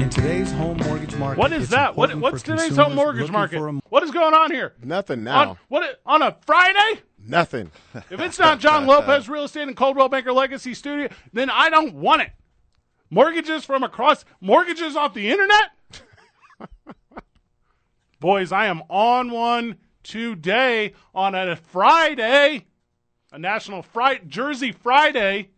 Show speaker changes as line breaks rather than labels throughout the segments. In today's home mortgage market,
What is
it's
that? What,
important
what's
for
today's
consumers
home mortgage
looking
market?
for a-
What is going on here?
Nothing now.
On, what on a Friday?
Nothing.
If it's not John Lopez Real Estate and Coldwell Banker Legacy Studio, then I don't want it. Mortgages from across mortgages off the internet? Boys, I am on one today on a Friday, a National Fri- Jersey Friday,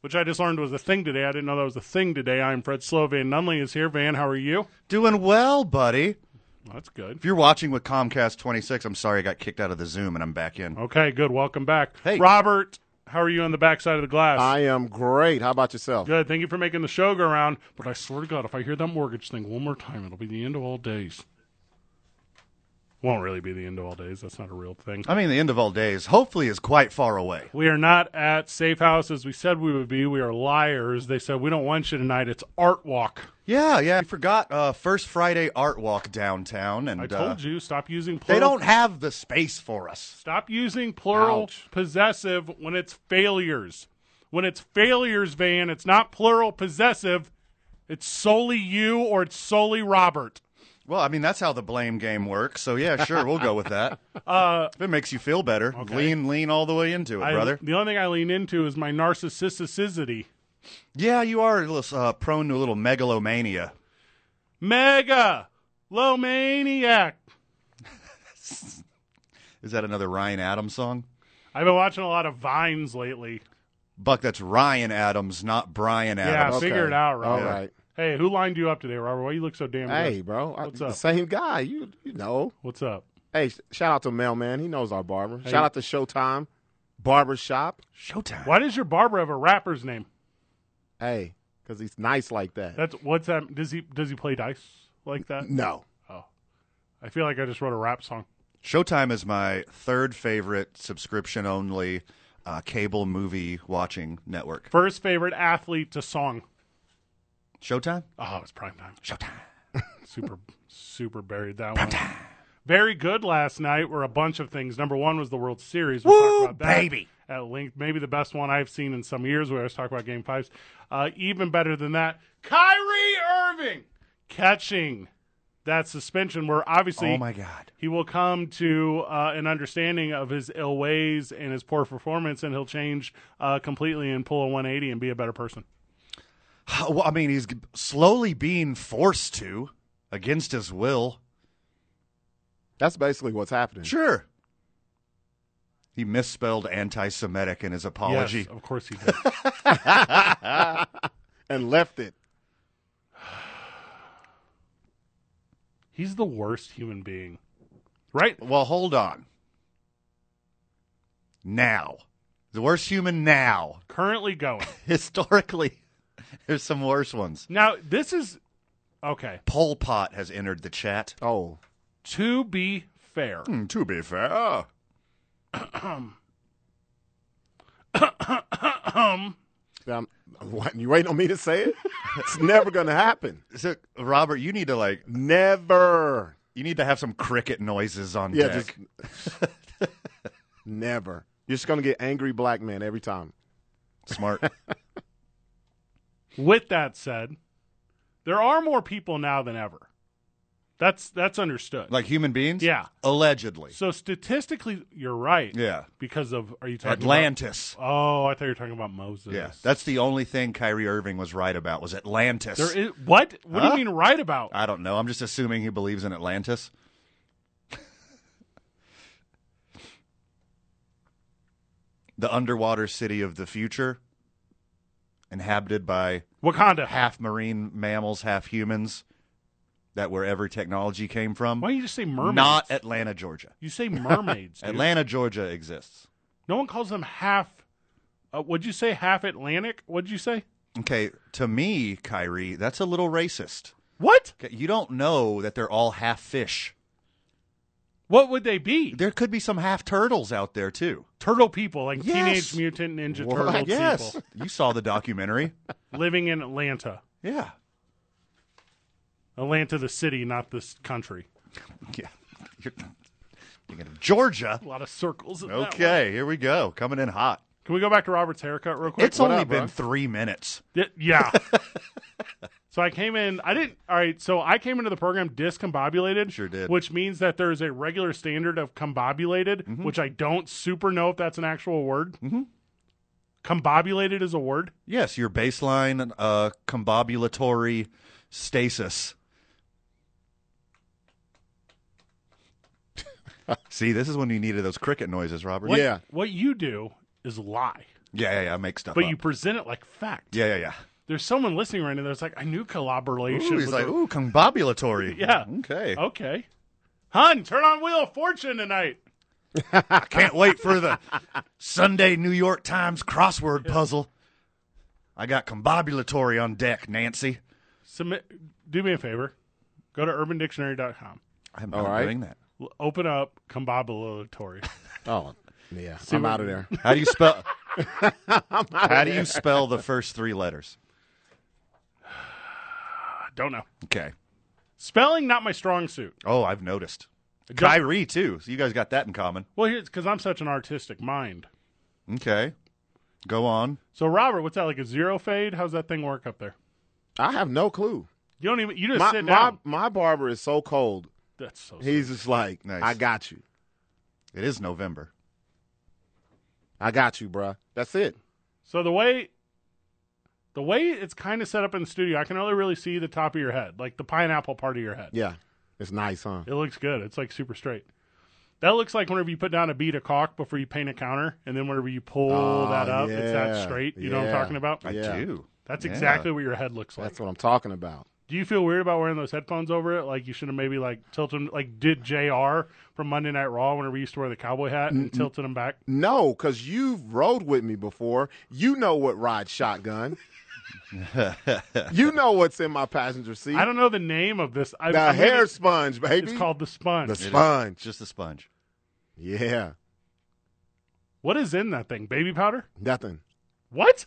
which I just learned was a thing today. I didn't know that was a thing today. I'm Fred Slovan. Nunley is here. Van, how are you?
Doing well, buddy.
Well, that's good.
If you're watching with Comcast 26, I'm sorry I got kicked out of the Zoom and I'm back in.
Okay, good. Welcome back.
Hey.
Robert, how are you on the backside of the glass?
I am great. How about yourself?
Good. Thank you for making the show go around. But I swear to God, if I hear that mortgage thing one more time, it'll be the end of all days. Won't really be the end of all days. That's not a real thing.
I mean, the end of all days hopefully is quite far away.
We are not at Safe House as we said we would be. We are liars. They said we don't want you tonight. It's Art Walk.
Yeah, yeah. I forgot uh, First Friday Art Walk downtown, and
I
uh,
told you, stop using plural.
they don't have the space for us.
Stop using plural
Ouch.
possessive when it's failures. When it's failures, Van, it's not plural possessive. It's solely you or it's solely Robert.
Well, I mean, that's how the blame game works. So, yeah, sure, we'll go with that. Uh, if it makes you feel better, lean, lean all the way into it,
I-
brother.
the only thing I lean into is my narcissisticity.
Yeah, you are a little, uh, prone to a little megalomania.
Mega Lomaniac.
Is that another Ryan Adams song?
I've been watching a lot of vines lately.
Buck, that's Ryan Adams, not Brian
Yeah,
Adams.
figure it out,
All
Robert.
right.
Hey, who lined you up today, Robert? Why you look so damn good?
Hey, bro. I-
What's
the
up?
same guy. You you know.
What's up?
Hey, sh- shout out to Mailman. He knows our barber. Shout out to Showtime Barber Shop.
Showtime.
Why does your barber have a rapper's name?
Hey, because he's nice like that.
That's what's that? Does he does he play dice like that?
no.
I feel like I just wrote a rap song.
Showtime is my third favorite subscription only uh, cable movie watching network.
First favorite athlete to song.
Showtime?
Oh, it's prime time.
Showtime.
super super buried that one. Very good last night were a bunch of things. Number one was the World Series. We'll
Woo,
talk about that
baby.
At length, maybe the best one I've seen in some years. We always talk about Game Fives. Uh, even better than that, Kyrie Irving catching that suspension. Where obviously,
Oh my God.
he will come to uh, an understanding of his ill ways and his poor performance, and he'll change uh, completely and pull a 180 and be a better person.
Well, I mean, he's g- slowly being forced to against his will.
That's basically what's happening.
Sure. He misspelled anti Semitic in his apology.
Yes, of course he did.
And left it.
He's the worst human being, right?
Well, hold on. Now. The worst human now.
Currently going.
Historically, there's some worse ones.
Now, this is okay.
Pol Pot has entered the chat.
Oh.
To be fair,
Hmm, To be fair.
I'm, what, you waiting on me to say it? it's never going to happen.
So, Robert, you need to like
Never.
you need to have some cricket noises on
Yeah,
deck.
just never. You're just gonna get angry black man every time.
Smart.
with that said, there are more people now than ever. That's that's understood.
like human beings?
Yeah.
Allegedly.
So statistically, you're right.
Yeah.
Because of are you talking
Atlantis.
About, oh, I thought you were talking about Moses.
Yeah. That's the only thing Kyrie Irving was right about was Atlantis.
there is what? What
Huh?
do you mean right about?
I don't know. I'm just assuming he believes in Atlantis. the underwater city of the future inhabited by
Wakanda.
half marine mammals, half humans that wherever technology came from.
Why don't you just say mermaids?
Not Atlanta, Georgia.
you say mermaids. dude.
Atlanta, Georgia exists.
No one calls them half. Uh, would you say half Atlantic? What'd you say?
Okay, to me, Kyrie, that's a little racist.
What?
Okay, You don't know that they're all half fish.
What would they be?
There could be some half turtles out there too.
turtle people, like
Yes.
Teenage Mutant Ninja
What?
Turtle
yes,
people
you saw the documentary.
living in Atlanta.
yeah,
Atlanta, the city, not this country.
yeah. You're thinking of Georgia.
A lot of circles. in that one.
Okay, here we go. Coming in hot.
Can we go back to Robert's haircut real quick?
It's only
up,
been
bro?
three minutes.
Y- yeah. so I came in. I didn't. All right. So I came into the program discombobulated.
Sure did.
Which means that there is a regular standard of combobulated,
Mm-hmm.
which I don't super know if that's an actual word. Mm-hmm. Combobulated is a word.
Yes, your baseline uh, combobulatory stasis. See, this is when you needed those cricket noises, Robert.
What,
Yeah.
What you do is lie,
yeah, yeah, yeah. I Make stuff
but
up.
you present it like fact.
yeah, yeah, yeah.
There's someone listening right now that's like, I knew collaboration.
Ooh, he's
was
like,
a-
ooh, combobulatory.
Yeah. Oh.
Okay.
Okay. Hun, turn on Wheel of Fortune tonight.
Can't wait for the Sunday New York Times crossword puzzle. I got combobulatory on deck, Nancy.
Submit. Do me a favor. Go to urbandictionary.com.
I'm
All
not
right.
doing that.
L- Open up combobulatory.
Oh, yeah. I'm out of there.
How do you spell? how do you spell the first three letters?
I don't know.
Okay.
Spelling not my strong suit.
Oh, I've noticed. Kyrie too. So you guys got that in common.
Well, here's because I'm such an artistic mind.
Okay. Go on.
So Robert, what's that like a zero fade? How's that thing work up there?
I have no clue.
You don't even. You just
My,
sit
my,
down.
my barber is so cold.
That's so.
He's just like,
Nice.
I got you.
It is November.
I got you, bruh. That's it.
So the way. The way it's kind of set up in the studio, I can only really see the top of your head, like the pineapple part of your head.
Yeah. It's nice, huh?
It looks good. It's like super straight. That looks like whenever you put down a bead of caulk before you paint a counter, and then whenever you pull
Oh,
that up, it's that
yeah.
straight. You know what I'm
Yeah.
talking about?
I Yeah.
do.
That's
Yeah.
exactly what your head looks like.
That's what I'm talking about.
Do you feel weird about wearing those headphones over it? Like you should have maybe like tilted them, like did JR from Monday Night Raw whenever he used to wear the cowboy hat and tilted them back.
No, because you've rode with me before. You know what rides shotgun. you know what's in my passenger seat.
I don't know the name of this. I,
the
I mean,
hair sponge, baby.
It's called the sponge.
the
is.
sponge.
Just the sponge.
Yeah.
what is in that thing? Baby powder?
Nothing.
What?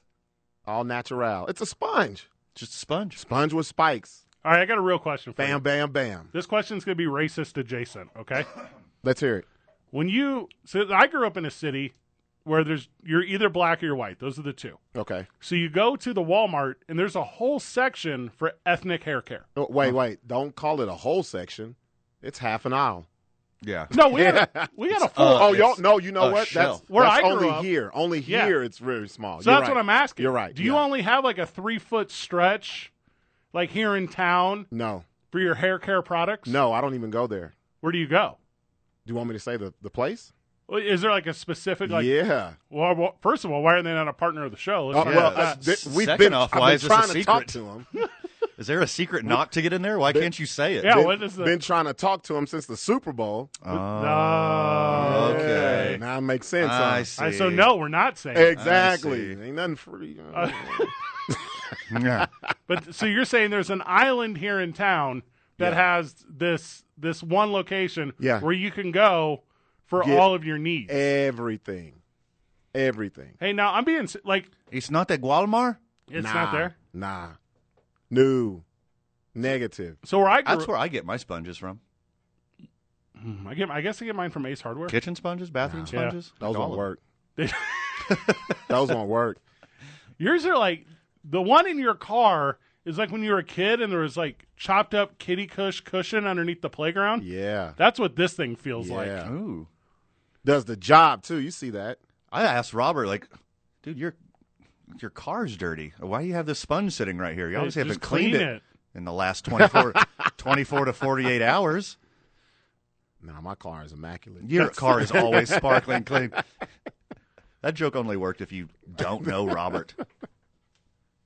All natural. It's a sponge.
Just a sponge.
Sponge with spikes.
All right, I got a real question for
Bam,
you.
bam, bam.
This question's gonna be racist adjacent. Okay.
Let's hear it.
when you so I grew up in a city where there's you're either black or you're white. Those are the two.
Okay.
So you go to the Walmart and there's a whole section for ethnic hair care.
Oh, wait, wait. Don't call it a whole section. It's half an aisle.
Yeah.
No, we had a, we had a full.
Uh,
oh, y'all.
it's
No, you know
a
what?
shell.
That's,
Where
that's
I grew
only
up-
here. Only
Yeah.
here, it's very small.
so
You're
that's
right.
what I'm asking.
You're right.
Do you
yeah.
only have like a three foot stretch, like here in town,
No,
for your hair care products?
no. I don't even go there.
Where do you go?
Do you want me to say the, the place?
Is there like a specific like?
yeah.
Well, well, first of all, why are they not a partner of the show? Let's
Uh,
talk
well,
about that.
I- th- we've
Second
been,
off,
I've
why
been
is this a
trying to talk
secret?
to him.
Is there a secret knock to get in there? Why can't you say it?
yeah.
been,
what is the?
been trying to talk to him since the Super Bowl. uh,
No.
Oh, Okay.
Yeah, now it makes sense.
I
huh?
see.
All right, so no, we're not saying. it.
Exactly.
I see.
Ain't nothing free.
Uh,
Yeah.
But so you're saying there's an island here in town that has this this one location
Yeah.
where you can go for
Get-
all of your needs.
Eh.
Everything. Everything.
hey, now I'm being s- like
It's not a Gualmar?
it's
nah,
not there.
Nah. No. Negative.
So where I grew,
That's where I get my sponges from.
Hmm, I get I guess I get mine from Ace Hardware.
Kitchen sponges, bathroom
Yeah.
sponges.
Those
All
won't
of
work. Those won't work.
Yours are like the one in your car is like when you were a kid and there was like chopped up kitty cush cushion underneath the playground.
Yeah.
That's what this thing feels like.
Yeah.
them. Ooh.
Does the job too. You see that.
I asked Robert, like, dude, your your car's dirty. Why do you have this sponge sitting right here? You obviously
just
haven't cleaned
clean
it,
it.
in the last 24, 24 to 48 hours.
Nah, my car is immaculate.
Your car is always sparkling clean. That joke only worked if you don't know Robert.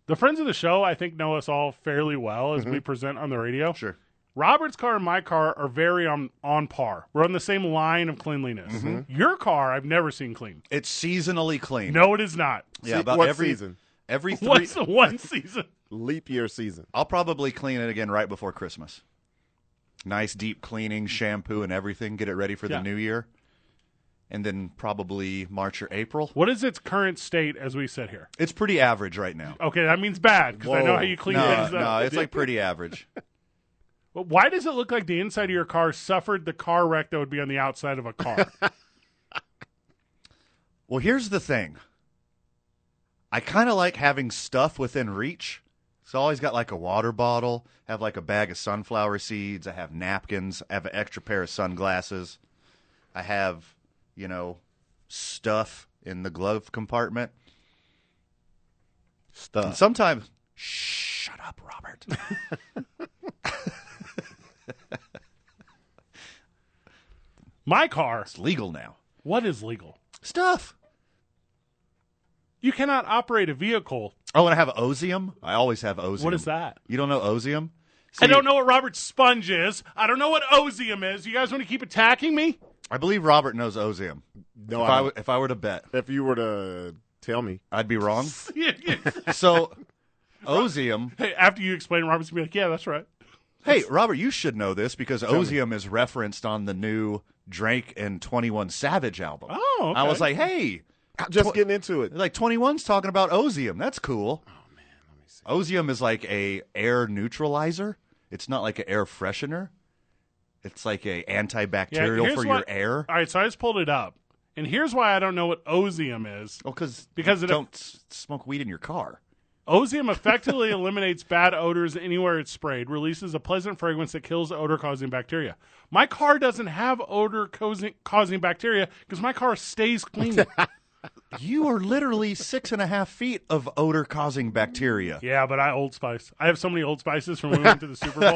The friends of the show I think know us all fairly well as
Mm-hmm.
we present on the radio.
Sure.
Robert's car and my car are very on on par. We're on the same line of cleanliness. Your car, I've never seen clean.
It's seasonally clean.
No, it is not.
Yeah,
See-
about
what
every
season?
every three
What's the one season?
leap year season.
I'll probably clean it again right before Christmas. Nice deep cleaning, shampoo, and everything. Get it ready for
Yeah.
the new year. And then probably March or April.
What is its current state as we sit here?
It's pretty average right now.
Okay, that means bad because I know
Whoa.
how you clean
No,
things
no,
up.
it's like pretty average.
But Why does it look like the inside of your car suffered the car wreck that would be on the outside of a car?
Well, here's the thing. I kind of like having stuff within reach. So I always got like a water bottle, have like a bag of sunflower seeds, I have napkins, I have an extra pair of sunglasses. I have, you know, stuff in the glove compartment. And
Stuff.
sometimes shut up, Robert.
My car.
It's legal now.
What is legal?
Stuff.
You cannot operate a vehicle.
Oh, and I have osium. I always have osium.
What is that?
You don't know osium?
I don't know what Robert Sponge is. I don't know what Ozium is. You guys want to keep attacking me?
I believe Robert knows osium.
No,
if
I
I,
don't.
w- if I were to bet,
If you were to tell me,
I'd be wrong.
hey,
So, osium.
after you explain, Robert's gonna be like, "Yeah, that's right."
Hey, Robert, you should know this because osium is referenced on the new Drake and Twenty One Savage album.
Oh,
I
okay.
was like, hey,
just getting into it.
like 21's talking about osium. That's cool. Oh man, let me see. Osium is like a air neutralizer. It's not like an air freshener. It's like a antibacterial
here's
for
why-
your air.
All right, so I just pulled it up, and here's why I don't know what Ozium is.
Oh, cause
Because
you
it-
don't s- smoke weed in your car.
Ozium effectively eliminates bad odors anywhere it's sprayed, releases a pleasant fragrance that kills odor causing bacteria. My car doesn't have odor causing, causing bacteria because my car stays clean.
You are literally six and a half feet of odor causing bacteria.
yeah, but I Old Spice. I have so many Old Spices from when we went to the Super Bowl.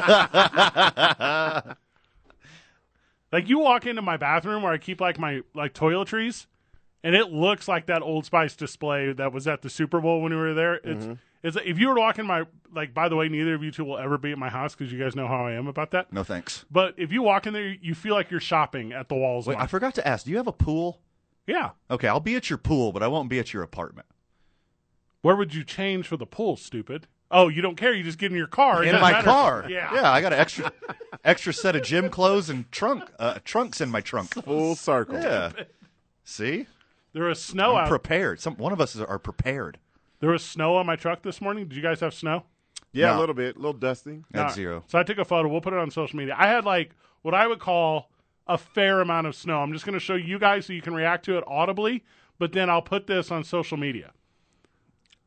like you walk into my bathroom where I keep like my like toiletries, and it looks like that Old Spice display that was at the Super Bowl when we were there. It's
Mm-hmm.
it's if you were to walk in my like. By the way, neither of you two will ever be at my house because you guys know how I am about that.
No thanks.
But if you walk in there, you feel like you're shopping at the walls.
Wait, I
Mart.
forgot to ask. Do you have a pool?
yeah.
Okay, I'll be at your pool, but I won't be at your apartment.
Where would you change for the pool, stupid? Oh, you don't care. You just get in your car. It
In
doesn't
my
matter.
car.
Yeah.
yeah. I got an extra, extra set of gym clothes and trunk, uh, trunks in my trunk.
Full circle.
Yeah. See,
There was snow
I'm
out.
prepared. Some one of us are prepared.
there was snow on my truck this morning. Did you guys have snow?
Yeah,
No.
a little bit, a little dusting.
At
All right.
zero.
So I took a photo. We'll put it on social media. I had like what I would call a fair amount of snow. I'm just going to show you guys so you can react to it audibly, but then I'll put this on social media.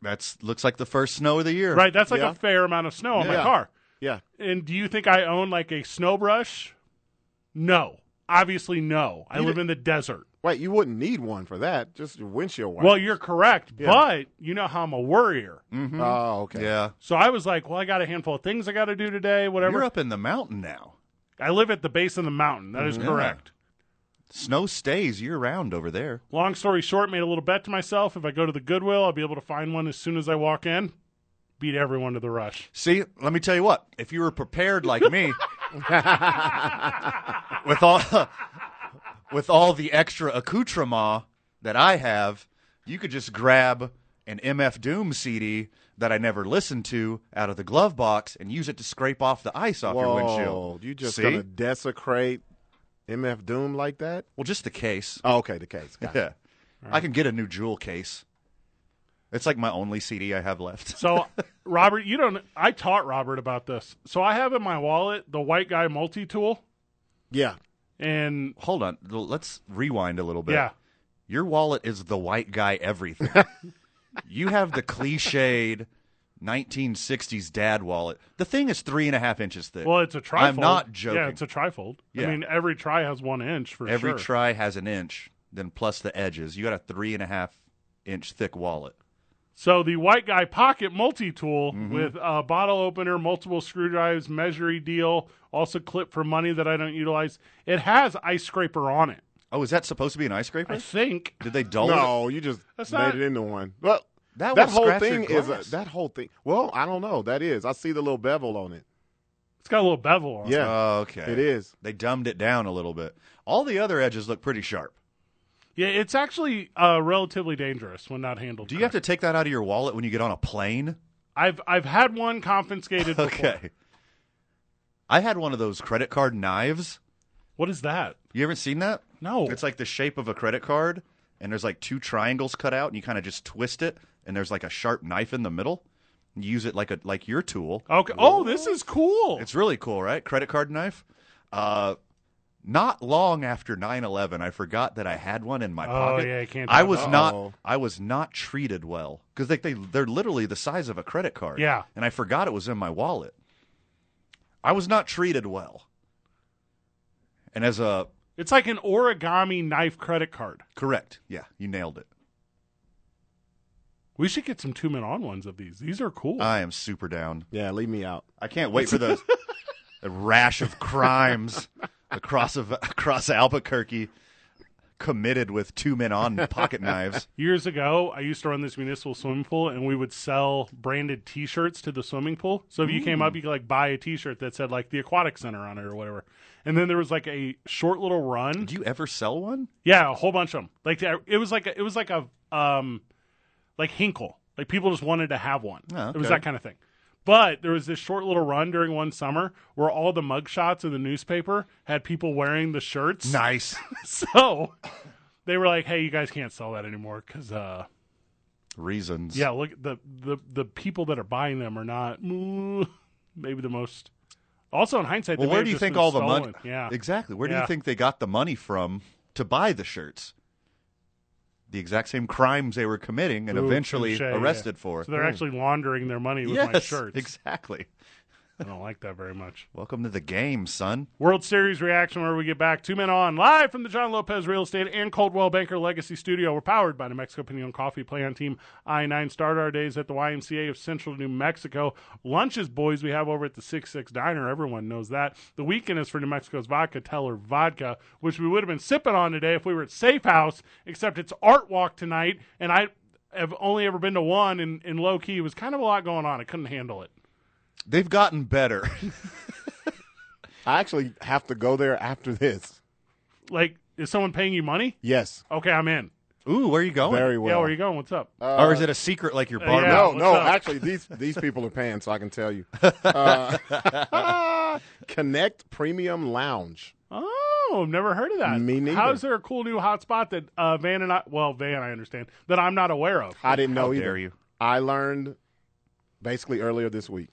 That's looks like the first snow of the year.
Right? That's like
Yeah.
a fair amount of snow on my
Yeah.
car.
Yeah,
And do you think I own like a snow brush? No. Obviously, no. I live in the desert.
wait, you wouldn't need one for that. Just your windshield wiper.
Well, you're correct, but you know how I'm a worrier.
Oh, okay.
Mm-hmm. Yeah.
So I was like, well, I got a handful of things I got to do today, whatever.
You're up in the mountain now.
I live at the base of the mountain. That is
Mm-hmm.
Yeah.
correct.
Snow stays year round over there.
Long story short, made a little bet to myself. If I go to the Goodwill, I'll be able to find one as soon as I walk in. Beat everyone to the rush.
See, let me tell you what. If you were prepared like me, with all with all the extra accoutrement that I have, you could just grab an MF Doom CD that I never listened to out of the glove box and use it to scrape off the ice off your
Whoa,
windshield.
you just
See?
gonna desecrate MF Doom like that?
well, just the case.
Oh, okay, the case. Got it.
Yeah, I can get a new jewel case. It's like my only CD I have left.
So, Robert, you don't. I taught Robert about this. So I have in my wallet the white guy multi tool,
Yeah,
and
Hold on, l- let's rewind a little bit.
yeah,
your wallet is the white guy everything. you have the cliched 1960s dad wallet. The thing is three and a half inches thick.
Well, it's a trifold.
I'm not joking.
Yeah, it's a trifold. I
Yeah.
mean, every tri has one inch for
Every
sure.
try has an inch, then plus the edges. You got a three and a half inch thick wallet.
so the white guy pocket multi tool
Mm-hmm.
with a bottle opener, multiple screwdrives, measuring deal, also clip for money that I don't utilize. It has ice scraper on it.
Oh, is that supposed to be an ice scraper?
I think.
Did they dull it?
no, you just
That's
made
not-
it into one. Well,
That
that,
will
whole
scratch
thing
your
is a,
glass.
that whole thing. Well, I don't know. That is. I see the little bevel on it.
It's got a little bevel on it.
Yeah,
Oh, okay.
it is.
They dumbed it down a little bit. All the other edges look pretty sharp.
Yeah, it's actually uh, relatively dangerous when not handled.
Do you have to take that out of your wallet when you get on a plane?
I've I've had one confiscated. Before.
Okay. I had one of those credit card knives.
What is that?
You ever seen that?
No.
It's like the shape of a credit card, and there's like two triangles cut out, and you kind of just twist it, and there's like a sharp knife in the middle. You use it like a like your tool.
Okay. Oh, this is cool.
It's really cool, right? Credit card knife. Uh, not long after 9/11, I forgot that I had one in my
Oh,
pocket.
yeah, you can't
I
have
was
that.
not. I was not treated well because they, they they're literally the size of a credit card.
Yeah.
and I forgot it was in my wallet. I was not treated well. And as a
It's like an origami knife credit card.
correct, yeah, you nailed it.
We should get some two men on ones of these. These are cool.
I am super down.
Yeah, leave me out.
I can't wait for the, the rash of crimes across of, across Albuquerque committed with two men on pocket knives.
Years ago, I used to run this municipal swimming pool, and we would sell branded T-shirts to the swimming pool. So if you came up, you could like buy a T-shirt that said like the Aquatic Center on it or whatever. And then there was like a short little run.
Do you ever sell one?
Yeah, a whole bunch of them. Like it was like a, it was like a um, like Hinkle. Like people just wanted to have one.
Oh,
It was
okay.
that kind of thing. But there was this short little run during one summer where all the mugshots in the newspaper had people wearing the shirts.
Nice.
So they were like, "Hey, you guys can't sell that anymore because uh,
Reasons.
yeah, look the the the people that are buying them are not mm, maybe the most." Also, in hindsight,
Well,
they may
where
have
do you
just
think
been
all the money?
stolen. Yeah,
Exactly. Where do
Yeah.
you think they got the money from to buy the shirts? The exact same crimes they were committing and
Ooh,
eventually
touche, yeah.
arrested for. Hmm.
So they're actually laundering their money with
yes,
my shirts.
exactly.
I don't like that very much.
Welcome to the game, son.
World Series reaction where we get back. Two men on live from the John Lopez Real Estate and Coldwell Banker Legacy Studio. We're powered by New Mexico Pinon Coffee Plan Team I-9. Start our days at the YMCA of Central New Mexico. Lunches, boys, we have over at the 6-6 Diner. Everyone knows that. The weekend is for New Mexico's Vodka Teller Vodka, which we would have been sipping on today if we were at Safe House, except it's Art Walk tonight, and I have only ever been to one, and, and low-key, it was kind of a lot going on. I couldn't handle it.
They've gotten better.
I actually have to go there after this.
Like, is someone paying you money?
Yes,
Okay, I'm in.
Ooh, where are you going?
very well.
Yeah, where are you going? What's up?
or is it a secret like your
Uh,
bar?
yeah.
no,
What's
no.
up?
Actually, these these people are paying, so I can tell you. Uh, Connect Premium Lounge.
Oh, I've never heard of that.
Me neither.
How is there a cool new hotspot that uh, Van and I, well, Van, I understand, that I'm not aware of?
I didn't know
How
either.
dare you.
I learned basically earlier this week.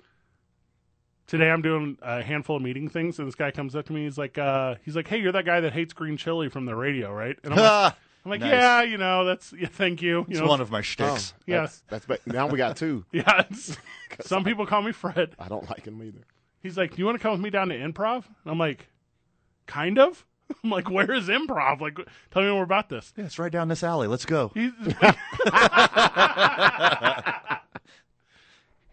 Today I'm doing a handful of meeting things, and this guy comes up to me. He's like, uh, he's like, hey, you're that guy that hates green chili from the radio, right? And I'm like,
Ah,
I'm like
Nice.
yeah, you know, that's, yeah, thank you. you
it's
know, um,
one of my shticks.
Yes.
Oh, That's ba- now we got two.
yeah, it's- some people call me Fred.
I don't like them either.
He's like, do you want to come with me down to improv? And I'm like, kind of. I'm like, where is improv? Like, tell me more about this.
Yeah, it's right down this alley. Let's go.
He's,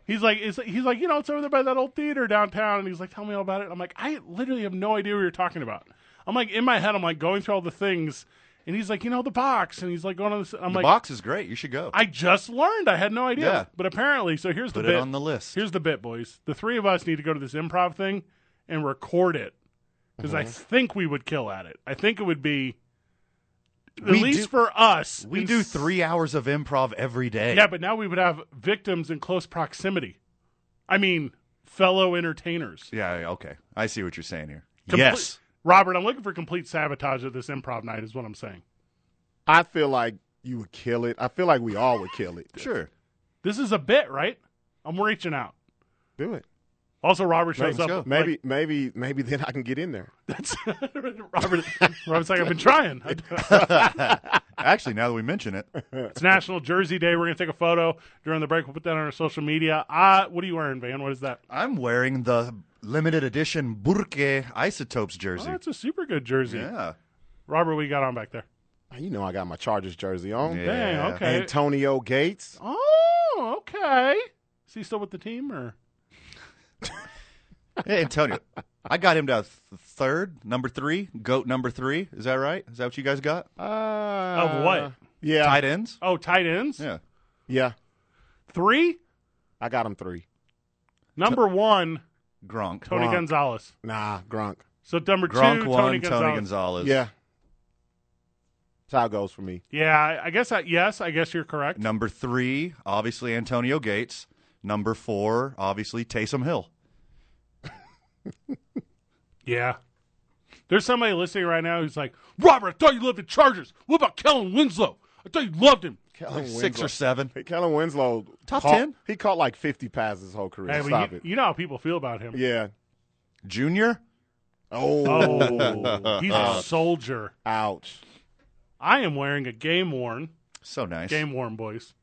he's like, it's, he's like, you know, it's over there by that old theater downtown. And he's like, tell me all about it. I'm like, I literally have no idea what you're talking about. I'm like, in my head, I'm like going through all the things. And he's like, you know, the box. And he's like, going on this. I'm
the
like,
box is great. You should go.
I just learned. I had no idea.
Yeah.
But apparently, so here's
Put
the bit.
it on the list.
Here's the bit, boys. The three of us need to go to this improv thing and record it because
Mm-hmm.
I think we would kill at it. I think it would be, at
We
least
do-
for us,
we
in
do
s-
three hours of improv every day.
Yeah, but now we would have victims in close proximity. I mean, fellow entertainers.
Yeah, yeah, okay. I see what you're saying here.
Comple-
yes.
Robert, I'm looking for complete sabotage of this improv night. Is what I'm saying.
I feel like you would kill it. I feel like we all would kill it.
Sure.
This is a bit, right? I'm reaching out.
Do it.
Also, Robert shows
Let's
up.
go.
Maybe, maybe, maybe then I can get in there.
That's Robert. Robert's like, I've been trying.
Actually, now that we mention it,
It's National Jersey Day. We're gonna take a photo during the break. We'll put that on our social media. Uh, what are you wearing, Van? What is that?
I'm wearing the limited edition Burke Isotopes
Oh,
jersey.
that's a super good jersey.
yeah.
Robert, what you got on back there?
You know, I got my Chargers jersey on.
Yeah.
Dang, okay.
Antonio Gates.
Oh, okay. Is he still with the team or?
Hey, Antonio, I got him to th- third, number three, goat number three. Is that right? Is that what you guys got?
Uh,
Of
of
what?
Yeah,
Tight ends?
Oh, tight ends.
Yeah.
yeah.
Three.
I got him three.
Number one,
Gronk.
Tony
Gronk.
Gonzalez.
Nah, Gronk.
So number
Gronk
two,
one,
Tony Gonzalez.
Gonzalez.
Yeah, that's how it goes for me.
Yeah, I- I guess I, yes, I guess you're correct.
Number three, obviously Antonio Gates. Number four, obviously, Taysom Hill.
Yeah. There's somebody listening right now who's like, Robert, I thought you loved the Chargers. What about Kellen Winslow? I thought you loved him.
Kellen
Six
Winslow.
or seven.
Hey, Kellen Winslow,
Top
caught-
10?
He caught like fifty passes his whole career.
Hey, well,
Stop
you,
it.
you know how people feel about him.
yeah.
Junior?
Oh, he's a soldier.
Ouch.
I am wearing a game worn,
So nice.
game worn, boys.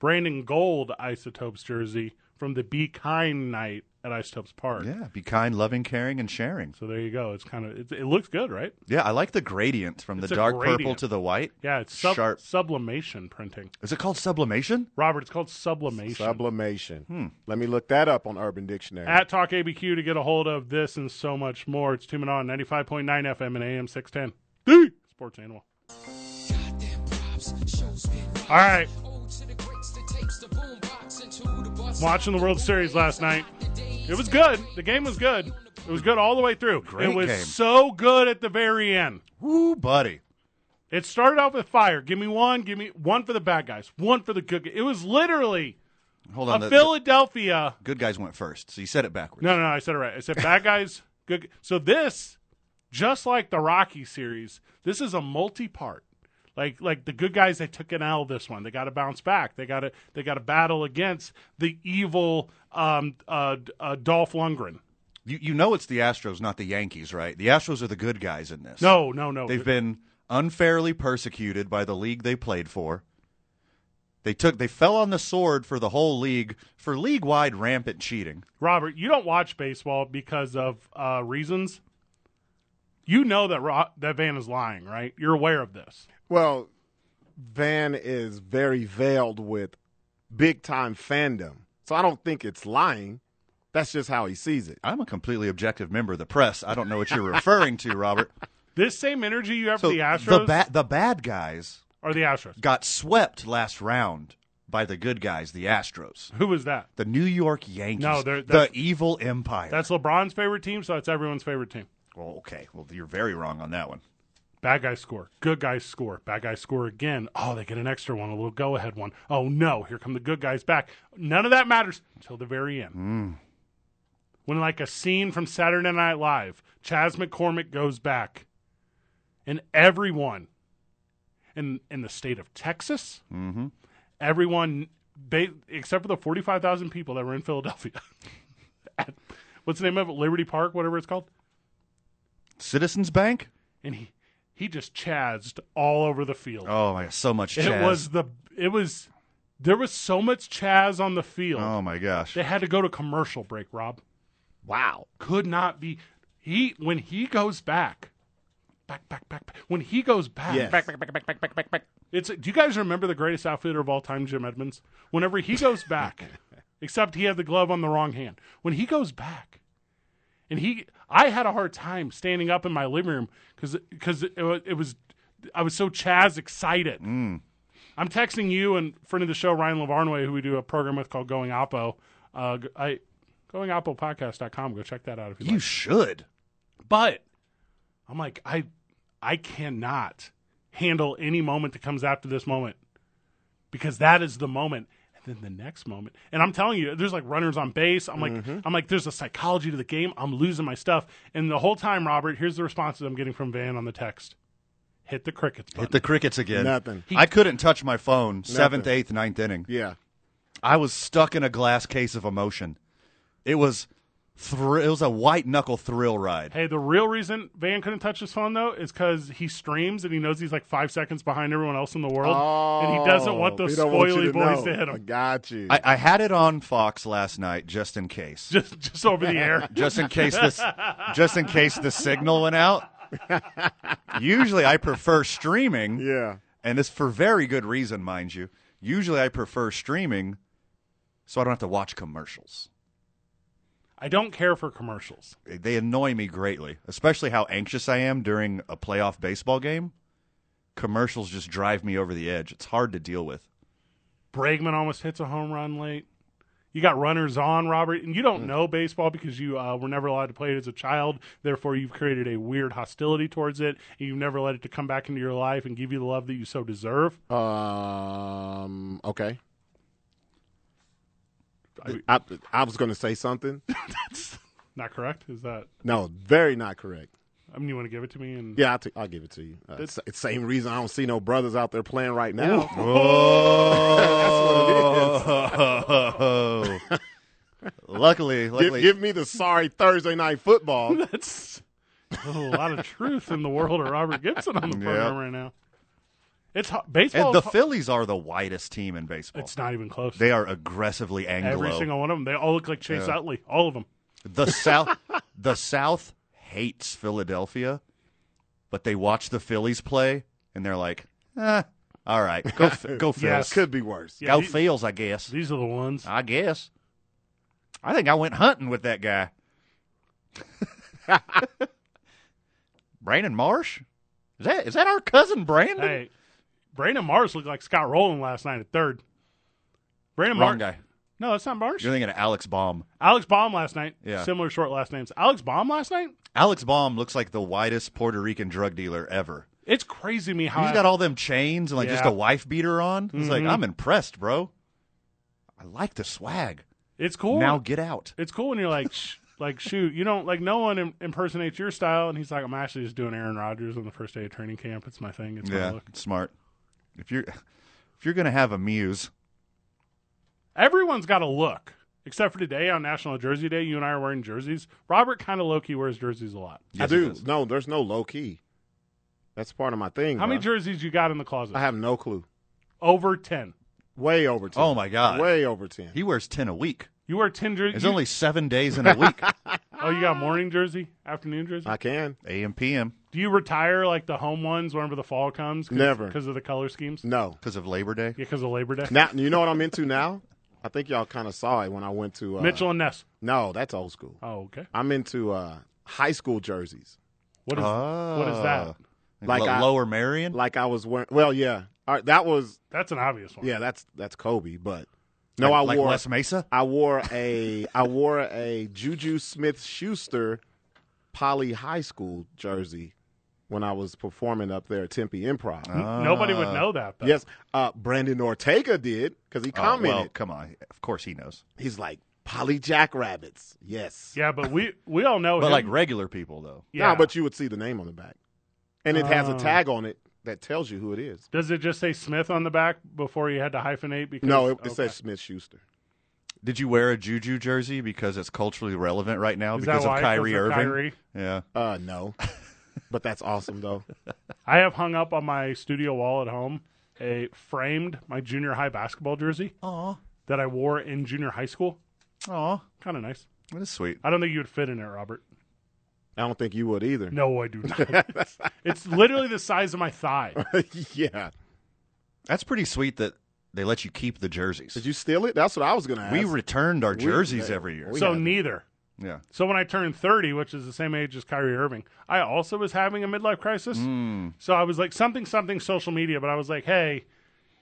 Brandon Gold Isotopes jersey from the Be Kind night at Isotopes Park.
Yeah, be kind, loving, caring, and sharing.
So there you go. It's kind of it, it looks good, right?
Yeah, I like the gradient from
It's
the
a
dark purple
gradient.
to the white.
Yeah, it's sub-
Sharp.
sublimation printing.
Is it called sublimation?
Robert, it's called sublimation.
Sublimation.
Hmm.
Let me look that up on Urban Dictionary.
at Talk ABQ to get a hold of this and so much more. It's tuning on 95.9 FM and AM 610. The Sports Animal. All right. I'm watching the World Series last night. It was good. The game was good. It was good all the way through.
Great
it was
game.
so good at the very end.
Woo, buddy.
It started off with fire. Give me one. Give me one for the bad guys. One for the good. guys. It was literally
Hold
a
on. the- the
Philadelphia.
good guys went first, so you said it backwards.
No, no, no. I said it right. I said bad guys, good. So this, just like the Rocky series, this is a multi-part. Like, like the good guys, they took an L this one. They got to bounce back. They got to, they got to battle against the evil um, uh, d- uh, Dolph Lundgren.
You, you know it's the Astros, not the Yankees, right? The Astros are the good guys in this.
No, no, no.
They've been unfairly persecuted by the league they played for. They took they fell on the sword for the whole league for league wide rampant cheating.
Robert, you don't watch baseball because of uh, reasons. You know that Ro- that Van is lying, right? You're aware of this.
well, Van is very veiled with big time fandom. So I don't think it's lying. That's just how he sees it.
I'm a completely objective member of the press. I don't know what you're referring to, Robert.
This same energy you have
So
for the Astros
the ba- the bad guys
or the Astros.
got swept last round by the good guys, the Astros.
Who was that?
The New York Yankees.
No, they're-
the
that's-
evil empire.
That's LeBron's favorite team, so that's everyone's favorite team.
well, okay. Well, you're very wrong on that one.
Bad guys score. Good guys score. Bad guys score again. Oh, they get an extra one, a little go ahead one. Oh, no. Here come the good guys back. None of that matters until the very end. When, like a scene from Saturday Night Live, Chaz McCormick goes back, and everyone in, in the state of Texas, everyone, ba- except for the 45,000 people that were in Philadelphia, at, what's the name of it? Liberty Park, whatever it's called?
Citizens Bank?
and he he just chazed all over the field.
Oh my god, so much
it
Chaz.
was the it was there was so much chaz on the field.
Oh my gosh.
They had to go to commercial break, Rob.
Wow.
Could not be he when he goes back. Back back back. back when he goes back.
Yes.
Back back back back back back back back. It's do you guys remember the greatest outfielder of all time Jim Edmonds? Whenever he goes back, except he had the glove on the wrong hand. When he goes back, and he i had a hard time standing up in my living room because it, wa- it was i was so chaz excited i'm texting you and friend of the show ryan lavarnway who we do a program with called going oppo uh, g- I, goingoppopodcast.com go check that out if you
You
like
should.
but i'm like i i cannot handle any moment that comes after this moment because that is the moment and then the next moment and i'm telling you there's like runners on base i'm like
Mm-hmm.
i'm like there's a psychology to the game i'm losing my stuff and the whole time robert here's the responses i'm getting from van on the text hit the crickets button.
Hit the crickets again.
Nothing.
I couldn't touch my phone. Seventh, eighth, ninth inning.
Yeah.
I was stuck in a glass case of emotion. It was, thr- it was a white knuckle thrill ride.
hey the real reason van couldn't touch his phone though is because he streams and he knows he's like five seconds behind everyone else in the world and he doesn't want
Oh,
those
he don't want you
spoily
to
boys
know.
to hit
I
him
got you.
I, I had it on Fox last night just in case, just,
just just over the air
in case this, just in case the signal went out. Usually, I prefer streaming,
yeah.
and it's for very good reason, mind you. Usually, I prefer streaming, so I don't have to watch commercials.
i don't care for commercials
they annoy me greatly, especially how anxious I am during a playoff baseball game. Commercials just drive me over the edge. It's hard to deal with.
Bregman almost hits a home run late. You got runners on, Robert, and you
Mm.
don't know baseball because you uh, were never allowed to play it as a child. Therefore, you've created a weird hostility towards it, and you've never let it to come back into your life and give you the love that you so deserve.
Um. Okay.
I-
I, I was going to say something.
not correct? Is that?
No, very not correct.
I mean, you want to give it to me? And
Yeah, I'll, t- I'll give it to you. Uh, it's, it's same reason I don't see no brothers out there playing right now.
Oh. luckily,
Give,
luckily,
give me the sorry Thursday night football.
that's a lot of truth in the world of Robert Gibson on the
Yeah.
program right now. It's ho- baseball.
and the
is ho-
Phillies are the whitest team in baseball.
it's not even close.
They are aggressively Anglo.
Every single one of them. They all look like Chase Utley. All of them.
The South, the South hates Philadelphia, but they watch the Phillies play and they're like, eh, "All right, go, F- go Phils,
Yes.
Could be worse.
Yeah,
go
these,
Phils, I guess."
these are the ones.
I guess. I think I went hunting with that guy. Brandon Marsh? Is that is that our cousin Brandon?
Hey, Brandon Mars looked like Scott Rowland last night at third. Brandon
Wrong
Mars.
guy.
No, that's not Marsh.
You're thinking of Alex Baum.
Alex Baum last night.
Yeah.
Similar short last names. Alex Baum last night?
Alex Baum looks like the whitest Puerto Rican drug dealer ever.
It's crazy to me how
Uh,
He's
I-
got all them chains and like just
Yeah.
a wife beater on. He's like,
Mhm.
Mm-hmm.
I'm impressed, bro. I like the swag.
it's cool.
Now get out.
it's cool when you're like, sh- like shoot, you don't like no one Im- impersonates your style. And he's like, I'm actually just doing Aaron Rodgers on the first day of training camp. It's my thing. It's my
Yeah,
look.
smart. If you're if you're gonna have a muse,
Everyone's got a look. Except for today on National Jersey Day, you and I are wearing jerseys. Robert kind of low key wears jerseys a lot.
I
Yes, he
do.
does.
No, there's no low key. That's part of my thing.
How many
bro.
jerseys you got in the closet?
I have no clue.
Over 10.
Way over ten.
Oh my God.
Way over ten.
he wears ten a week.
You wear 10 jerseys.
It's only seven days in a week.
oh, you got morning jersey, afternoon jersey?
I can.
A.M. P.M.
Do you retire like the home ones whenever the fall comes?
Never.
Because of the color schemes? Yeah,
No.
because of Labor Day.
because of Labor Day?
Now you know what I'm into now. I think y'all kind of saw it when I went to uh,
Mitchell and Ness.
No, that's old school.
Oh, okay.
I'm into uh, high school jerseys.
What is, what is
Ah.
that?
Like
Like I-
Lower Marion.
Like I was wearing. Well, yeah. All right, that was
That's an obvious one.
yeah. That's that's Kobe, but no, I
like
wore
West Mesa.
I wore a I wore a Juju Smith Schuster Poly High School jersey when I was performing up there at Tempe Improv.
Uh-huh.
N- Nobody would know that, though.
Ah. Yes, uh, Brandon Ortega did because he
Oh, well,
commented.
come on. Of course he knows.
He's like Poly Jackrabbits. Yes.
Yeah, but we we all
Oh,
know
But
him.
like regular people though.
yeah.
Nah, but you would see the name on the back, and it has a
Oh.
tag on it that tells you who it is.
Does it just say Smith on the back before you had to hyphenate? Because
No, it, it
okay.
says Smith Schuster.
Did you wear a Juju jersey because it's culturally relevant right now
Is that
because
why?
of Kyrie
'Cause of
Irving?
Kyrie?
Yeah.
Uh, no, but that's awesome though.
I have hung up on my studio wall at home a framed my junior high basketball jersey
Aw.
that I wore in junior high school.
Aw.
Kind of nice.
That is sweet.
I don't think you would fit in it, Robert.
I don't think you would either.
No, I do not. it's literally the size of my thigh.
yeah.
That's pretty sweet that they let you keep the jerseys.
Did you steal it? That's what I was gonna ask.
we returned our
We-
jerseys
they-
every year.
we
so
had-
neither.
yeah.
So when I turned 30, which is the same age as Kyrie Irving, I also was having a midlife crisis.
Hmm.
So I was like something something social media, but I was like, hey,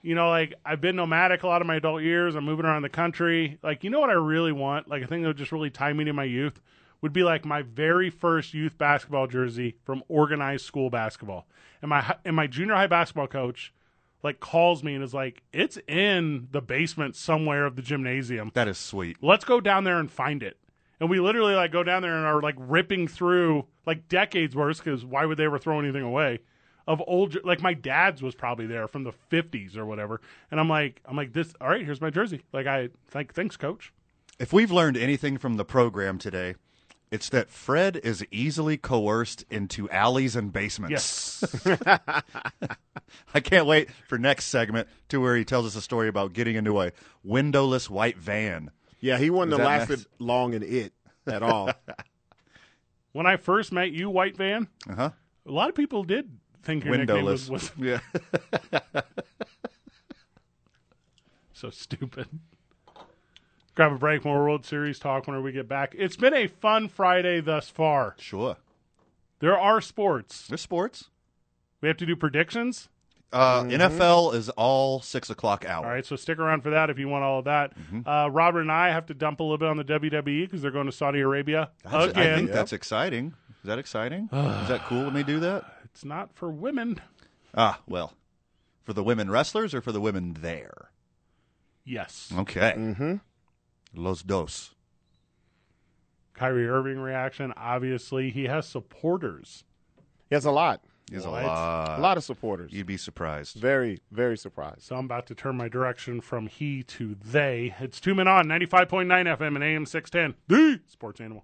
you know, like I've been nomadic a lot of my adult years. I'm moving around the country. Like, you know what I really want? Like, I think that would just really tie me to my youth would be like my very first youth basketball jersey from organized school basketball. And my hi- and my junior high basketball coach like calls me and is like, "It's in the basement somewhere of the gymnasium."
That is sweet.
let's go down there and find it. And we literally like go down there and are like ripping through like decades worth because why would they ever throw anything away? Of old, jer- like my dad's was probably there from the fifties or whatever. And I'm like, I'm like this. All right, here's my jersey. Like I like thanks, coach.
If we've learned anything from the program today, it's that Fred is easily coerced into alleys and basements.
Yes,
I can't wait for next segment to where he tells us a story about getting into a windowless white van.
Yeah, he wouldn't
Is
have
that
lasted
next?
long in it at all.
when I first met you, White Van,
Uh huh.
a lot of people did think your nickname
Windowless.
was, was
yeah.
so stupid. Grab a break, more World Series talk whenever we get back. It's been a fun Friday thus far.
Sure.
There are sports.
There's sports.
We have to do predictions.
Uh, NFL is all six o'clock hour.
All right, so stick around for that if you want all of that.
Mm-hmm.
Uh, Robert and I have to dump a little bit on the WWE because they're going to Saudi Arabia
That's- I
again.
think that's exciting. Is that exciting? is that cool when they do that?
It's not for women.
Ah, well, for the women wrestlers or for the women there.
Yes.
Okay.
hmm
Los dos.
Kyrie Irving reaction. Obviously, he has supporters.
He has a lot,
Is a
What?
lot.
a lot of supporters.
You'd be surprised.
Very, very surprised.
So I'm about to turn my direction from he to they. It's two men on 95.9 FM and AM 610. The sports animal.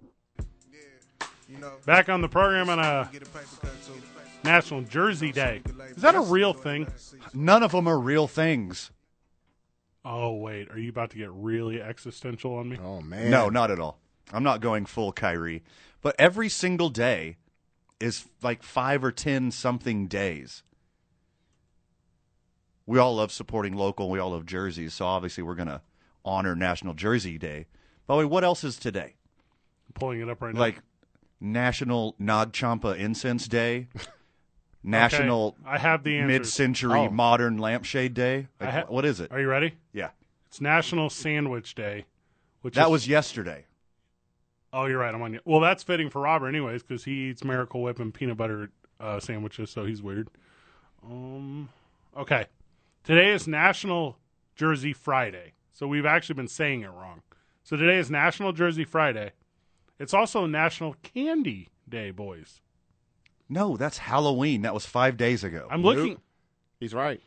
You know,
Back on the program on a
get a paper cut too.
National Jersey Day. Is that a real thing?
None of them are real things.
Oh wait, are you about to get really existential on me?
Oh man,
No, not at all. I'm not going full Kyrie. But every single day is like five or ten something days. We all love supporting local. We all love jerseys. So obviously we're going to honor National Jersey Day. By the way, what else is today?
I'm pulling it up right now.
Like National Nod Champa Incense Day, National
Okay, I have the answer.
Mid Century
Oh.
Modern Lampshade Day. Like,
ha-
what is it?
Are you ready?
Yeah.
It's National Sandwich Day, which
That
is-
was yesterday.
Oh, you're right. I'm on you. Well, that's fitting for Robert, anyways, because he eats Miracle Whip and peanut butter uh, sandwiches, so he's weird. Um, okay. Today is National Jersey Friday, so we've actually been saying it wrong. So today is National Jersey Friday. It's also National Candy Day, boys.
No, that's Halloween. That was five days ago.
I'm looking.
Nope. he's right.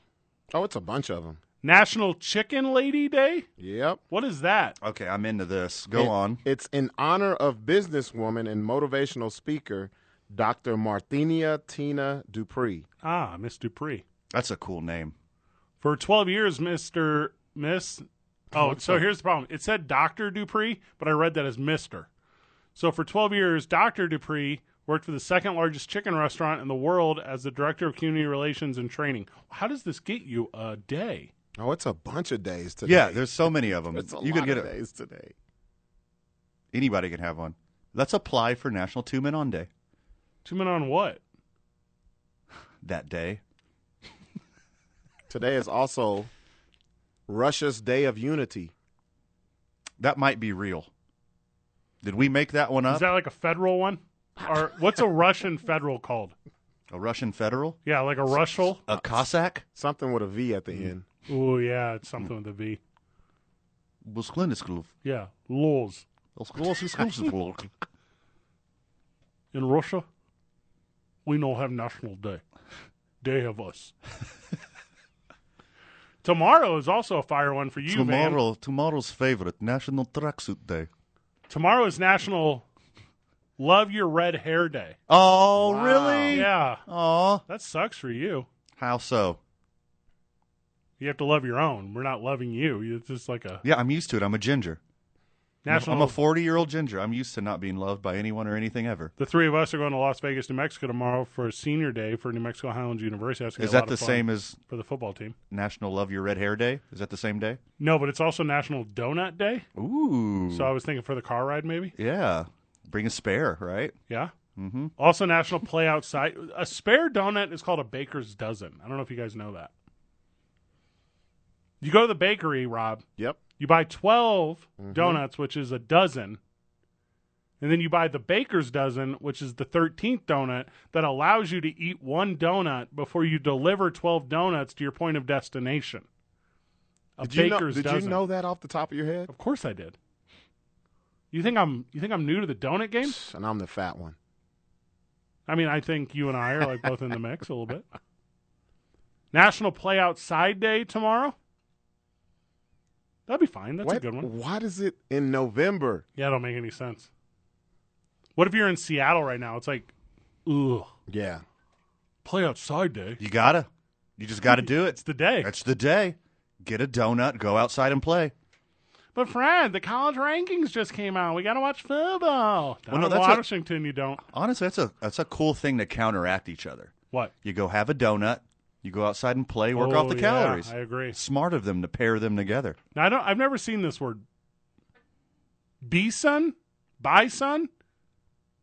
Oh, it's a bunch of them.
National Chicken Lady Day.
Yep.
What is that?
Okay, I'm into this. Go
It-
on.
It's in honor of businesswoman and motivational speaker Dr. Marthenia Tina Dupree.
Ah, Miss Dupree.
That's a cool name.
For 12 years, Mr. Miss. Oh, so here's the problem. It said Dr. Dupree, but I read that as Mr. So for 12 years, Dr. Dupree worked for the second largest chicken restaurant in the world as the director of community relations and training. How does this get you a day?
Oh, it's a bunch of days today.
Yeah, there's so many of them.
it's a
you
lot
can get
of
a-
days today.
anybody can have one. Let's apply for National Two Men On Day
Two men on what?
that day.
Today is also Russia's Day of Unity.
That might be real. Did we make that one
Is
up?
that like a federal one? Or what's a Russian federal called?
a Russian federal?
Yeah, like a Rushel?
A Cossack?
Something with a V at the
Mm.
end.
Oh, yeah, it's something with a V.
Busklinskluv.
Yeah, laws.
Busklinskluv.
In Russia, we don't have National Day. Day of us. Tomorrow is also a fire one for you, man.
Tomorrow, tomorrow's favorite National Tracksuit Day.
Tomorrow is National Love Your Red Hair Day.
Oh, really?
Yeah,
Aw.
that sucks for you.
How so?
You have to love your own. We're not loving you. It's just like a
Yeah, I'm used to it. I'm a ginger.
national.
I'm a 40 year old ginger. I'm used to not being loved by anyone or anything ever.
the three of us are going to Las Vegas, New Mexico tomorrow for senior day for New Mexico Highlands University. That's gonna
Is
be a
that
lot
the
of fun
same as
for the football team?
National Love Your Red Hair Day? Is that the same day?
No, but it's also National Donut Day.
Ooh.
So I was thinking for the car ride, maybe.
yeah. Bring a spare, right?
Yeah. Mm-hmm. Also, National Play Outside. A spare donut is called a baker's dozen. I don't know if you guys know that. You go to the bakery, Rob.
Yep.
You buy 12
Mm-hmm.
donuts, which is a dozen. And then you buy the baker's dozen, which is the 13th donut that allows you to eat one donut before you deliver 12 donuts to your point of destination. A
Did, you know,
baker's
did you
dozen.
know that off the top of your head?
Of course I did. You think I'm you think I'm new to the donut game?
And I'm the fat one.
I mean, I think you and I are like both in the mix a little bit. National Play Outside Day tomorrow. That'd be fine. That's a
What-
good one.
Why does it in November?
Yeah, it don't make any sense. What if you're in Seattle right now? It's like, ugh,
Yeah.
Play Outside Day.
You gotta. You just gotta do
It's
it.
the day.
That's the day. Get a donut, go outside and play.
But Fred, the college rankings just came out. We gotta watch football. Down
no,
in
that's a-
Washington, you don't.
Honestly, that's a that's a cool thing to counteract each other.
What?
You go have a donut, you go outside and play, work off
Oh,
the
yeah,
calories.
I agree.
Smart of them to pair them together.
Now, I don't. I've never seen this word. Bison, bison,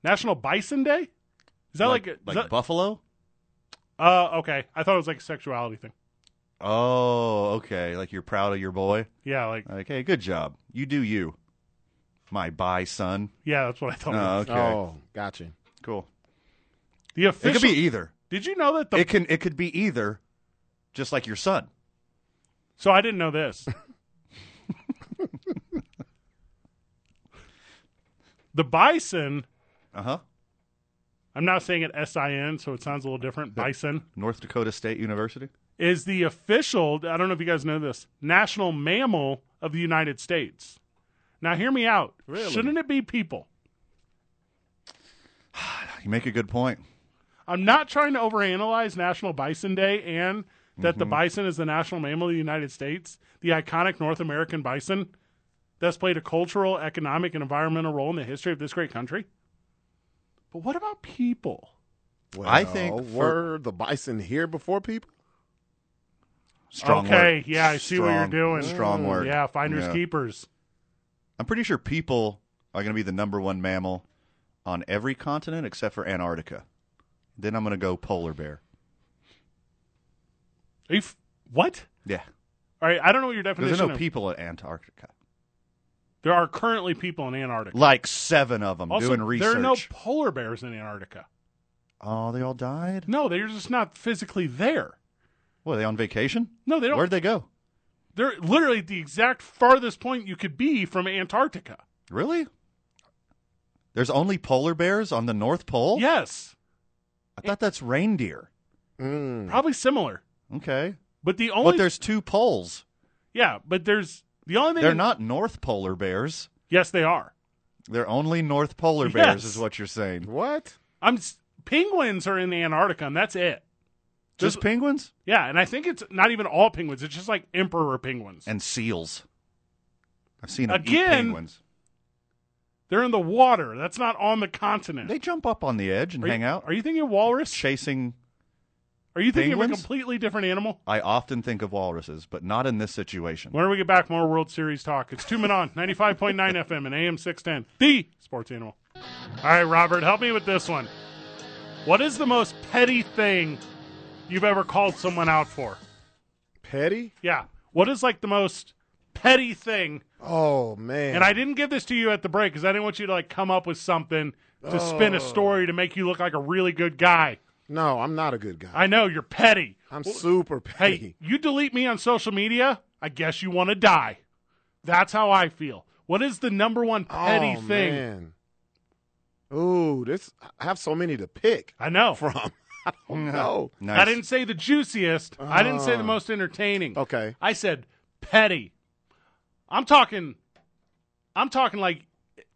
National Bison Day. Is that like
like,
is that-
buffalo?
Uh, okay. I thought it was like a sexuality thing.
Oh, okay. Like you're proud of your boy.
Yeah, like
Like, hey, good job. You do you. My bye son.
yeah, that's what I thought. it
Oh,
was.
okay.
Oh, gotcha.
Cool.
The
It
official.
could be either.
did you know that the?
it can it could be either, just like your son.
so I didn't know this. The Bison,
Uh huh.
I'm not saying it S I N, so it sounds a little different. Bison
North Dakota State University.
is the official, I don't know if you guys know this, national mammal of the United States. Now, hear me out.
Really?
Shouldn't it be people?
You make a good point.
I'm not trying to overanalyze National Bison Day and that
Mm-hmm.
the bison is the national mammal of the United States, the iconic North American bison that's played a cultural, economic, and environmental role in the history of this great country. But what about people?
I think
Well,
for-
were the bison here before people?
Strong
okay,
word.
yeah, I see what you're
Strong-
doing.
Strong word.
Yeah, finders
Yeah.
keepers.
I'm pretty sure people are going to be the number one mammal on every continent except for Antarctica. Then I'm going to go polar bear.
Are you f- what?
Yeah.
All right, I don't know what your
Because
definition
there are no
of-
people at Antarctica.
There are currently people in Antarctica.
Like seven of them
also,
doing research.
there are no polar bears in Antarctica.
oh, they all died?
No, they're just not physically there.
What, are they on vacation?
No, they don't.
Where'd they go?
They're literally at the exact farthest point you could be from Antarctica.
Really? There's only polar bears on the North Pole?
Yes,
I thought that's reindeer.
Mm.
probably similar.
Okay.
But the only
hmm. But there's two poles.
yeah, but there's the only thing
They're not North polar bears.
Yes, they are.
They're only North polar bears,
Yes.
is what you're saying.
What?
I'm s- penguins are in Antarctica, and that's it.
Just penguins
Yeah, and I think it's not even all penguins. It's just like emperor penguins.
and seals. I've seen them eat
Again,
penguins.
They're in the water. That's not on the continent.
They jump up on the edge and
Are you-
hang out.
Are you thinking walrus?
chasing?
Are you thinking of a
penguins?
completely different animal?
I often think of walruses, but not in this situation.
When we get back, more World Series talk. It's Two Men On, 95.9 FM and AM 610, the sports animal. All right, Robert, help me with this one. What is the most petty thing you've ever called someone out for?
Petty?
Yeah. What is like the most petty thing?
Oh man.
And I didn't give this to you at the break because I didn't want you to like come up with something to spin a story to make you look like a really good guy.
no, I'm not a good guy.
I know you're petty.
I'm super petty.
Hey, you delete me on social media, I guess you want to die. That's how I feel. What is the number one petty
oh,
thing?
Man. Ooh, this I have so many to pick
I know.
from. I don't know.
Nice.
I didn't say the juiciest. I didn't say the most entertaining.
Oh. Okay.
I said petty. I'm talking I'm talking like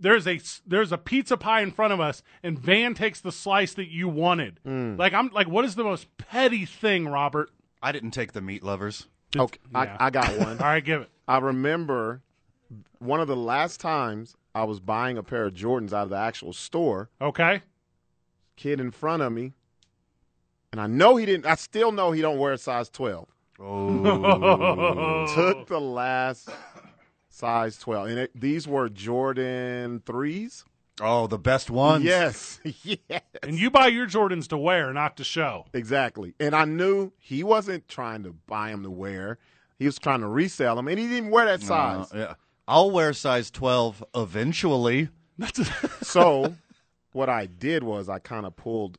there's a there's a pizza pie in front of us and Van takes the slice that you wanted.
Hmm.
Like I'm like what is the most petty thing, Robert?
I didn't take the meat lovers.
Okay.
Yeah.
I, I got one.
All right, give it.
I remember one of the last times I was buying a pair of Jordans out of the actual store.
Okay?
Kid in front of me, and I know he didn't. I still know he don't wear a size twelve. Took the last size twelve, and it, these were Jordan threes.
Oh, the best ones.
Yes, yeah,
And you buy your Jordans to wear, not to show.
exactly. And I knew he wasn't trying to buy them to wear. He was trying to resell them, and he didn't wear that
Uh,
size.
yeah. I'll wear size 12 eventually.
That's a-
So what I did was I kind of pulled.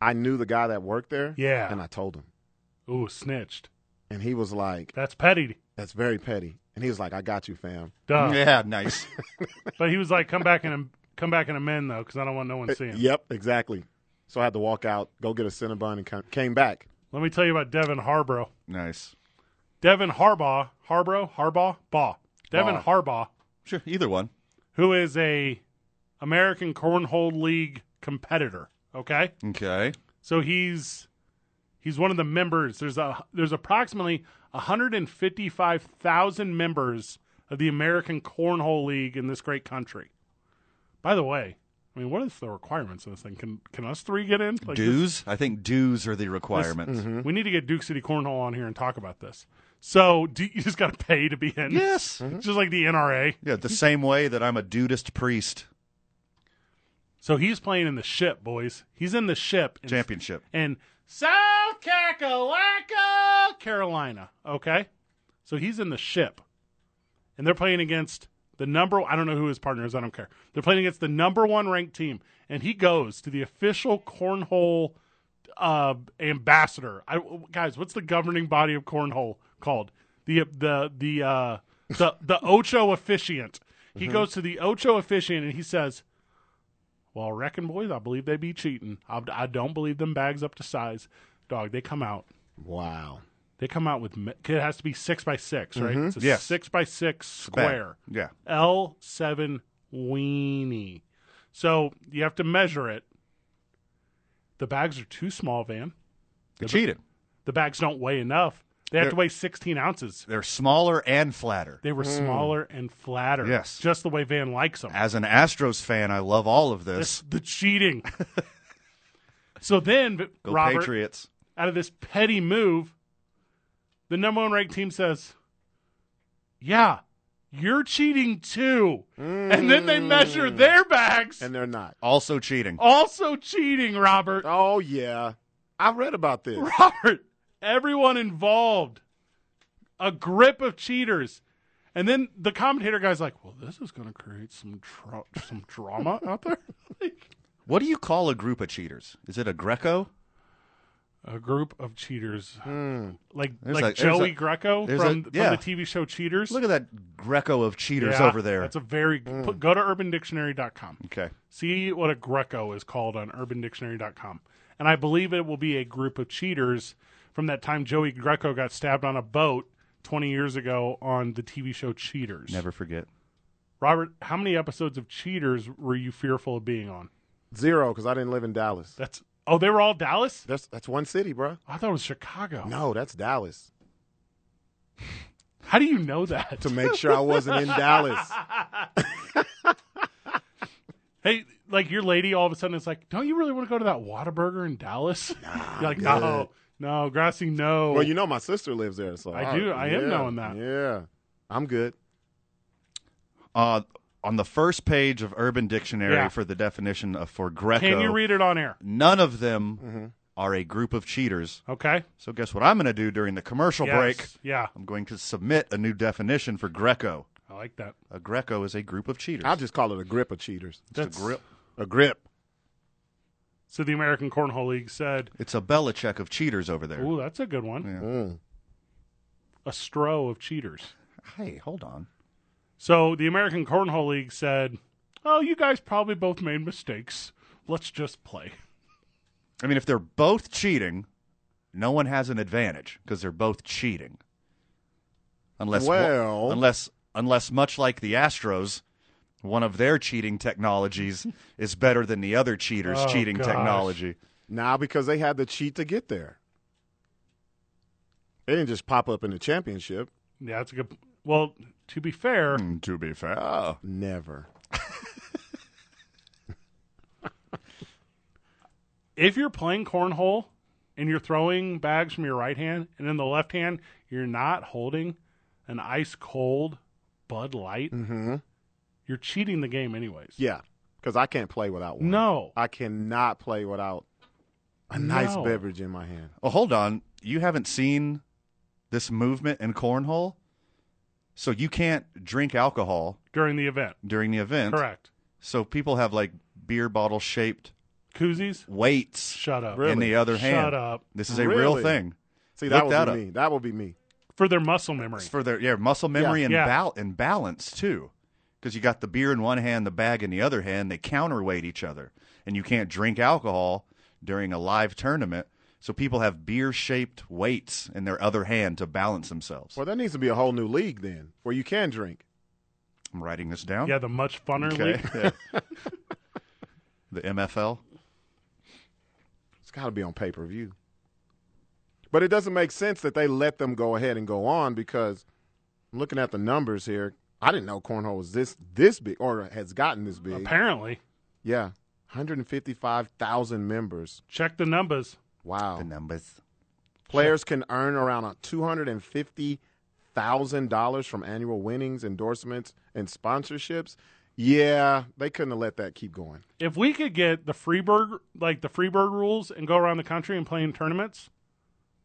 I knew the guy that worked there.
Yeah.
And I told him.
Ooh, snitched.
And he was like,
That's petty.
that's very petty. And he was like, I got you, fam.
Duh.
yeah, nice.
But he was like, come back and come back and amend though, because I don't want no
Uh,
one seeing.
Yep, exactly. So I had to walk out, go get a Cinnabon, and come, came back.
Let me tell you about Devin Harborough.
nice.
Devin Harbaugh, Harborough, Harbaugh, Baugh. Devin
Baugh.
Harbaugh,
Sure, either one.
who is a American Cornhole League competitor. Okay,
Okay.
so he's he's one of the members. There's a there's approximately 155 thousand members of the American Cornhole League in this great country. By the way, I mean, what is the requirements of this thing? Can can us three get in? Like, this-
dues? I think dues are the requirements.
We need to get Duke City Cornhole on here and talk about this. So do you just got to pay to be in?
Yes.
It's Just like the NRA.
Yeah, the same way that I'm a dudist priest.
So he's playing in the ship, boys. He's in the ship. In,
Championship.
In South Kakalaka, Carolina. Okay. So he's in the ship. And they're playing against the number I don't know who his partner is, I don't care. They're playing against the number one ranked team. And he goes to the official cornhole uh, ambassador. I, guys, what's the governing body of cornhole called? The the the uh, the the Ocho officiant. He goes to the Ocho officiant and he says, Well, reckon, boys, I believe they be cheating. I, I don't believe them bags up to size. Dog, they come out.
Wow.
They come out with, me- 'cause it has to be six by six, right? It's a
Mm-hmm. Yes.
six by six
Bag.
square.
Yeah.
L7 weenie. So you have to measure it. The bags are too small, Van.
They cheated.
The bags don't weigh enough. They have to
They're-
weigh 16 ounces.
They're smaller and flatter.
They were smaller and flatter.
Yes.
Just the way Van likes them.
As an Astros fan, I love all of
That's
this.
the cheating. so then, v-
Go
Robert,
Patriots.
out of this petty move, the number one ranked team says, Yeah, you're cheating too. And then
Mm.
they measure their bags.
And they're not.
Also cheating.
Oh. also cheating, Robert.
Oh yeah. I read about this.
Robert, everyone involved, a grip of cheaters. And then the commentator guy's like, "Well, this is going to create some tra- some drama out there." Like,
What do you call a group of cheaters? Is it a Greco?
a group of cheaters, like
Hmm. There's
like
a- there's
Joey
a-
Greco
there's
from,
a-
from
yeah.
the TV show Cheaters.
Look at that Greco of cheaters
Yeah,
over there.
That's a very
Mm.
put, go to urbandictionary.com.
okay.
See what a Greco is called on urbandictionary.com. And I believe it will be a group of cheaters from that time Joey Greco got stabbed on a boat 20 years ago on the TV show Cheaters.
Never forget.
Robert, how many episodes of Cheaters were you fearful of being on?
Zero, because I didn't live in Dallas.
That's Oh, they were all Dallas?
That's that's one city, bruh.
I thought it was Chicago.
No, that's Dallas.
How do you know that?
To make sure I wasn't in Dallas.
hey, like your lady all of a sudden is like, "Don't you really want to go to that Whataburger in Dallas?" You're like, "No. No, Grassy, no."
Well, you know my sister lives there, so
I do. I am
yeah,
knowing that.
Yeah. I'm good.
Uh, on the first page of Urban Dictionary
Yeah.
for the definition of for Greco,
Can you read Mm-hmm. it on air?
none of them are a group of cheaters.
Okay.
So guess what I'm going to do during the commercial
Yes.
break?
Yeah,
I'm going to submit a new definition for Greco.
I like that.
A Greco is a group of cheaters.
I'll just call it a grip of cheaters.
That's
grip.
A grip.
So the American Cornhole League said,
It's a Belichick of cheaters over there.
"Ooh, that's a good one. A strow of cheaters."
Hey, hold on.
So the American Cornhole League said, "Oh, you guys probably both made mistakes. Let's just play."
I mean, if they're both cheating, no one has an advantage because they're both cheating. Unless one-
Well-
unless unless much like the Astros, one of their cheating technologies is better than the other cheater's
Oh,
cheating
gosh.
technology.
Now because they had to cheat to get there. They didn't just pop up in the championship.
Yeah, that's a good. Well, to be fair,
To be fair, oh.
Never.
if you're playing cornhole and you're throwing bags from your right hand and in the left hand you're not holding an ice cold Bud
Hmm.
Light,
Mm-hmm.
you're cheating the game anyways.
Yeah, because I can't play without one.
No.
I cannot play without a nice
No.
beverage in my hand.
well, Oh, hold on. You haven't seen this movement in cornhole, so you can't drink alcohol
during the event.
during the event.
Correct.
So people have like beer bottle shaped
Koozies?
weights.
Shut up.
in the other
Shut
hand.
up.
This is a real
Really?
thing.
See,
Look
that would
that
be
up.
me. That would be me.
For their muscle memory.
It's for their yeah muscle memory and
Yeah.
bal- and balance too, because you got the beer in one hand, the bag in the other hand. They counterweight each other, and you can't drink alcohol during a live tournament. So people have beer shaped weights in their other hand to balance themselves.
Well, there needs to be a whole new league then, where you can drink.
I'm writing this down.
Yeah, the much funner
okay.
league.
Yeah. the MFL.
It's got to be on pay per view. But it doesn't make sense that they let them go ahead and go on because I'm looking at the numbers here. I didn't know cornhole was this this big or has gotten this big.
Apparently.
Yeah, 155,000 members.
Check the numbers.
Wow.
The numbers.
Players can earn around two hundred and fifty thousand dollars from annual winnings, endorsements, and sponsorships. Yeah, they couldn't have let that keep going.
If we could get the Freebird like the Freebird rules and go around the country and play in tournaments,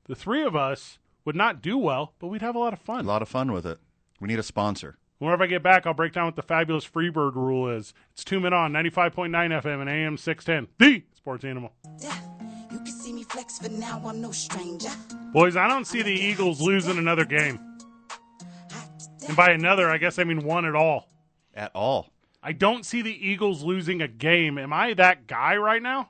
the three of us would not do well, but we'd have a lot of
A
fun.
lot of fun with it. We need a sponsor.
Whenever I get back, I'll break down what the fabulous Freebird rule is. It's two men on 95.9 FM and AM 610. The sports animal.
Yeah, you can see me flex, but now I'm no stranger.
Boys, I don't see the Eagles losing another game.
Hot
And by another, I guess I mean one at all.
at all.
I don't see the Eagles losing a game. Am I that guy right now?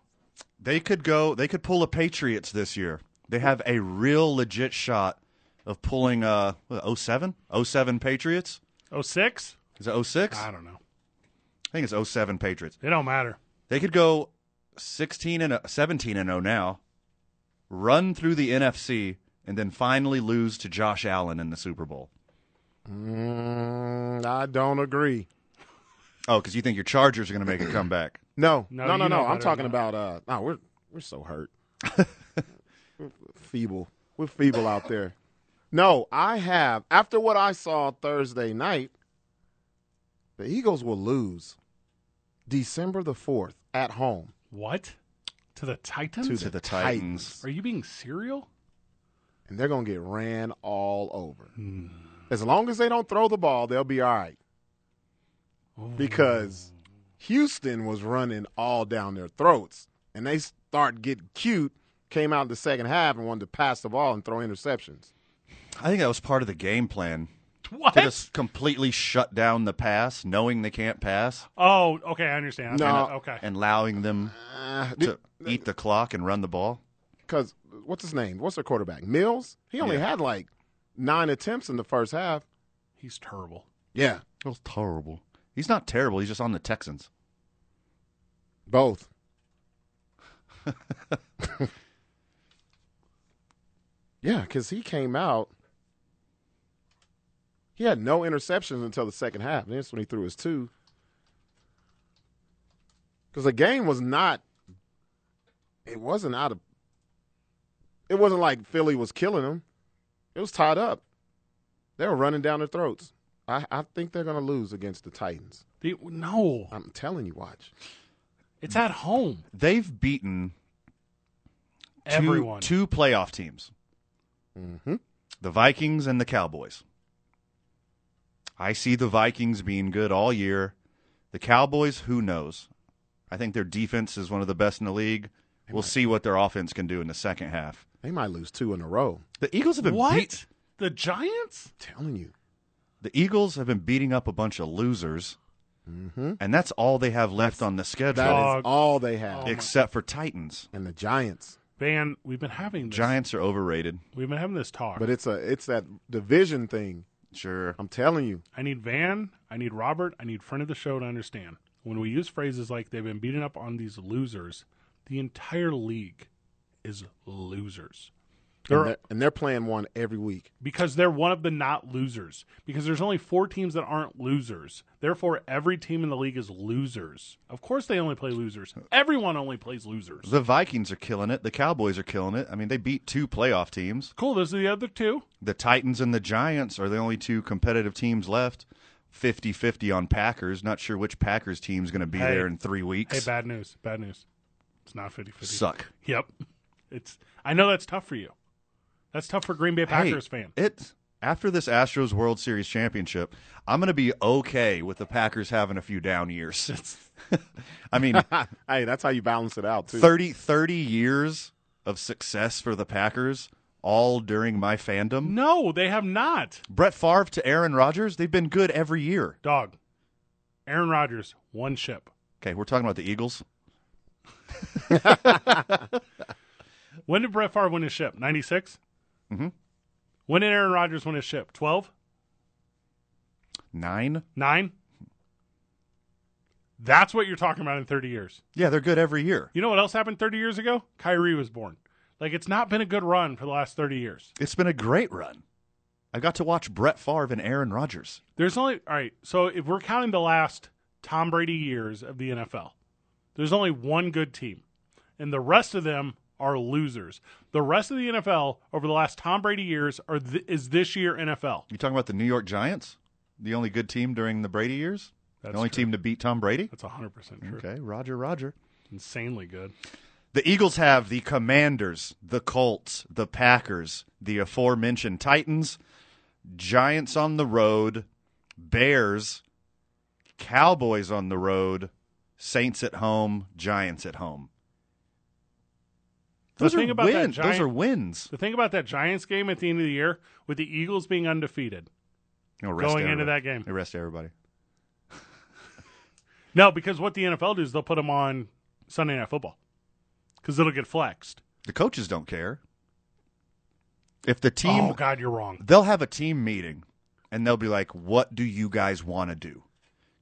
They could go. They could pull a Patriots this year. They have a real legit shot of pulling uh what, 07? 07 Patriots.
Oh six?
Is it 06?
I
I
don't know.
think it's 07 Patriots.
It don't matter.
They could go 16 and 17 and 0 now, run through the NFC, and then finally lose to Josh Allen in the Super Bowl.
Mm, I don't agree.
Oh, because you think your Chargers are going to make a comeback?
No,
No,
no, no,
you
no.
know
I'm
better
talking
than
about uh. No, we're we're so hurt. We're feeble. We're feeble out there. No, I have. After what I saw Thursday night, the Eagles will lose December the fourth at home.
What? To the Titans?
To the Titans.
Are you being serial?
and they're going to get ran all over. As long as they don't throw the ball, they'll be all right. Because Houston was running all down their throats, and they start getting cute, came out in the second half and wanted to pass the ball and throw interceptions.
I think that was part of the game plan
What?
to just completely shut down the pass, knowing they can't pass,
Oh, okay, I understand.
No.
I- okay.
and allowing them to eat the clock and run the ball.
Because what's his name? What's their quarterback? Mills? He only had like nine attempts in the first half.
He's terrible.
Yeah.
That was terrible. He's not terrible. He's just on the Texans.
Both. yeah, because he came out. He had no interceptions until the second half. And that's when he threw his two. Because the game was not. It wasn't out of. It wasn't like Philly was killing them. It was tied up. They were running down their throats. I, I think they're going to lose against the Titans.
The- no,
I'm telling you, watch.
it's at home.
They've beaten two,
Everyone.
two playoff teams
Mm-hmm.
the Vikings and the Cowboys. I see the Vikings being good all year. The Cowboys, who knows? I think their defense is one of the best in the league. We'll see what their offense can do in the second half.
They might lose two in a row.
The Eagles have been
what?
beat.
The Giants?
telling you.
The Eagles have been beating up a bunch of losers,
Mm-hmm.
and that's all they have left on the schedule,
that is
Dog.
all they
Oh,
have.
except for Titans.
And the Giants.
Van, we've been having this.
Giants are overrated.
We've been having this talk.
But it's a it's that division thing.
Sure.
Um,
I'm telling you.
I need Van. I need Robert. I need friend of the show to understand. When we use phrases like they've been beating up on these losers, the entire league is losers. There
And
are-
they're, and they're playing one every week.
because they're one of the not losers. Because there's only four teams that aren't losers. Therefore, every team in the league is losers. Of course, they only play losers. Everyone only plays losers.
The Vikings are killing it. The Cowboys are killing it. I mean, they beat two playoff teams.
Cool. Those are the other two.
The Titans and the Giants are the only two competitive teams left. 50 50 on Packers. Not sure which Packers team's going to be
Hey.
there in three
Hey,
weeks.
bad news. Bad news. It's not 50 50.
Suck.
Yep. It's. I know that's tough for you. That's tough for Green Bay Packers
hey,
fan.
It after this Astros World Series championship, I'm going to be okay with the Packers having a few down years. I mean,
Ah.
hey, that's how you balance it out too.
30, 30 years of success for the Packers, all during my fandom.
No, they have not.
Brett Favre to Aaron Rodgers, they've been good every year.
Dog. Aaron Rodgers, one ship.
Okay, we're talking about the Eagles.
When did Brett Favre win his ship? 96?
Mhm.
When did Aaron Rodgers win his ship? 12?
Nine.
Nine? That's what you're talking about in 30 years.
Yeah, they're good every year.
You know what else happened 30 years ago? Kyrie was born. Like, it's not been a good run for the last 30 years.
It's been a great run. I got to watch Brett Favre and Aaron Rodgers.
There's only, all right, so if we're counting the last Tom Brady years of the NFL, there's only one good team, and the rest of them are losers. The rest of the NFL over the last Tom Brady years are th- is this year NFL.
You talking about the New York Giants? The only good team during the Brady years?
That's
the only
true.
team to beat Tom Brady?
That's 100% true.
Okay, Roger, Roger.
Insanely good.
The Eagles have the Commanders, the Colts, the Packers, the aforementioned Titans, Giants on the road, Bears, Cowboys on the road, Saints at home, Giants at home.
The
Those
thing
are
about that
wins. Those
Giant-
are wins.
The thing about that Giants game at the end of the year, with the Eagles being undefeated,
You know, rest
Going into
everybody.
that game.
They rest everybody.
No, because what the NFL does, they'll put them on Sunday Night Football because it'll get flexed.
The coaches don't care. If the team,
Oh God, you're wrong.
they'll have a team meeting and they'll be like, what do you guys want to do?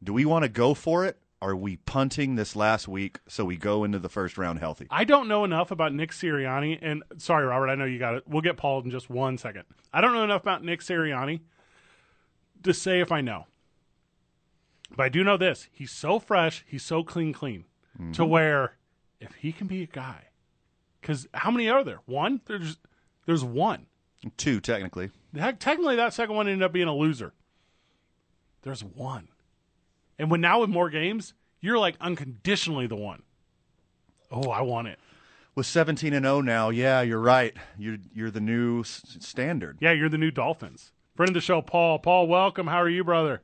Do we want to go for it? Are we punting this last week so we go into the first round healthy?
I don't know enough about Nick Sirianni, and sorry, Robert, I know you got it. We'll get Paul in just one second. I don't know enough about Nick Sirianni to say if I know, but I do know this: he's so fresh, he's so clean, clean, to where if he can be a guy, because how many are there? One? There's there's one.
Two, technically.
Heck, technically, that second one ended up being a loser. There's one, and when now with more games, you're like unconditionally the one. Oh, I want it.
With 17 and 0 now, yeah, you're right. You're, you're the new s- standard.
Yeah, you're the new Dolphins. Friend of the show, Paul. Paul, welcome. How are you, brother?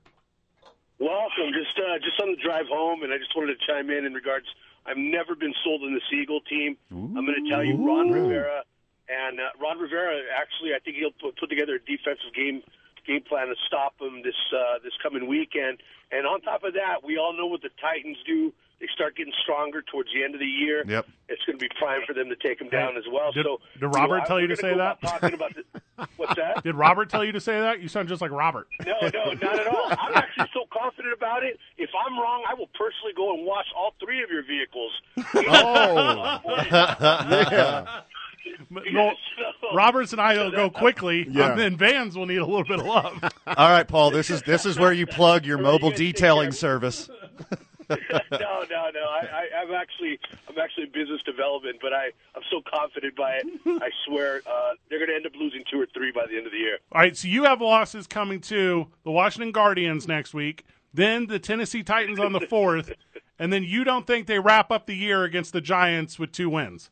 Welcome. Just uh, just on the drive home, and I just wanted to chime in in regards. I've never been sold on the Seagull team. I'm going to tell you, Ron Rivera, and uh, Ron Rivera. Actually, I think he'll put, put together a defensive game game plan to stop him this uh, this coming weekend. And on top of that, we all know what the Titans do. They start getting stronger towards the end of the year.
Yep.
It's going to be prime for them to take him down as well.
Did-
so,
did Robert
I-
tell you
we're
to
gonna
say
go
that?
about Talking about the, what's that?
Did Robert tell you to say that? You sound just like Robert.
No, no, not at all. I'm actually so confident about it. If I'm wrong, I will personally go and wash all three of your vehicles.
Oh, yeah.
But go-
So-
Roberts and I will go quickly,
Yeah.
and then Vans will need a little bit of love.
All right, Paul, this is this is where you plug your mobile detailing service.
no, no, no. I, I, I'm actually, I'm actually in business development, but I, I'm so confident by it. I swear, uh, they're going to end up losing two or three by the end of the year.
All right, so you have losses coming to the Washington Guardians next week, then the Tennessee Titans on the fourth, and then you don't think they wrap up the year against the Giants with two wins.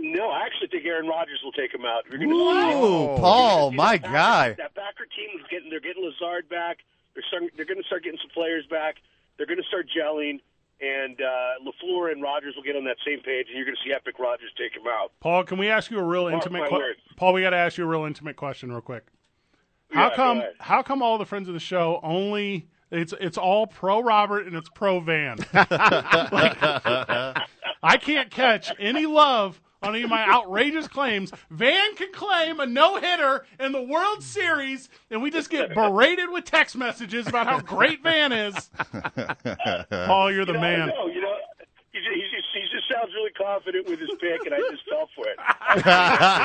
No, I actually think Aaron Rodgers will take him out. You're gonna
Ooh, Paul, Oh, my
Packers-
guy.
That Packer team is getting they're getting Lazard back. They're starting, they're going to start getting some players back. They're going to start gelling, and uh, Lafleur and Rogers will get on that same page, and you're going to see epic Rogers take him out.
Paul, can we ask you a real
my
intimate question?
words.
Paul, we got to ask you a real intimate question, real quick. How
Yeah, go
come?
ahead.
How come all the friends of the show only? It's it's all pro Robert and it's pro Van. like, I can't catch any love on any of my outrageous claims. Van can claim a no hitter in the World Series, and we just get berated with text messages about how great Van is. Paul, you're the man.
No, you know. He just, he, just, he just sounds really confident with his pick, and I just fell for it.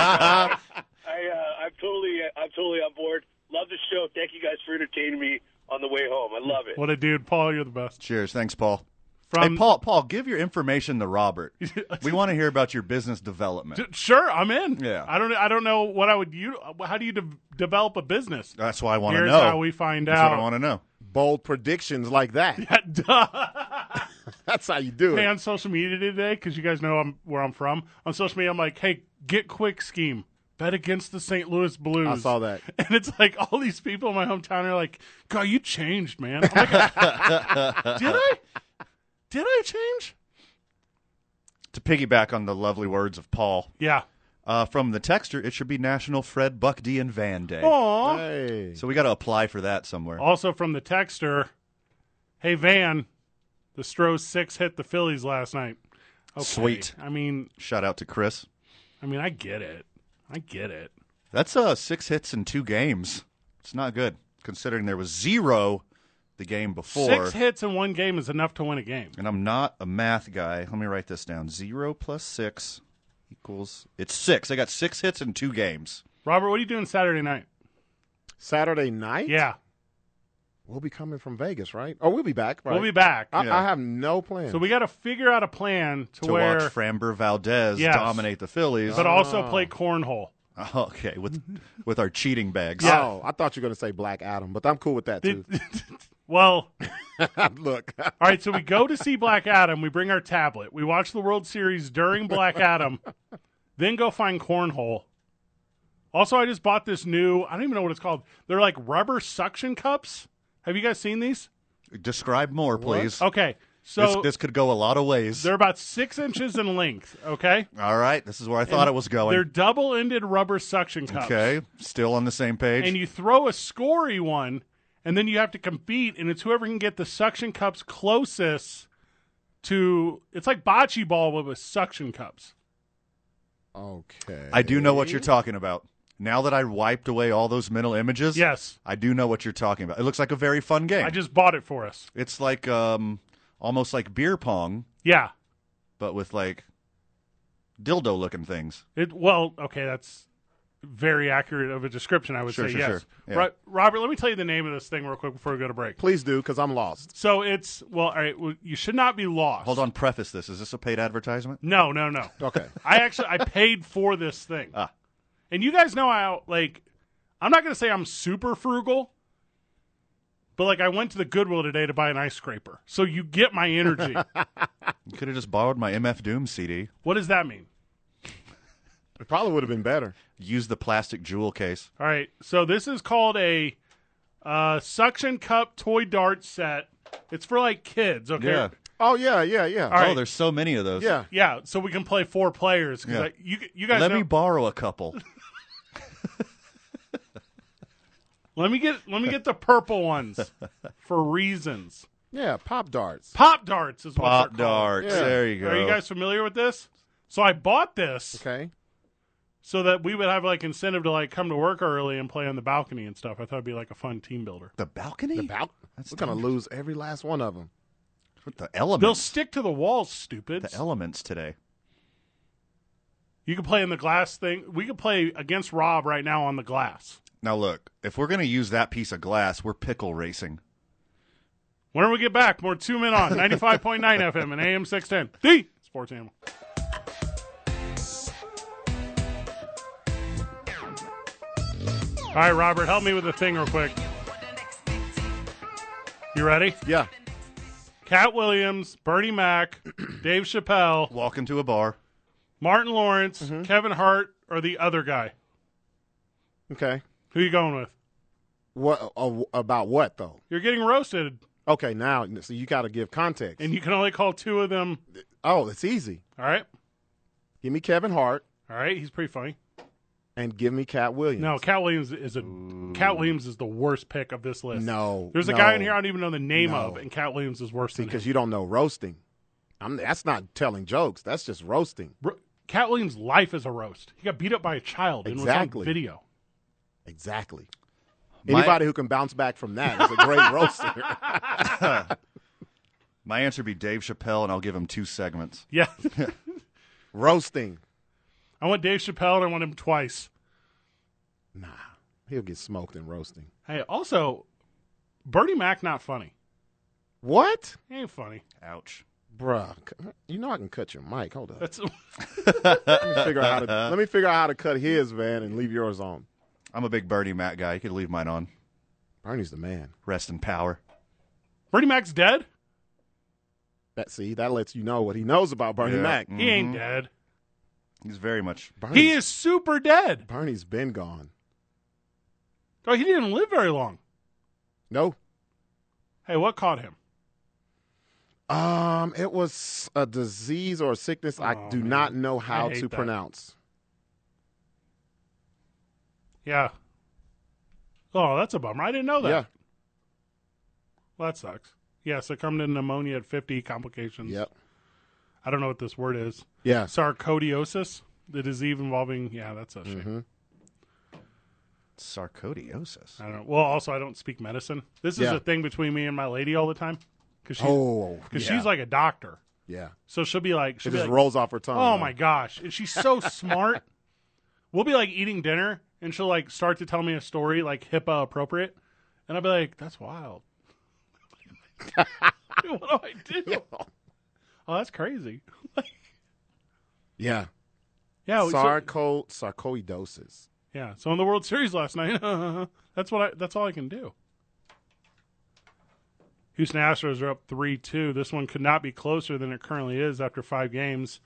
I, uh, I'm totally, I'm totally on board. Love the show. Thank you guys for entertaining me on the way home. I love it.
What a dude, Paul. You're the best.
Cheers, thanks, Paul.
From
hey, Paul, Paul, give your information to Robert. we want to hear about your business development.
D- Sure, I'm in.
Yeah.
I don't. I don't know what I would. You. How do you de- develop a business?
That's what I want to
Here's
know.
how we find
That's what I
out.
want to know.
Bold predictions like that.
Duh.
That's how you do
Hey,
it.
on social media today, because you guys know I'm, where I'm from. On social media, I'm like, hey, get quick scheme. Bet against the St. Louis Blues.
I saw that.
And it's like all these people in my hometown are like, God, you changed, man. I'm like, Did I? Did I change?
To piggyback on the lovely words of Paul
Yeah.
uh, from the texter, it should be National Fred Buck D and Van Day.
Aw.
Hey.
So we got to apply for that somewhere.
Also from the texter, hey Van, the Stroh six hit the Phillies last night. Okay.
Sweet.
I mean,
Shout out to Chris.
I mean, I get it. I get it.
That's uh, six hits in two games. It's not good considering there was zero the game before.
Six hits in one game is enough to win a game.
and I'm not a math guy. Let me write this down. Zero plus six equals it's six. I got six hits in two games.
Robert, what are you doing Saturday night?
Saturday night?
Yeah,
We'll be coming from Vegas, right? Oh, we'll be back, right?
we'll be back.
I,
Yeah.
I have no plan.
So we got to figure out a plan to,
To
where,
watch Framber Valdez
Yes.
dominate the Phillies.
but also play cornhole.
okay, with with our cheating bags.
Oh, I thought you were going to say Black Adam, but I'm cool with that, too.
Well,
Look.
all right. So we go to see Black Adam. We bring our tablet. We watch the World Series during Black Adam, then go find cornhole. Also, I just bought this new. I don't even know what it's called. They're like rubber suction cups. Have you guys seen these?
Describe more, please.
Okay,
This,
Oh, so
this could go a lot of ways.
they're about six inches in length. Okay,
All right, this is where I thought it was
they're
going.
double-ended rubber suction cups.
Okay, still on the same page.
and you throw a scory one, and then you have to compete, and it's whoever can get the suction cups closest to. It's like bocce ball but with suction cups.
Okay.
I do know what you're talking about. Now that I wiped away all those mental images,
Yes,
I do know what you're talking about. It looks like a very fun game.
I just bought it for us.
it's like um, almost like beer pong,
Yeah.
but with like dildo looking things.
It well, okay, that's very accurate of a description. I would
Sure,
say
sure,
yes.
sure. Yeah.
Right, Robert, let me tell you the name of this thing real quick before we go to break.
Please do, because I'm lost.
So it's well, all right. Well, you should not be lost.
Hold on, preface this. Is this a paid advertisement?
No, no, no.
Okay.
I actually I paid for this thing.
Ah.
And you guys know how like I'm not gonna say I'm super frugal, but like I went to the Goodwill today to buy an ice scraper. So you get my energy.
You could have just borrowed my MF Doom CD,
what does that mean?
It probably would have been better.
used the plastic jewel case.
All right. So this is called a uh, suction cup toy dart set. It's for like kids. Okay.
Yeah.
Oh yeah, yeah, yeah.
All right.
Oh, there's so many of those.
Yeah.
Yeah. So we can play four players. 'cause
Yeah.
I, you you guys
Let
know-
me borrow a couple.
let me get let me get the purple ones for reasons.
Yeah, pop darts.
Pop darts is what
Pop
they're called.
darts.
Yeah.
There you go.
Are you guys familiar with this? So I bought this
Okay.
so that we would have like incentive to like come to work early and play on the balcony and stuff. I thought it'd be like a fun team builder.
the balcony? The
About we're gonna lose every last one of them.
the
They'll
elements.
stick to the walls, stupid.
the elements today.
You can play in the glass thing. We could play against Rob right now on the glass.
Now look, if we're gonna use that piece of glass, we're pickle racing.
When we get back, more two men on 95.9 FM and AM 610. The Sports Animal. All right, Robert, help me with the thing real quick. You ready?
Yeah.
Cat Williams, Bernie Mac, Dave Chappelle,
Walk into a bar.
Martin Lawrence, Kevin Hart, or the other guy.
Okay.
Who you going with?
What uh, about what though?
You're getting roasted,
Okay, now so you got to give context.
and you can only call two of them.
oh, it's easy.
All right,
Give me Kevin Hart
all right. He's pretty funny.
and give me Cat Williams.
No, Cat Williams is a Cat Williams is the worst pick of this list.
No,
there's a
no.
guy in here I don't even know the name
No.
of, and Cat Williams is worse than
because
him.
you don't know roasting. I'm that's not telling jokes. That's just roasting.
Ro- Cat Williams' life is a roast. He got beat up by a child and was on
Exactly.
video.
Exactly.
My-
Anybody who can bounce back from that is a great roaster.
My answer would be Dave Chappelle, and I'll give him two segments.
Yeah,
Roasting.
I want Dave Chappelle and I want him twice.
Nah, he'll get smoked in roasting.
Hey, also, Bernie Mac not funny.
What,
He ain't funny.
Ouch.
bruh? c- You know I can cut your mic. Hold up.
That's
Let me figure out how to, let me figure out how to cut his man and leave yours on.
I'm a big Bernie Mac guy. You could leave mine on.
Bernie's the man.
Rest in power.
Bernie Mac's dead.
That see that lets you know what he knows about Bernie
Yeah. Mm-hmm.
Mac.
He ain't dead.
He's very much.
Bernie's,
He is super dead.
Bernie's been gone.
Oh, he didn't live very long.
No,
Hey, what caught him?
Um, it was a disease or a sickness I
Oh,
do
man.
not know how
hate
to
that.
pronounce.
Yeah. Oh, that's a bummer. I didn't know that.
Yeah.
Well, that sucks. Yeah, succumbed to pneumonia at 50 complications.
Yep.
I don't know what this word is.
Yeah.
Sarcoidosis, the disease involving. Yeah, that's a shame.
Mm-hmm.
Sarcoidosis.
I don't know. Well, also, I don't speak medicine. This is
Yeah.
a thing between me and my lady all the time because she's,
Oh,
cause
yeah.
she's like a doctor.
yeah.
So she'll be like,
It
she'll be
just
like,
rolls off her tongue.
Oh
huh?
my gosh. And she's so smart. We'll be like eating dinner and she'll like start to tell me a story like HIPAA appropriate. And I'll be like, that's wild. what do I do? Oh, that's crazy.
Yeah.
Yeah. so,
Sarco sarcoidosis.
yeah. So in the World Series last night, that's what I, that's all I can do. Houston Astros are up 3 2. This one could not be closer than it currently is after five games.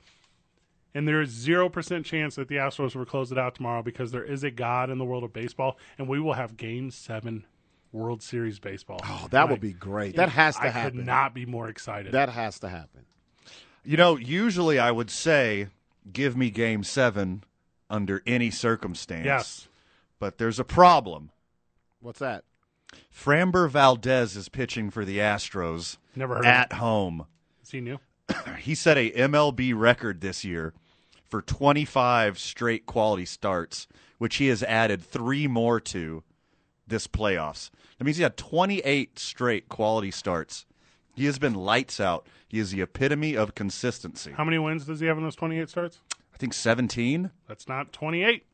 And there is 0% chance that the Astros will close it out tomorrow because there is a God in the world of baseball, and we will have Game 7 World Series baseball.
Oh, that
Like,
would be great. That has to
I
happen.
could not be more excited.
That has to happen.
You know, usually I would say, give me game seven under any circumstance.
yes.
But there's a problem.
What's that?
Framber Valdez is pitching for the Astros
Never heard of
at home.
Is he new?
He set a MLB record this year for 25 straight quality starts, which he has added three more to this playoffs. That means he had 28 straight quality starts. He has been lights out. He is the epitome of consistency.
How many wins does he have in those 28 starts?
I think 17.
That's not 28.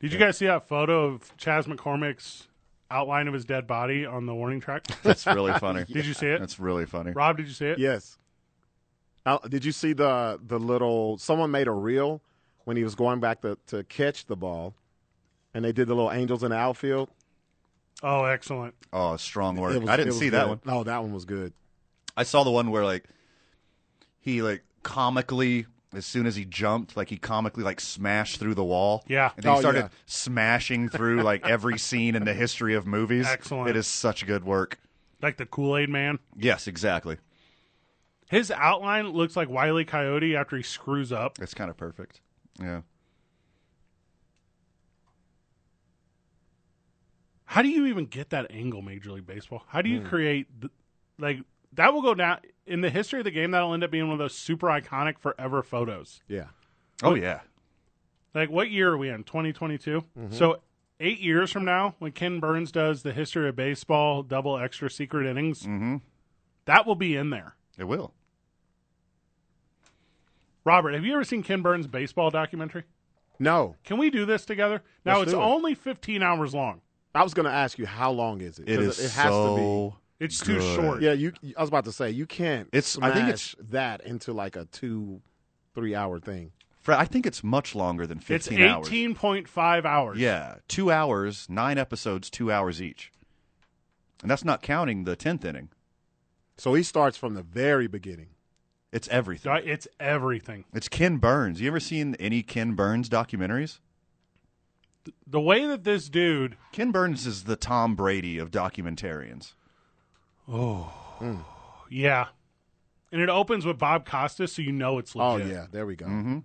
Did you guys see that photo of Chaz McCormick's outline of his dead body on the warning track?
That's really funny.
Did you see it?
That's really funny.
Rob, did you see it?
Yes. Uh, did you see the the little? Someone made a reel when he was going back to, to catch the ball, and they did the little angels in the outfield.
Oh, excellent.
Oh, strong
It
work.
was-
I
it
didn't
was
see that
good.
one.
No, that one was good.
I saw the one where like he like comically as soon as he jumped, like he comically like smashed through the wall.
Yeah.
And then he
Oh,
started
yeah.
smashing through like every scene in the history of movies.
Excellent.
It is such good work.
Like the Kool Aid man.
Yes, exactly.
His outline looks like Wiley Coyote after he screws up.
It's kind of perfect. Yeah.
How do you even get that angle, Major League Baseball? How do you create, th- like, that will go down in the history of the game? That'll end up being one of those super iconic forever photos.
Yeah.
Oh yeah.
Like, what year are we in? 2022? So, eight years from now, when Ken Burns does the history of baseball double extra secret innings,
Mm-hmm.
that will be in there.
It will.
Robert, have you ever seen Ken Burns' baseball documentary?
No,
Can we do this together? Now,
Let's
it's
do it.
only 15 hours long.
I was going to ask you how long is it?
It
'Cause
is
It has to
so
It's too
good.
short.
be. Yeah, you. I was about to say you can't.
It's- I think it's-
smash that into like a two, three hour thing.
Fred, I think it's much longer than
It's
fifteen hours.
18.5 hours.
Yeah, two hours, nine episodes, two hours each, and that's not counting the tenth inning.
So he starts from the very beginning.
It's everything.
So It's everything.
It's Ken Burns. You ever seen any Ken Burns documentaries?
The way that this dude,
Ken Burns is the Tom Brady of documentarians.
yeah. And it opens with Bob Costas, so you know it's
Oh
legit.
yeah, there we go.
Mm-hmm.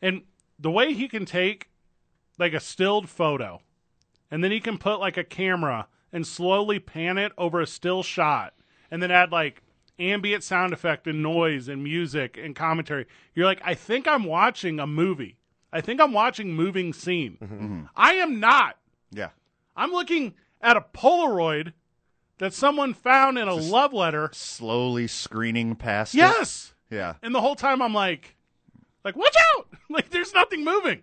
And the way he can take like a stilled photo and then he can put like a camera and slowly pan it over a still shot and then add like ambient sound effect and noise and music and commentary. You're like, I think I'm watching a movie. I think I'm watching moving scene. I am not.
Yeah.
I'm looking at a Polaroid that someone found in a love letter.
Slowly screening past. it.
Yes.
Yeah.
And the whole time I'm like, like, watch out! Like, there's nothing moving.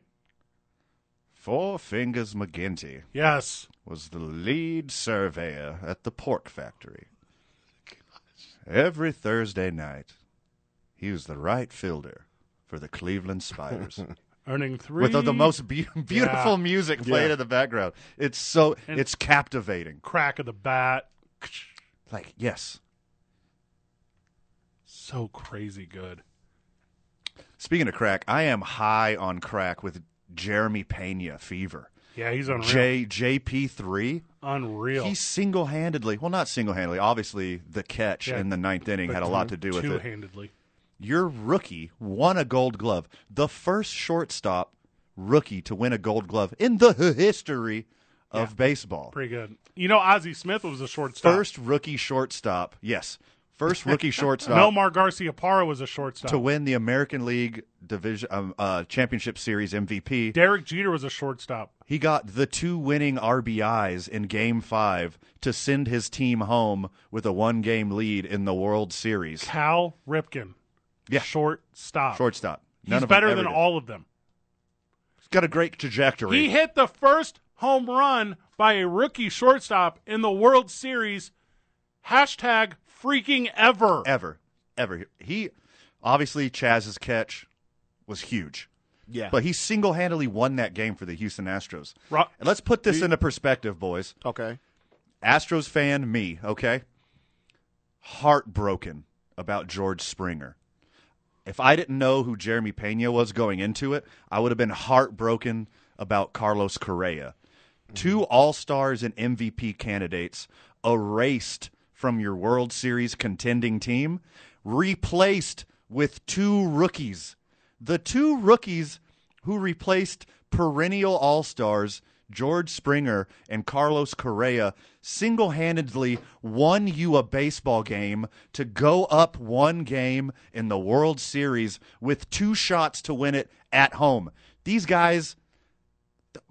Four Fingers McGinty
Yes.
was the lead surveyor at the pork factory. Every Thursday night, he was the right fielder for the Cleveland Spiders.
Earning three.
With the, the most be- beautiful music played
Yeah.
in the background. It's so,
And-
it's captivating.
crack of the bat.
Like, yes.
So crazy good.
Speaking of crack, I am high on crack with Jeremy Pena fever.
Yeah, he's unreal.
J JP three.
unreal.
He single handedly, well, not single handedly. Obviously, the catch
Yeah,
in the ninth inning had a lot to do with it.
Two-handedly.
Your rookie won a Gold Glove, the first shortstop rookie to win a Gold Glove in the h- history of baseball.
Pretty good. You know, Ozzie Smith was a shortstop.
First rookie shortstop, yes, first rookie shortstop
Nomar Garcia Parra was a shortstop.
to win the American League Division um, uh, Championship Series MVP.
Derek Jeter was a shortstop.
He got the two winning RBIs in game five to send his team home with a one game lead in the World Series.
Cal Ripken.
Yeah.
Shortstop.
Shortstop. None
He's
of them
better
ever
than
did.
all of them.
He's got a great trajectory.
He hit the first home run by a rookie shortstop in the World Series. Hashtag freaking ever.
ever. Ever. He obviously Chaz's catch was huge.
Yeah.
But he single handedly won that game for the Houston Astros.
Ro-
And let's put this into perspective, boys.
Okay.
Astros fan, me, okay? Heartbroken about George Springer. If I didn't know who Jeremy Pena was going into it, I would have been heartbroken about Carlos Correa. Two All Stars and MVP candidates erased from your World Series contending team, replaced with two rookies. The two rookies who replaced perennial All Stars George Springer, and Carlos Correa single handedly won you a baseball game to go up one game in the World Series with two shots to win it at home. These guys th-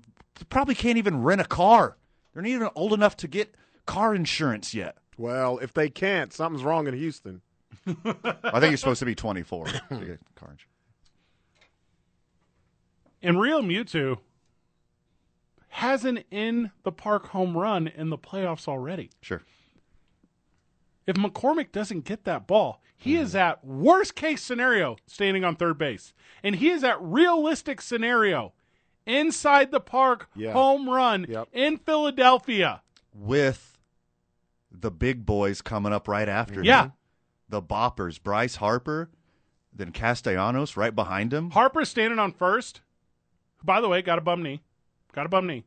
probably can't even rent a car. They're not even old enough to get car insurance yet.
Well, if they can't, something's wrong in Houston.
I think you're supposed to be 24 to get car insurance.
And Real Mewtwo has an in the park home run in the playoffs already.
Sure.
If McCormick doesn't get that ball, he is at worst case scenario standing on third base. And he is at realistic scenario inside the park
Yeah.
home run
Yep.
in Philadelphia.
With the big boys coming up right after
Yeah.
him.
Mm-hmm.
The boppers, Bryce Harper, then Castellanos right behind him.
Harper standing on first. By the way, got a bum knee. Got a bum knee.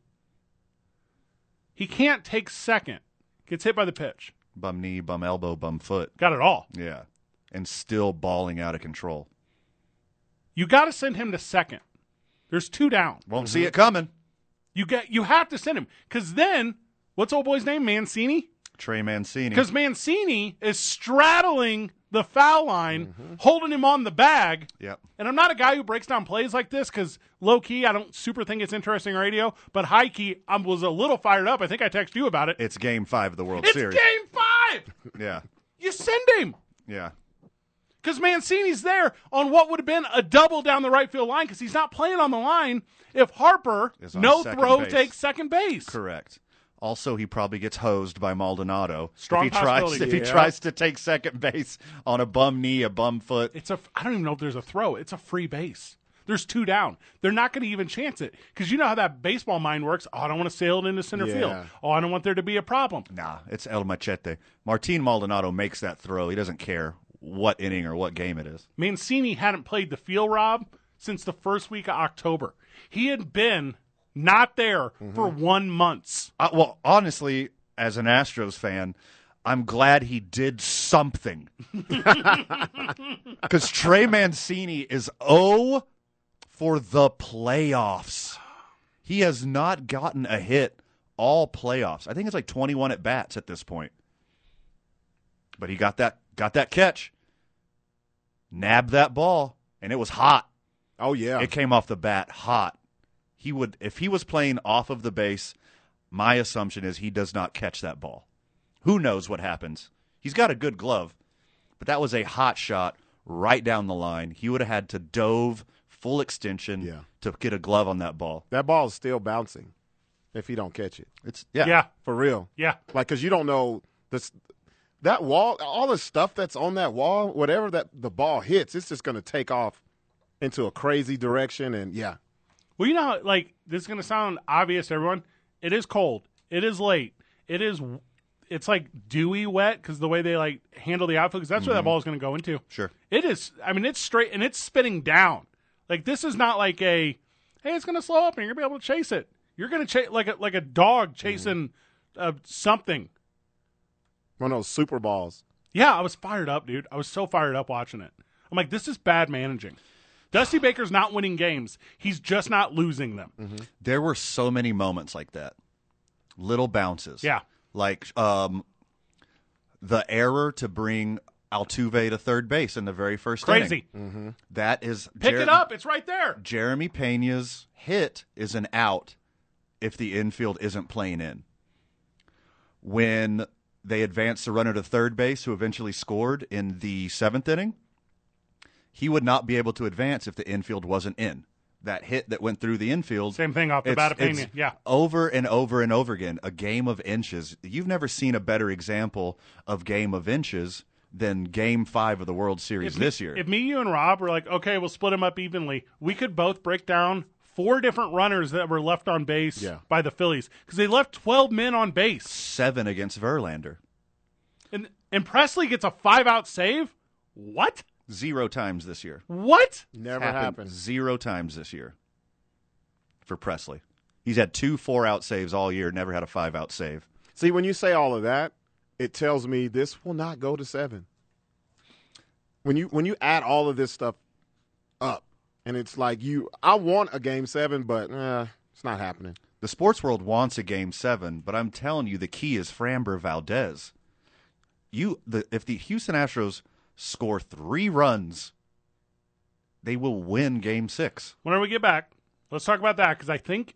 He can't take second. Gets hit by the pitch.
Bum knee, bum elbow, bum foot.
Got it all.
Yeah. And still balling out of control.
You got to send him to second. There's two down.
Won't see it coming.
You get you have to send him because then what's old boy's name Mancini?
Trey Mancini.
Because Mancini is straddling the foul line, holding him on the bag.
Yep.
And I'm not a guy who breaks down plays like this because low key I don't super think it's interesting radio, but high key I was a little fired up. I think I texted you about it.
It's game five of the World
it's
Series.
game five.
yeah.
You send him.
Yeah.
because Mancini's there on what would have been a double down the right field line because he's not playing on the line if Harper
Is on
no
second
throw
base.
takes second base.
Correct. Also, he probably gets hosed by Maldonado
Strong
if he tries
possibility.
if he
Yeah.
tries to take second base on a bum knee, a bum foot.
It's a I don't even know if there's a throw. It's a free base. There's two down. They're not going to even chance it because you know how that baseball mind works. Oh, I don't want to sail it into center
Yeah.
field. Oh, I don't want there to be a problem.
Nah, it's El Machete. Martin Maldonado makes that throw. He doesn't care what inning or what game it is.
Mancini hadn't played the field, Rob, since the first week of October. He had been not there
Mm-hmm.
for one months.
I, well, honestly, as an Astros fan, I'm glad he did something. Because Trey Mancini is 0 for the playoffs. He has not gotten a hit all playoffs. I think it's like 21 at bats at this point. But he got that got that catch, nabbed that ball, and it was hot.
Oh yeah,
It came off the bat hot. He would if he was playing off of the base, my assumption is he does not catch that ball. Who knows what happens? He's got a good glove, but that was a hot shot right down the line. He would have had to dove full extension
Yeah.
to get a glove on that ball.
that ball is still bouncing. If he don't catch it,
It's yeah.
Yeah,
for real.
yeah.
Like, cause you don't know this. That wall, all the stuff that's on that wall, whatever that the ball hits, it's just gonna take off into a crazy direction, and yeah,
Well, you know, how, like this is going to sound obvious to everyone. It is cold. It is late. It is. It's like dewy wet because the way they like handle the outfield. 'cause that's where that ball is going to go into.
Sure.
It is. I mean, it's straight and it's spinning down. Like this is not like a. Hey, it's going to slow up and you're going to be able to chase it. You're going to chase like a like a dog chasing uh, something.
one of those super balls.
Yeah, I was fired up, dude. I was so fired up watching it. I'm like, this is bad managing. Dusty Baker's not winning games. He's just not losing them.
There were so many moments like that. Little bounces.
Yeah.
Like um the error to bring Altuve to third base in the very first
Crazy.
inning. That is
Pick
Jared-
it up. It's right there.
Jeremy Pena's hit is an out if the infield isn't playing in. When they advanced the runner to third base, who eventually scored in the seventh inning, he would not be able to advance if the infield wasn't in. That hit that went through the infield.
Same thing off the
it's-
bat of Pena,
it's
yeah.
Over and over and over again, a game of inches. You've never seen a better example of game of inches than game five of the World Series
me-
this year.
If me, you, and Rob were like, okay, we'll split them up evenly, we could both break down four different runners that were left on base
Yeah.
by the Phillies because they left 12 men on base.
Seven against Verlander.
And, and Presley gets a five out save? What?
Zero times this year.
What?
Never
happened zero times this year for Presley. He's had two four out saves all year, never had a five out save.
See, when you say all of that, it tells me this will not go to seven. When you when you add all of this stuff up, and uh, it's like you, I want a game seven, but eh, it's not happening.
The sports world wants a game seven, but I'm telling you, the key is Framber Valdez. You, the, if the Houston Astros score three runs, they will win game six.
Whenever we get back, let's talk about that because I think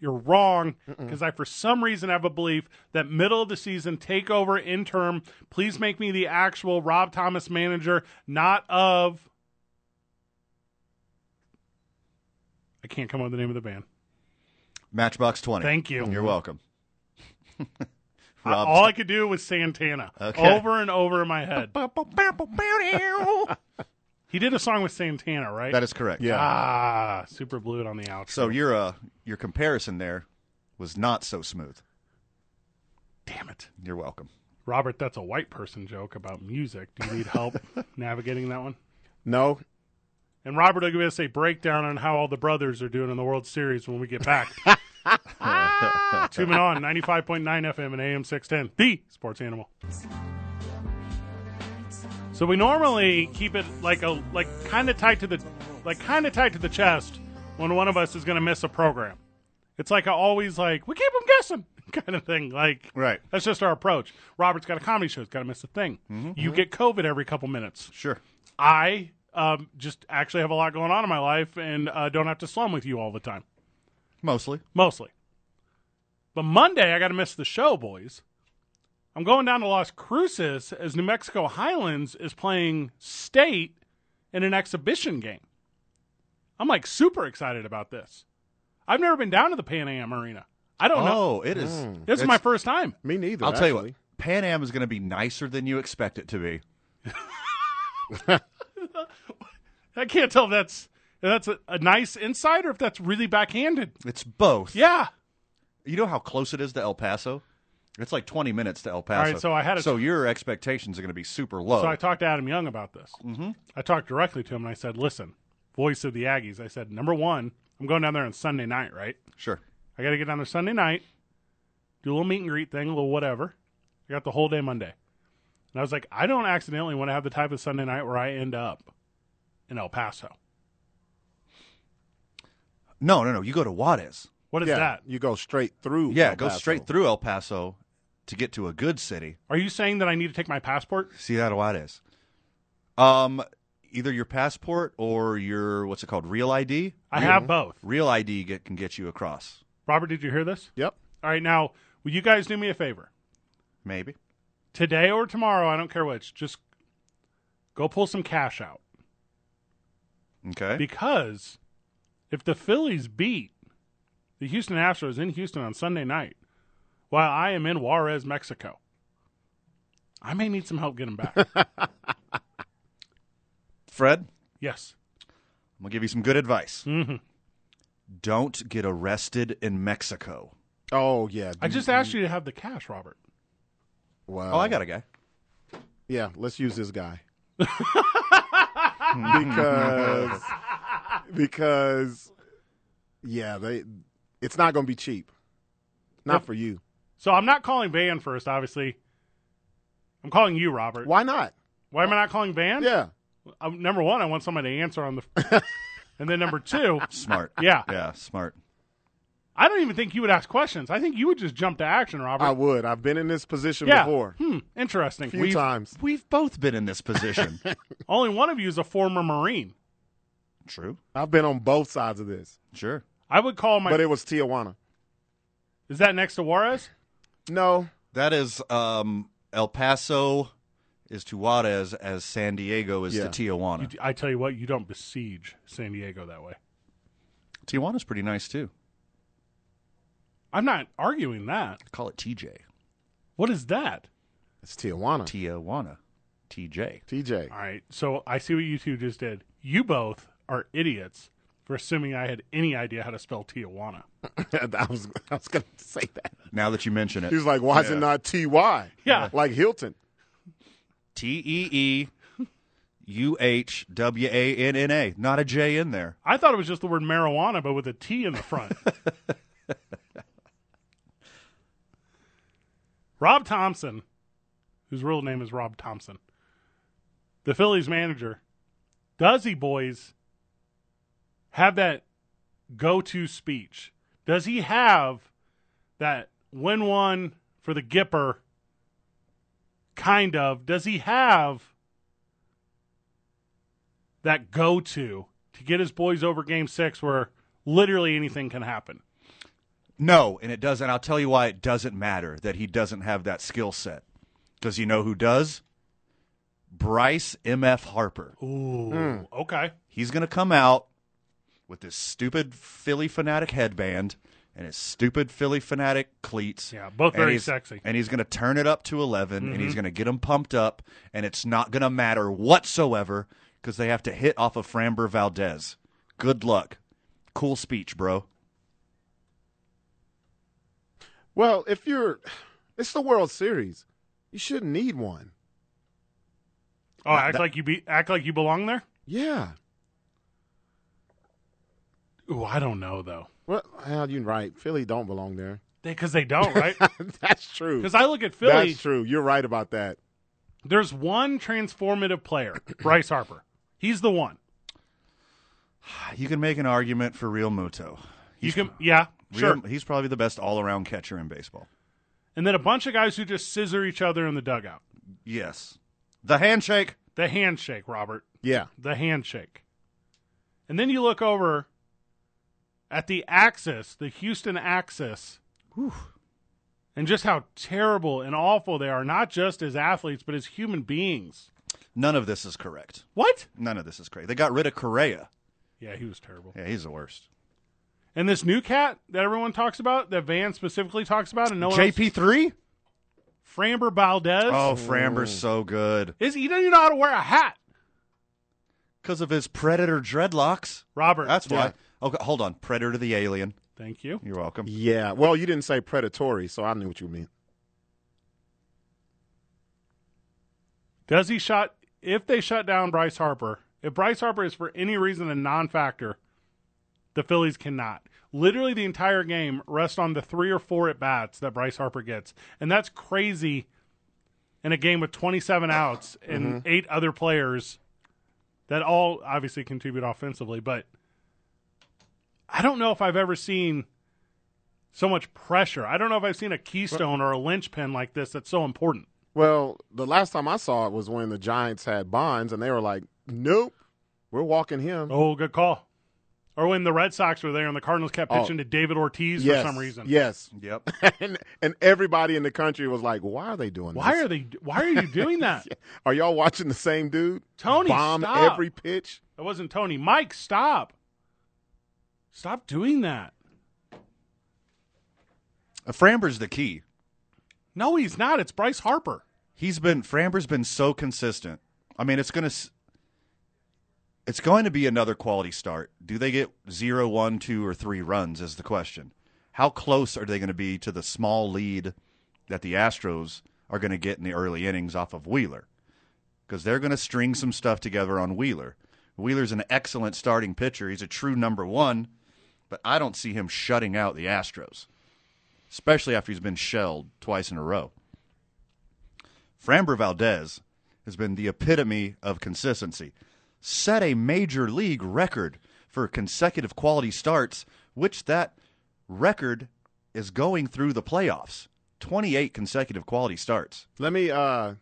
you're wrong because I, for some reason, have a belief that middle of the season takeover interim. Please make me the actual Rob Thomas manager, not of. I can't come up with the name of the band.
Matchbox 20.
Thank you.
You're welcome.
I-
Rob,
all I could do was Santana
Okay.
over and over in my head. he did a song with Santana, right?
that is correct.
Yeah.
ah, super blue it on the outside.
So your uh, your comparison there was not so smooth.
damn it.
You're welcome.
Robert, that's a white person joke about music. Do you need help navigating that one?
No,
And Robert will give us a breakdown on how all the brothers are doing in the World Series when we get back. Tune in on 95.9 FM and AM 610, the sports animal. So we normally keep it like a like kind of tight to the like kind of tight to the chest when one of us is going to miss a program. It's like I always like we keep them guessing kind of thing. Like
Right.
that's just our approach. Robert's got a comedy show; he's got to miss a thing. You get COVID every couple minutes.
Sure.
I um, just actually have a lot going on in my life and uh, don't have to slum with you all the time,
Mostly.
mostly. But Monday, I got to miss the show, boys. I'm going down to Las Cruces as New Mexico Highlands is playing state in an exhibition game. I'm like super excited about this. I've never been down to the Pan Am Arena. I don't know.
Oh, it is.
This is
it's-
my first time.
me neither.
I'll tell you
actually.
what. Pan Am is going to be nicer than you expect it to be.
I can't tell if that's if that's a, a nice insight or if that's really backhanded.
It's both.
Yeah.
You know how close it is to El Paso? It's like 20 minutes to El Paso.
right, so I had a-
So your expectations are going to be super low.
So I talked to Adam Young about this. Mm-hmm. I talked directly to him and I said, listen, voice of the Aggies. I said, number one, I'm going down there on Sunday night, right?
sure.
I got to get down there Sunday night, do a little meet and greet thing, a little whatever. I got the whole day Monday. And I was like, I don't accidentally want to have the type of Sunday night where I end up in El Paso.
No, no, no. You go to Juarez.
What is
yeah,
that?
you go straight through.
Yeah,
El
go
Paso.
straight through El Paso to get to a good city.
Are you saying that I need to take my passport?
Ciudad Juarez. Um, either your passport or your what's it called? Real ID.
I have both.
Real ID get, can get you across.
Robert, did you hear this?
Yep.
All right, now, will you guys do me a favor?
Maybe.
today or tomorrow, I don't care which, just go pull some cash out.
Okay.
Because if the Phillies beat the Houston Astros in Houston on Sunday night while I am in Juarez, Mexico, I may need some help getting back.
Fred, I'm
yes.
gonna give you some good advice.
Mm-hmm.
Mhm.
Don't get arrested in Mexico.
Oh yeah.
I just asked you to have the cash, Robert.
Wow.
Oh, I got a guy.
Yeah, let's use this guy. because because yeah, they it's not going to be cheap. Not for you.
So I'm not calling Van first, obviously. I'm calling you, Robert.
Why not?
Why am I not calling Van?
Yeah.
Um, number one, I want somebody to answer on the. and then number two,
Smart.
Yeah.
Yeah. Smart.
I don't even think you would ask questions. I think you would just jump to action, Robert.
I would. I've been in this position
yeah.
before.
Hmm. Interesting.
Few
We've-
times.
We've both been in this position.
Only one of you is a former Marine.
True.
I've been on both sides of this.
Sure.
I would call my.
But it was Tijuana.
is that next to Juarez?
No.
That is um, El Paso is to Juarez as San Diego is
Yeah.
to Tijuana.
You, I tell you what, you don't besiege San Diego that way.
Tijuana's pretty nice too.
I'm not arguing that.
Call it TJ.
What is that?
It's Tijuana.
Tijuana. TJ.
TJ.
All right. So I see what you two just did. You both are idiots for assuming I had any idea how to spell Tijuana.
I was I was going to say that.
Now that you mention
He was
it.
like, "Why is it not TY?"
Yeah.
Like Hilton.
T E E U H W A N N A. Not a J in there.
I thought it was just the word marijuana, but with a T in the front. Rob Thompson, whose real name is Rob Thompson, the Phillies manager, does he, boys, have that go to speech? Does he have that win one for the Gipper? Kind of. Does he have that go to to get his boys over game six where literally anything can happen?
No, and it doesn't. I'll tell you why it doesn't matter that he doesn't have that skill set. Because you know who does? Bryce M.F. Harper.
Ooh.
Hmm.
Okay.
He's going to come out with this stupid Philly Fanatic headband and his stupid Philly Fanatic cleats.
Yeah, both
And
very
he's-
sexy. Mm-hmm.
And he's going to turn it up to 11 and he's going to get them pumped up, and it's not going to matter whatsoever because they have to hit off of Framber Valdez. Good luck. Cool speech, bro.
Well, if you're, it's the World Series. You shouldn't need one.
Oh, act like you be act like you belong there?
Yeah.
Ooh, I don't know though.
Well, hell, you're right. Philly don't belong there.
Because they don't, right?
That's true.
Because I look at Philly,
That's true. You're right about that.
there's one transformative player, Bryce Harper. He's the one.
You can make an argument for Real Muto.
You can, yeah,
Real-
sure.
He's probably the best all around catcher in baseball.
And then a bunch of guys who just scissor each other in the dugout.
Yes. The handshake.
The handshake, Robert.
Yeah.
The handshake. And then you look over at the Axis, the Houston Axis, and just how terrible and awful they are, not just as athletes, but as human beings.
None of this is correct.
What?
None of this is correct. They got rid of Correa.
Yeah, he was terrible.
Yeah, he's the worst.
And this new cat that everyone talks about, that Van specifically talks about, and no one else,
JP3?
Framber Valdez.
Oh, Framber's so good.
Is he doesn't even know how to wear a hat,
Because of his predator dreadlocks.
Robert?
That's why. Okay, hold on. Predator the alien.
Thank you.
You're welcome.
Yeah. Well, you didn't say predatory, so I knew what you meant.
Does he shut? If they shut down Bryce Harper, if Bryce Harper is for any reason a non-factor, the Phillies cannot. Literally, the entire game rests on the three or four at bats that Bryce Harper gets, and that's crazy. In a game with 27 outs and eight other players, that all obviously contribute offensively, but I don't know if I've ever seen so much pressure. I don't know if I've seen a keystone or a linchpin like this that's so important.
Well, the last time I saw it was when the Giants had Bonds, and they were like, "Nope, we're walking him."
Oh, good call. Or when the Red Sox were there and the Cardinals kept
Oh.
pitching to David Ortiz
yes,
for some reason.
Yes.
Yep.
and and everybody in the country was like, "Why are they doing
Why
this?
are they? Why are you doing that?
Are y'all watching the same dude
Tony,
bomb
stop.
every pitch?"
That wasn't Tony. Mike, stop. Stop doing that.
Uh, Framber's the key.
No, he's not. It's Bryce Harper.
He's been Framber's been so consistent. I mean, it's gonna s- it's going to be another quality start. Do they get zero, one, two, or three runs? Is the question. How close are they going to be to the small lead that the Astros are going to get in the early innings off of Wheeler? Because they're going to string some stuff together on Wheeler. Wheeler's an excellent starting pitcher. He's a true number one, but I don't see him shutting out the Astros, especially after he's been shelled twice in a row. Framber Valdez has been the epitome of consistency. Set a major league record for consecutive quality starts, which that record is going through the playoffs. 28 consecutive quality starts.
Let me uh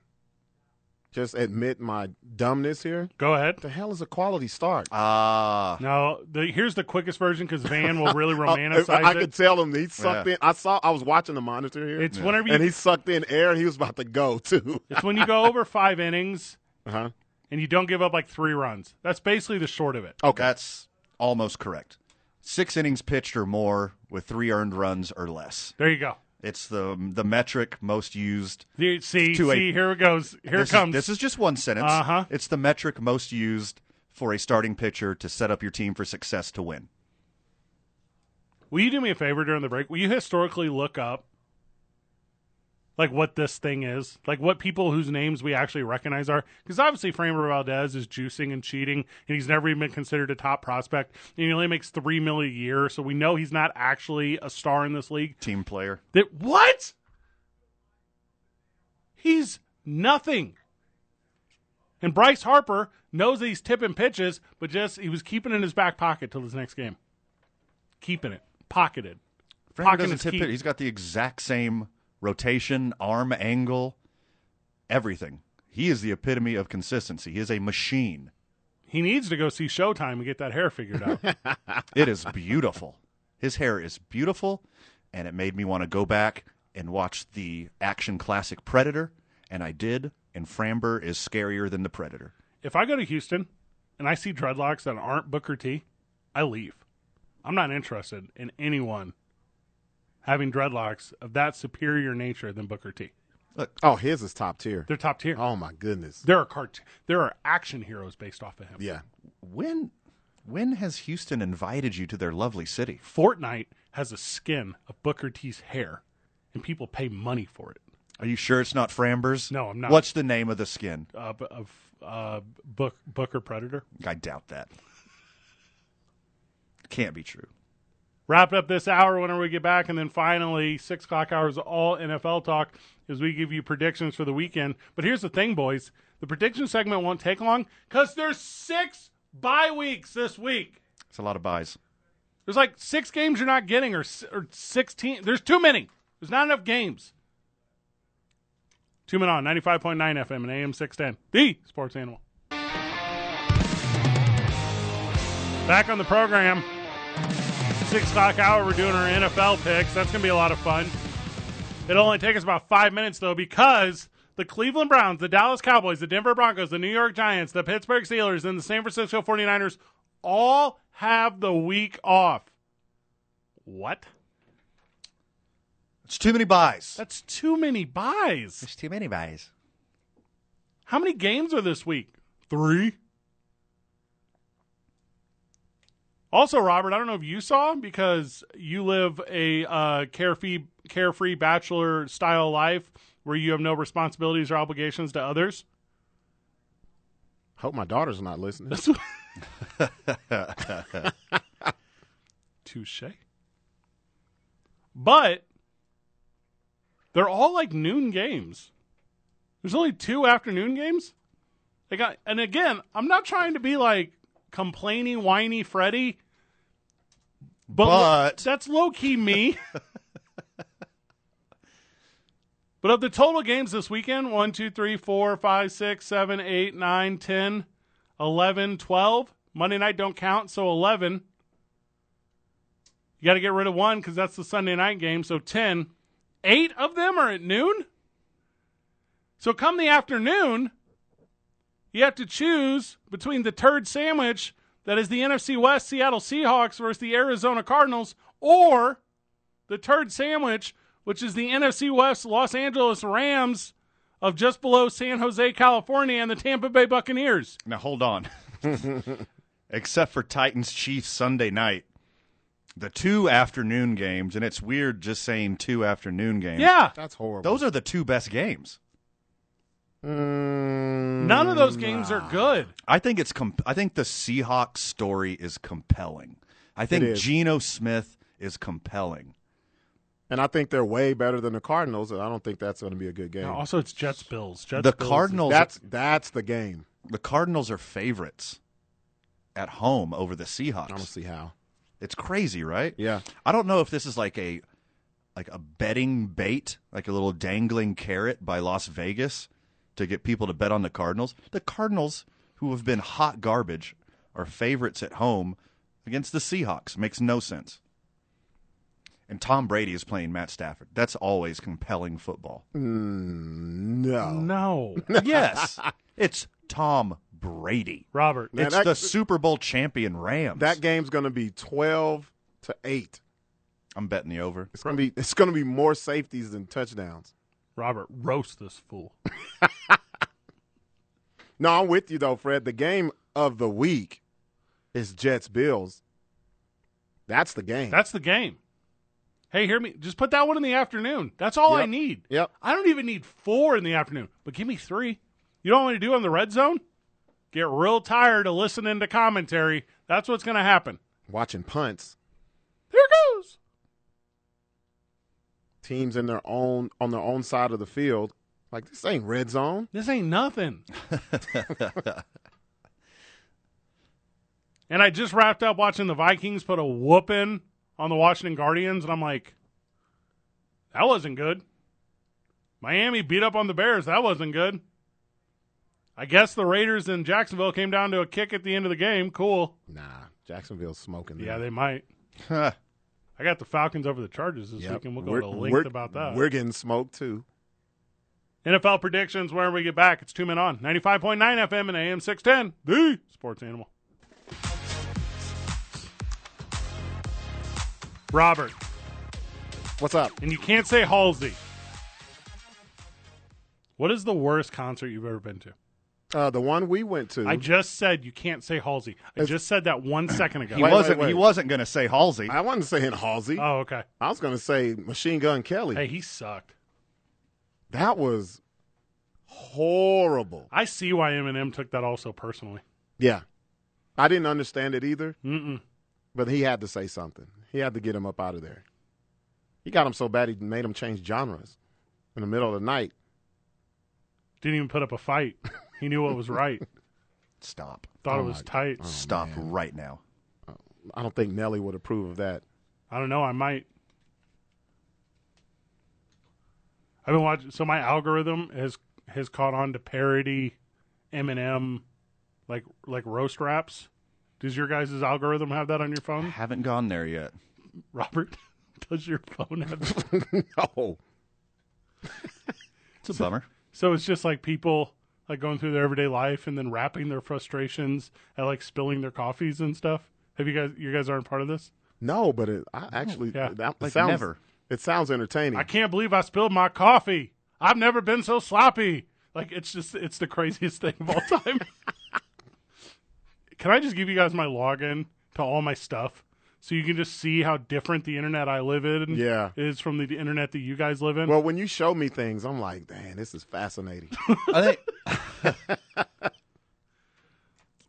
just admit my dumbness here.
Go ahead.
The hell is a quality start?
Ah,
No, the, here's the quickest version because Van will really
Oh,
romanticize
I, I
it.
could tell him he sucked
Yeah.
in. I saw. I was watching the monitor here,
it's whenever you,
and he sucked in air. and He was about to go too.
it's when you go over five innings
Uh-huh.
and you don't give up like three runs. That's basically the short of it.
Okay.
that's almost correct. Six innings pitched or more with three earned runs or less.
There you go.
It's the the metric most used
You- See,
To a-
see, here it goes. Here
this
it comes.
Is, this is just one sentence.
Uh-huh.
It's the metric most used for a starting pitcher to set up your team for success to win.
Will you do me a favor during the break? Will you historically look up like what this thing is? Like what people whose names we actually recognize are? Because obviously Framber Valdez is juicing and cheating and he's never even been considered a top prospect. And he only makes three mil a year, so we know he's not actually a star in this league.
Team player.
That what? He's nothing. And Bryce Harper knows that he's tipping pitches, but just he was keeping it in his back pocket till his next game. Keeping it. Pocketed.
Fred
Pocket
doesn't
is
tip
key.
it. He's got the exact same rotation, arm angle, everything. He is the epitome of consistency. He is a machine.
He needs to go see Showtime and get that hair figured out.
It is beautiful. His hair is beautiful, and it made me want to go back and watch the action classic Predator, and I did. And Framber is scarier than the Predator.
if I go to Houston and I see dreadlocks that aren't Booker T, I leave. I'm not interested in anyone having dreadlocks of that superior nature than Booker T.
Oh, his is top tier.
They're top tier.
Oh my goodness.
There are cart- there are action heroes based off of him.
Yeah.
When, when has Houston invited you to their lovely city?
Fortnite has a skin of Booker T's hair, and people pay money for it.
Are you sure it's not Framber's?
No, I'm not.
What's the name of the skin?
Uh, b- of uh, book Booker Predator.
I doubt that. Can't be true.
Wrapping up this hour whenever we get back, and then finally six o'clock hours of all NFL talk as we give you predictions for the weekend. But here's the thing, boys: the prediction segment won't take long because there's six bye weeks this week.
It's a lot of buys.
There's like six games you're not getting, or s- or sixteen. There's too many. There's not enough games. Two men on 95.9 FM and AM 610, the sports animal. Back on the program, six o'clock hour. We're doing our NFL picks. That's gonna be a lot of fun. It'll only take us about five minutes though, because the Cleveland Browns, the Dallas Cowboys, the Denver Broncos, the New York Giants, the Pittsburgh Steelers, and the San Francisco 49ers all have the week off. What?
It's too many buys.
That's too many buys.
It's too many buys.
How many games are this week? Three. Also, Robert, I don't know if you saw because you live a uh, carefree, carefree bachelor style life where you have no responsibilities or obligations to others.
Hope my daughter's not listening.
Touche. But they're all like noon games. There's only two afternoon games. They got, and again, I'm not trying to be like complaining, whiny Freddy, but,
But-
that's low key me. but of the total games this weekend, 1, 2, 3, 4, 5, 6, 7, 8, 9, 10, 11, 12. Monday night don't count, so 11. You got to get rid of one because that's the Sunday night game. So 10. Eight of them are at noon. So come the afternoon, you have to choose between the turd sandwich that is the NFC West Seattle Seahawks versus the Arizona Cardinals or the turd sandwich, which is the NFC West Los Angeles Rams of just below San Jose, California, and the Tampa Bay Buccaneers.
Now hold on. Except for Titans Chiefs Sunday night, the two afternoon games, and it's weird just saying two afternoon games.
Yeah.
That's horrible.
Those are the two best games.
Mm,
None of those games are good.
I think it's com- I think the Seahawks story is compelling. I think
is.
Geno Smith is compelling.
and I think they're way better than the Cardinals. And I don't think that's going to be a good game.
Now, also, it's Jets Bills. Jets
the
Bills is-
Cardinals
that's that's the game.
the Cardinals are favorites at home over the
I don't
Seahawks.
see how.
It's crazy, right?
Yeah.
I don't know if this is like a like a betting bait, like a little dangling carrot by Las Vegas to get people to bet on the Cardinals. The Cardinals, who have been hot garbage, are favorites at home against the Seahawks. Makes no sense. And Tom Brady is playing Matt Stafford. That's always compelling football.
No.
No.
yes. It's Tom Brady.
Robert.
Man,
it's
that-
the Super Bowl champion Rams.
That game's going to be twelve to eight.
I'm betting the over.
It's going to be it's going to be more safeties than touchdowns.
Robert, roast this fool.
No, I'm with you though, Fred. The game of the week is Jets Bills. That's the game.
That's the game. Hey, hear me. Just put that one in the afternoon. That's all I
Yep.
need.
Yep.
I don't even need four in the afternoon, but give me three. You know what I'm going to do on the red zone? Get real tired of listening to commentary. That's what's going to happen.
Watching punts.
Here goes.
Teams in their own on their own side of the field. Like this ain't red zone.
This ain't nothing. and I just wrapped up watching the Vikings put a whooping on the Washington Guardians, and I'm like, That wasn't good. Miami beat up on the Bears. That wasn't good. I guess the Raiders in Jacksonville came down to a kick at the end of the game. Cool.
Nah, Jacksonville's smoking.
Yeah,
them.
they might.
Huh.
I got the Falcons over the Chargers this
Yep.
weekend. We'll go
We're-
to length
we're-
about that.
We're getting smoked too.
NFL predictions whenever we get back. It's two men on 95.9 FM and AM 610, the sports animal. Robert,
What's up?
and you can't say Halsey. What is the worst concert you've ever been to?
Uh, the one we went to.
I just said you can't say Halsey. I just said that one second ago.
He
Wait,
wasn't.
wait,
He
wait.
wasn't going to say Halsey.
I wasn't saying Halsey.
oh, okay.
I was going to say Machine Gun Kelly.
Hey, he sucked.
That was horrible.
I see why Eminem took that also personally.
Yeah. I didn't understand it either,
Mm-mm.
but he had to say something. He had to get him up out of there. He got him so bad he made him change genres in the middle of the night.
Didn't even put up a fight. He knew what was right.
Stop.
Thought
Oh
it
my
was tight.
Stop right now.
I don't think Nelly would approve of that.
I don't know. I might. I've been watching. So my algorithm has has caught on to parody Eminem, like like roast raps. Does your guys' algorithm have that on your
I
phone,
haven't gone there yet.
Robert? Does your phone have? that?
no.
It's a bummer.
so it's just like people like going through their everyday life and then rapping their frustrations and like spilling their coffees and stuff. Have you guys? You guys aren't part of this.
No, but it, I actually,
yeah.
that it
Like
sounds,
never.
It sounds entertaining.
I can't believe I spilled my coffee. I've never been so sloppy. Like it's just it's the craziest thing of all time. can I just give you guys my login to all my stuff so you can just see how different the internet I live in
Yeah.
is from the internet that you guys live in?
Well, when you show me things, I'm like, man, this is fascinating.
I think.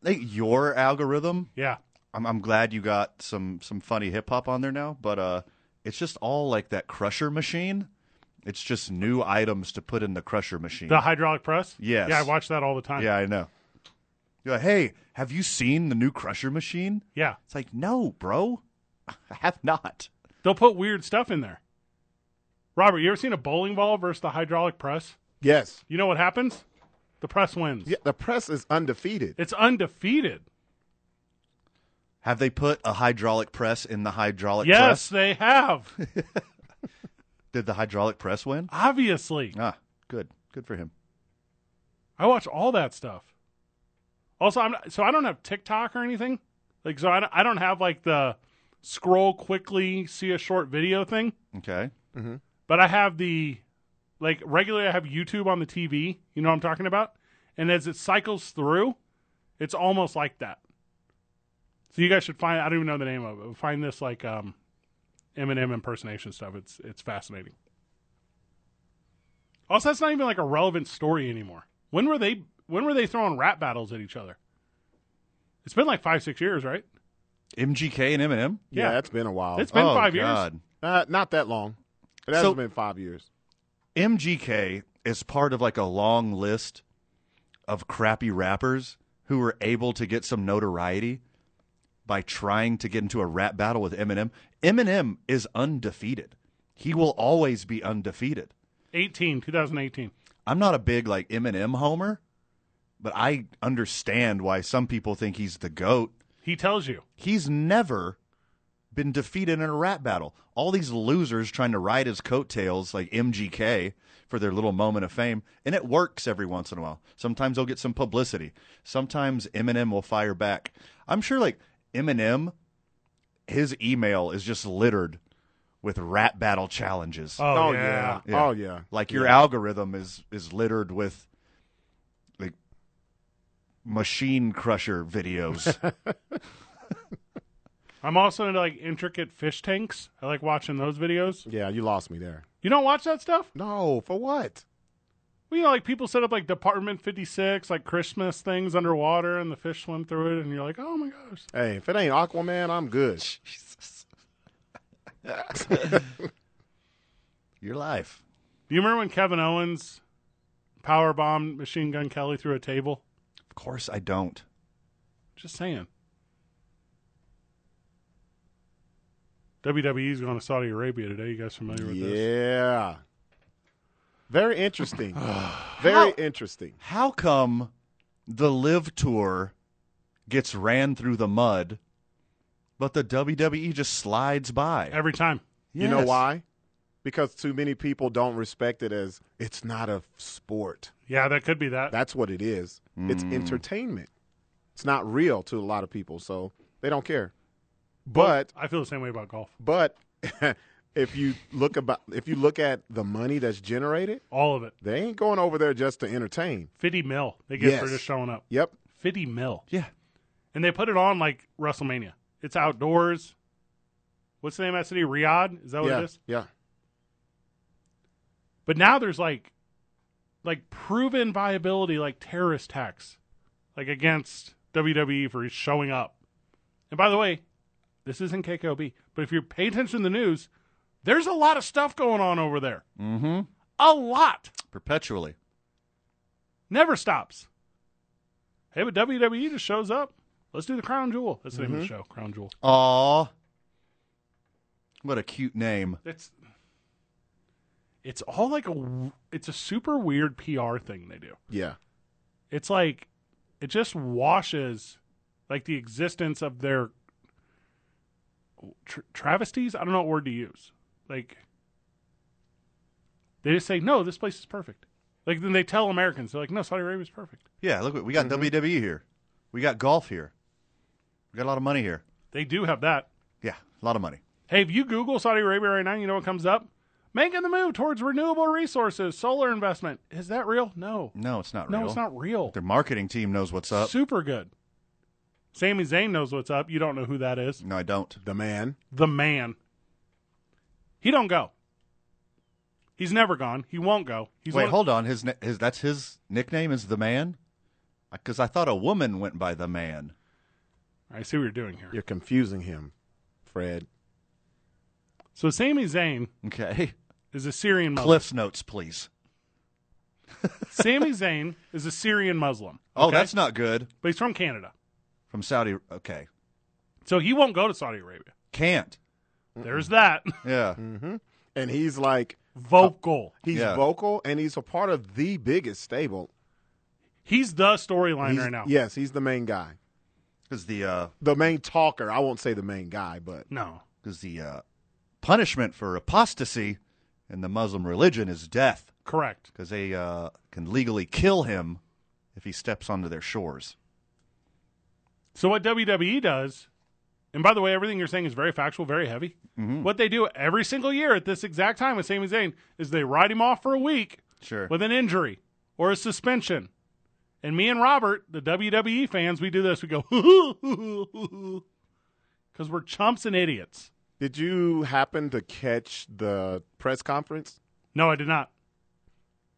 I think your algorithm.
yeah.
I'm, I'm glad you got some some funny hip hop on there now, but uh, it's just all like that crusher machine. It's just new items to put in the crusher machine.
The hydraulic press?
Yes.
Yeah, I watch that all the time.
yeah, I know. You're like, hey, have you seen the new crusher machine?
Yeah.
It's like, no, bro, I have not.
They'll put weird stuff in there. Robert, you ever seen a bowling ball versus the hydraulic press?
yes.
You know what happens? The press wins.
Yeah, the press is undefeated.
It's undefeated.
Have they put a hydraulic press in the hydraulic
yes,
press?
they have.
Did the hydraulic press win?
Obviously.
Ah, good, good for him.
I watch all that stuff. Also, I'm not, so I don't have TikTok or anything. Like, so I don't, I don't have like the scroll quickly, see a short video thing.
Okay,
But I have the like regularly. I have YouTube on the TV. You know what I'm talking about. And as it cycles through, it's almost like that. So you guys should find. I don't even know the name of it. but Find this like um, Eminem impersonation stuff. It's it's fascinating. Also, that's not even like a relevant story anymore. When were they? When were they throwing rap battles at each other? It's been like five, six years, right?
MGK and Eminem.
yeah,
yeah.
it's been a while.
It's been
oh,
five years.
God.
Uh, not that long. It hasn't
So-
been five years.
MGK is part of like a long list of crappy rappers who were able to get some notoriety by trying to get into a rap battle with Eminem. Eminem is undefeated. He will always be undefeated.
18, 2018.
I'm not a big like Eminem homer, but I understand why some people think he's the goat.
He tells you.
He's never been defeated in a rap battle. All these losers trying to ride his coattails like MGK for their little moment of fame, and it works every once in a while. Sometimes they'll get some publicity. Sometimes Eminem will fire back. I'm sure like Eminem his email is just littered with rap battle challenges.
Oh, yeah.
Yeah.
Oh yeah.
Like your algorithm is is littered with like machine crusher videos.
I'm also into like intricate fish tanks. I like watching those videos.
Yeah, you lost me there.
You don't watch that stuff?
No, for what?
Well, you know, like people set up like Department 56, like Christmas things underwater, and the fish swim through it, and you're like, oh my gosh.
Hey, if it ain't Aquaman, I'm good.
your life.
Do you remember when Kevin Owens power bombed Machine Gun Kelly through a table?
Of course I don't.
Just saying. WWE's going to Saudi Arabia today. You guys familiar with this?
Yeah. Very interesting. Very interesting.
How come the live tour gets ran through the mud, but the WWE just slides by?
Every time.
You know
Yes.
why? Because too many people don't respect it as it's not a sport.
Yeah, that could be that.
That's what it is. It's
Mm.
entertainment. It's not real to a lot of people, so they don't care. But
I feel the same way about golf.
but if you look about if you look at the money that's generated,
All of it.
they ain't going over there just to entertain.
50 mil they get for
Yes.
just showing up.
Yep.
50 mil.
Yeah.
And they put it on like WrestleMania. It's outdoors. What's the name of that city? Riyadh? Is that what
yeah.
Oh, it is?
Yeah.
But now there's like like proven viability like terrorist attacks like against WWE for showing up. And by the way, this isn't KKOB, but if you pay attention to the news, there's a lot of stuff going on over there. Mm-hmm. A lot.
Perpetually.
Never stops. Hey, but WWE just shows up. Let's do the crown jewel. That's the name of the show, crown jewel.
Aw. What a cute name.
It's it's all like a w- it's a super weird PR thing they do.
Yeah.
It's like it just washes like the existence of their tr- travesties. I don't know what word to use. Like they just say no, this place is perfect. Like then they tell Americans they're like no, Saudi Arabia's perfect.
Yeah, look, we got WWE here. We got golf here. We got a lot of money here.
They do have that.
Yeah, a lot of money.
Hey, if you Google Saudi Arabia right now, you know what comes up? Making the move towards renewable resources, solar investment. Is that real? No.
No, it's not
No,
real.
it's not real.
Their marketing team knows what's up.
Super good. Sami Zayn knows what's up. You don't know who that is.
No, I don't.
The man.
The man. He don't go. He's never gone. He won't go. He's
Wait,
one-
hold on. His, ni- his that's his nickname is the man, because I thought a woman went by the man.
I see what you're doing here.
You're confusing him, Fred.
So Sami Zayn
Okay.
is a Syrian Muslim.
Cliff's notes, please.
Sami Zayn is a Syrian Muslim.
Oh,
okay?
that's not good.
but he's from Canada,
From Saudi. Okay,
so he won't go to Saudi Arabia.
can't.
There's that
Yeah.
Hmm.
And he's like
vocal.
he's
Yeah.
vocal and he's a part of the biggest stable.
He's the storyline
He's-
right now.
Yes, he's the main guy.
Because the uh,
The main talker. I won't say the main guy, but
No,
because the uh, punishment for apostasy in the Muslim religion is death,
correct.
because they uh, can legally kill him if he steps onto their shores.
So what WWE does, and by the way, everything you're saying is very factual, very heavy.
Mm-hmm.
What they do every single year at this exact time with Sami Zayn is they ride him off for a week
Sure.
with an injury or a suspension. And me and Robert, the WWE fans, we do this. We go, because we're chumps and idiots.
did you happen to catch the press conference?
No, I did not.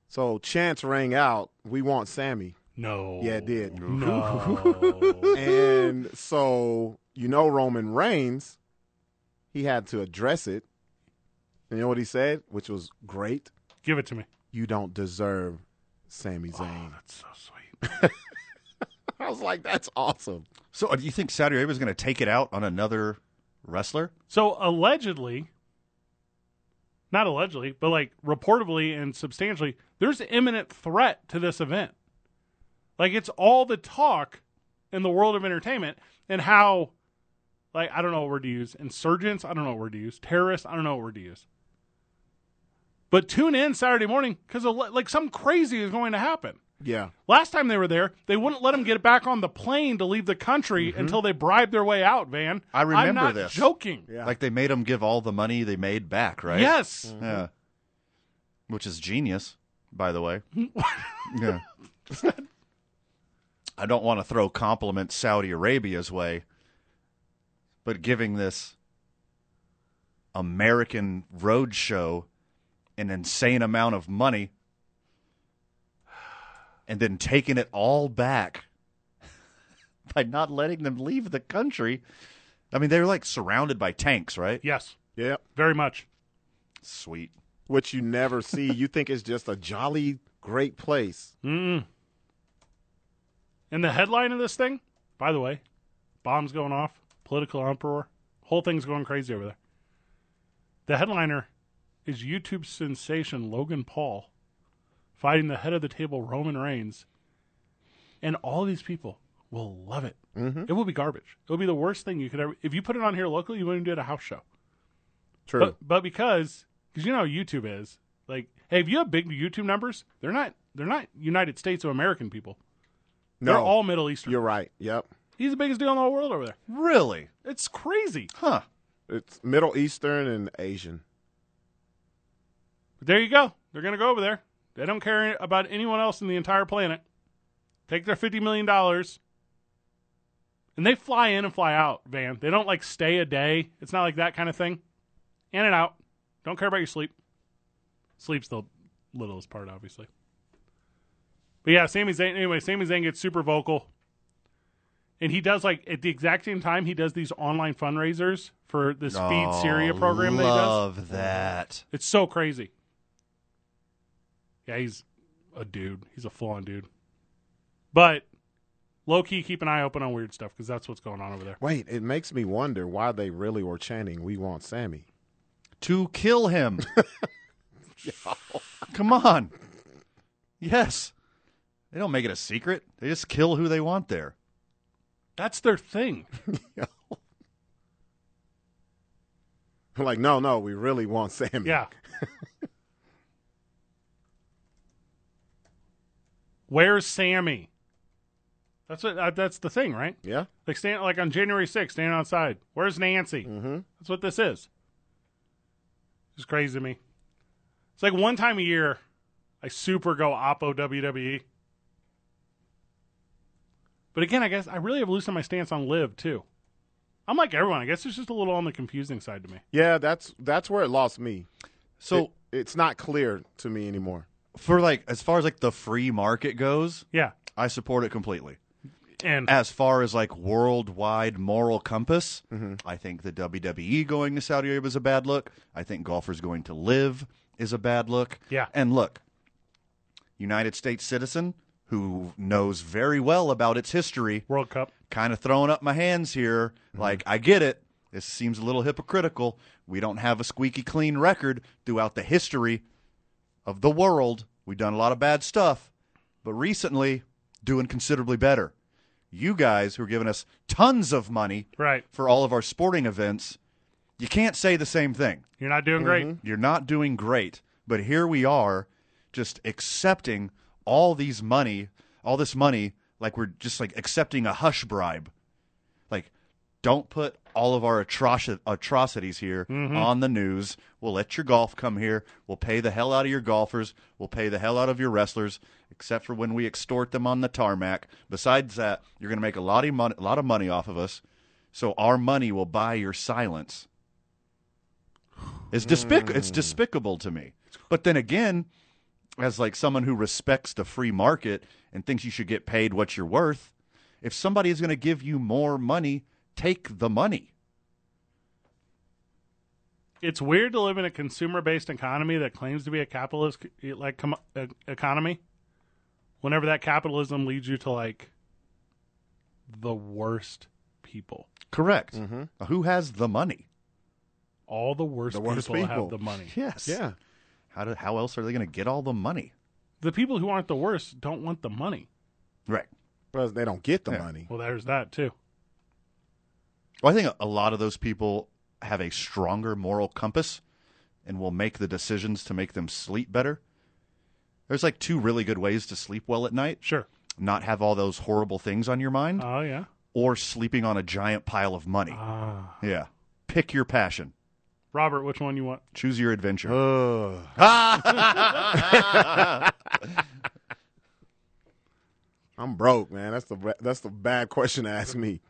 So Chance rang out, "We want Sammy."
No.
Yeah, it did.
No.
And so you know Roman Reigns, he had to address it. You know what he said, which was great.
Give it to me.
You don't deserve Sami Zayn.
That's so sweet.
I was like, that's awesome.
So, uh, do you think Saudi Arabia's going to take it out on another wrestler?
So allegedly, not allegedly, but like reportedly and substantially, there's imminent threat to this event. Like it's all the talk in the world of entertainment and how, like I don't know what word to use, insurgents, I don't know what word to use, terrorists, I don't know what word to use. But tune in Saturday morning because like some crazy is going to happen.
Yeah.
Last time they were there, they wouldn't let them get back on the plane to leave the country until they bribed their way out. Van,
Mm-hmm. I remember
am not
this.
Joking,
Yeah.
Like they made him give all the money they made back, right?
Yes.
Yeah. Which is genius, by the way. yeah. I don't want to throw compliments Saudi Arabia's way, but giving this American road show an insane amount of money and then taking it all back by not letting them leave the country. I mean, they're like surrounded by tanks, right?
Yes,
Yeah.
very much.
Sweet.
Which you never see. you think it's just a jolly great place.
And the headline of this thing, by the way, bombs going off, political uproar, whole thing's going crazy over there. The headliner is YouTube sensation Logan Paul fighting the head of the table Roman Reigns, and all these people will love it. It will be garbage. It will be the worst thing you could ever. If you put it on here locally, you wouldn't do it at a house show.
True.
But but because because you know how YouTube is like, hey, if you have big YouTube numbers, they're not they're not United States of American people.
no,
They're all Middle Eastern.
you're right. Yep.
He's the biggest deal in the whole world over there.
Really?
It's crazy.
Huh.
It's Middle Eastern and Asian.
But there you go. They're going to go over there. They don't care about anyone else in the entire planet. Take their $50 million. And they fly in and fly out, Van. They don't like stay a day. It's not like that kind of thing. In and out. Don't care about your sleep. Sleep's the littlest part, obviously. But yeah, Sami Zayn. Anyway, Sami Zayn gets super vocal, and he does like at the exact same time he does these online fundraisers for this Feed Syria program that he does.
Oh, Love that.
It's so crazy. Yeah, he's a dude. He's a full on dude. But low key, keep an eye open on weird stuff because that's what's going on over there.
Wait, it makes me wonder why they really were chanting "We want Sammy."
To kill him. Come on. Yes. They don't make it a secret. They just kill who they want there.
That's their thing.
like, no, no, we really want Sammy.
Yeah. Where's Sammy? That's what. Uh, that's the thing, right?
Yeah.
Like stand like on January 6th, stand outside. Where's Nancy? Mm-hmm. That's what this is. It's crazy to me. It's like one time a year, I super go oppo WWE. But again, I guess I really have loosened my stance on live too. I'm like everyone. I guess it's just a little on the confusing side to me.
Yeah, that's that's where it lost me.
So
It- it's not clear to me anymore.
for like as far as like the free market goes,
Yeah,
I support it completely.
and
As far as like worldwide moral compass, I think the WWE going to Saudi Arabia is a bad look. I think golfers going to live is a bad look.
Yeah.
And look, United States citizen who knows very well about its history,
World Cup.
kind of throwing up my hands here. Like, I get it. This seems a little hypocritical. We don't have a squeaky clean record throughout the history of the world. We've done a lot of bad stuff, but recently, doing considerably better. You guys who are giving us tons of money
Right.
for all of our sporting events, you can't say the same thing.
You're not doing great.
You're not doing great, but here we are just accepting all these money, all this money, like we're just like accepting a hush bribe. Like, don't put all of our atroci- atrocities here on the news. We'll let your golf come here. We'll pay the hell out of your golfers. We'll pay the hell out of your wrestlers, except for when we extort them on the tarmac. Besides that, you're going to make a lot of money, a lot of money off of us. So our money will buy your silence. It's despic- it's despicable to me. But then again, as like someone who respects the free market and thinks you should get paid what you're worth, if somebody is going to give you more money, take the money.
it's weird to live in a consumer-based economy that claims to be a capitalist like com- e- economy whenever that capitalism leads you to like the worst people
Correct. Who has the money?
all the worst,
The worst
people, have
people.
the money
Yes.
Yeah.
How do, how else are they going to get all the money?
the people who aren't the worst don't want the money
Right.
Because they don't get the
Yeah.
money.
well there's that too
Well, I think a- a lot of those people have a stronger moral compass and will make the decisions to make them sleep better. There's like two really good ways to sleep well at night.
sure
not have all those horrible things on your mind
oh yeah
or sleeping on a giant pile of money.
Ah.
yeah. Pick your passion.
robert which one you want
Choose your adventure.
I'm broke, man. That's the ba- that's the bad question to ask me.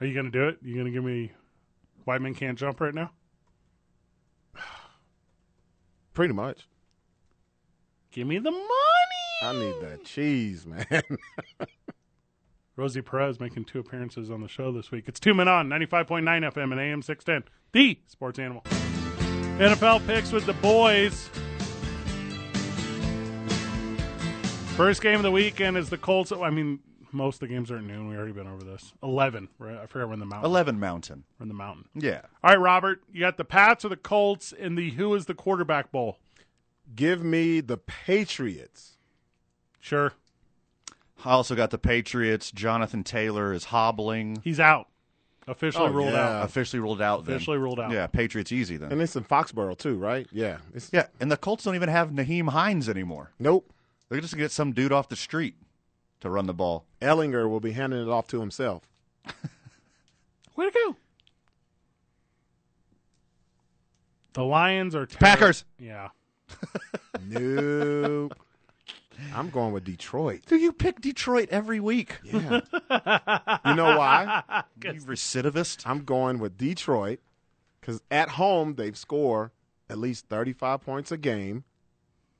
are you gonna do it you gonna give me white men can't jump right now
Pretty much.
give me the money
I need that cheese, man.
Rosie Perez making two appearances on the show this week. It's Two Men On, 95.9 FM and AM 610, the sports animal. NFL picks with the boys. First game of the weekend is the Colts. I mean, most of the games are at noon. We already been over this. Eleven. Right? I forgot we're in the mountain.
11 Mountain.
We're in the mountain.
Yeah.
All right, Robert. You got the Pats or the Colts in the Who is the quarterback bowl?
Give me the Patriots.
Sure.
I also got the Patriots. Jonathan Taylor is hobbling.
He's out. Officially
Oh,
ruled
yeah.
out.
Officially ruled out then.
Officially ruled out.
Yeah, Patriots easy then.
And it's in Foxborough too, right? Yeah. It's,
yeah, and the Colts don't even have Naheem Hines anymore.
Nope.
They're just going to get some dude off the street to run the ball.
Ellinger will be handing it off to himself.
Way to go. The Lions are terri-
Packers.
Yeah.
Nope. I'm going with Detroit.
Do you pick Detroit every week?
Yeah. you know why?
You recidivist.
I'm going with Detroit because at home they score at least 35 points a game,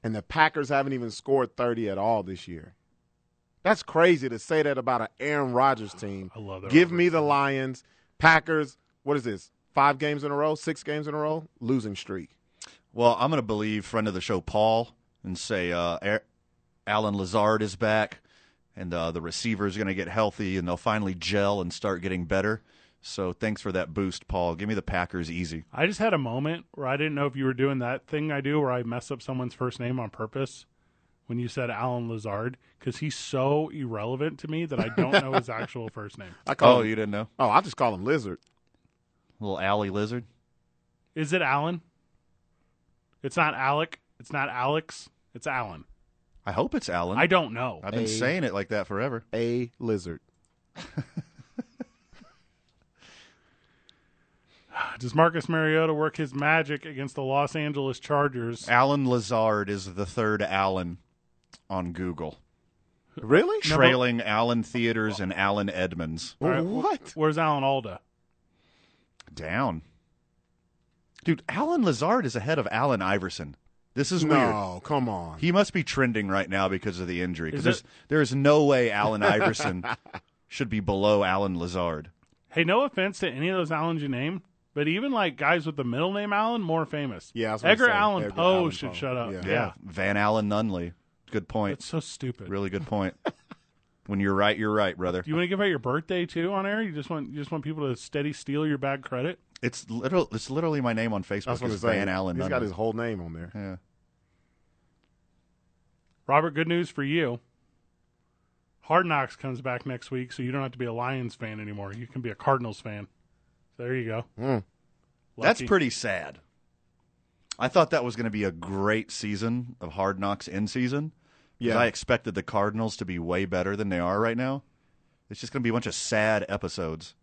and the Packers haven't even scored 30 at all this year. That's crazy to say that about an Aaron Rodgers team.
I love that
Give
Rodgers
me the Lions, Packers. What is this? Five games in a row, six games in a row, losing streak.
Well, I'm going to believe friend of the show Paul and say uh, Ar- Alan Lazard is back, and uh, the receiver is going to get healthy, and they'll finally gel and start getting better. So thanks for that boost, Paul. Give me the Packers easy.
I just had a moment where I didn't know if you were doing that thing I do where I mess up someone's first name on purpose when you said Alan Lazard because he's so irrelevant to me that I don't know his actual first name.
I call
Oh,
him,
you didn't know?
oh, I just call him Lizard.
Little alley lizard.
Is it Alan? It's not Alec. It's not Alex. It's Alan.
I hope it's Alan.
I don't know.
I've been
Hey.
saying it like that forever.
A Lizard.
Does Marcus Mariota work his magic against the Los Angeles Chargers?
Alan Lazard is the third Alan on Google,
Really?
trailing Alan Theaters and Alan Edmonds
All right, wh-
What?
Where's Alan Alda?
down. Dude, Alan Lazard is ahead of Alan Iverson. This is weird.
No, come on.
He must be trending right now because of the injury.
Is
Because there's
it-
there is no way Allen Iverson should be below Alan Lazard.
Hey, no offense to any of those Allens you name, but even like guys with the middle name Allen, more famous.
Yeah, I was gonna
Edgar
say,
Allen
Edgar
Poe
Allan
should
Poe.
shut up.
Yeah.
Yeah,
Van Allen Nunley. Good point.
it's so stupid.
really good point. when you're right, you're right, brother.
Do you want to give out your birthday too on air? You just want you just want people to steady steal your bad credit.
It's literal. It's literally my name on
I was
Facebook.
going to
Is
say.
Van Allen
He's
Nunley.
got his whole name on there.
yeah.
Robert, good news for you. Hard Knocks comes back next week, so you don't have to be a Lions fan anymore. You can be a Cardinals fan. There you go.
Hmm.
That's
Lucky.
pretty sad. I thought that was going to be a great season of Hard Knocks in season. Yeah.
Yeah.
I expected the Cardinals to be way better than they are right now. It's just going to be a bunch of sad episodes.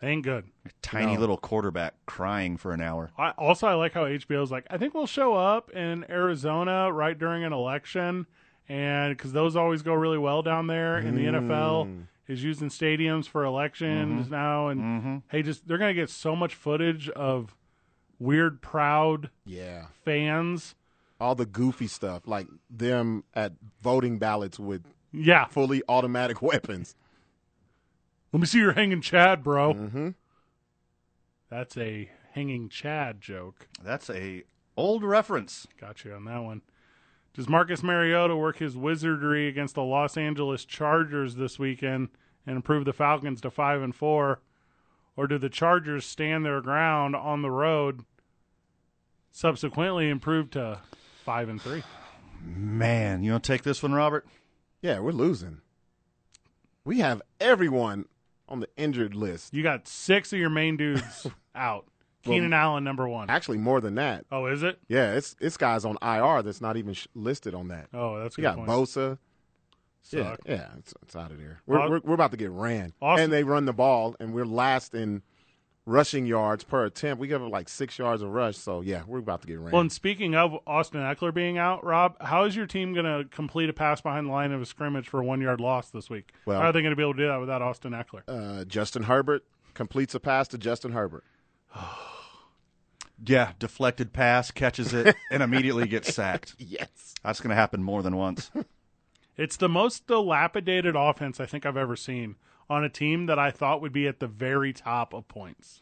Ain't good.
Tiny
No.
little quarterback crying for an hour.
I, also, I like how HBO's like, I think we'll show up in Arizona right during an election, and because those always go really well down there. And the NFL is using stadiums for elections now, and hey, just they're gonna get so much footage of weird, proud
Yeah.
fans.
all the goofy stuff, like them at voting ballots with
Yeah,
fully automatic weapons.
let me see your hanging Chad, bro. That's a hanging Chad joke.
That's a old reference.
Got you on that one. Does Marcus Mariota work his wizardry against the Los Angeles Chargers this weekend and improve the Falcons to five and four, or do the Chargers stand their ground on the road, subsequently improve to five and three?
Man, you want to take this one, Robert?
Yeah, we're losing. We have everyone on the injured list.
You got six of your main dudes out. Keenan Allen number one.
Actually, more than that.
Oh, is it?
Yeah, it's it's guys on IR that's not even sh- listed on that.
Oh, that's a
You
good
got
point.
Bosa. Yeah,
Suck.
yeah, it's, it's out of there. We're,
Au-
we're we're about to get ran,
Austin-
and they run the ball, and we're last in rushing yards per attempt. We give up like six yards of rush, so yeah, we're about to get ran.
Well, and speaking of Austin Eckler being out, Rob, how is your team going to complete a pass behind the line of a scrimmage for a one yard loss this week?
Well-
how are they going to be able to do that without Austin Eckler?
uh, Justin Herbert completes a pass to Justin Herbert.
Yeah, deflected pass, catches it, and immediately gets sacked.
Yes.
That's going to happen more than once.
It's the most dilapidated offense I think I've ever seen on a team that I thought would be at the very top of points.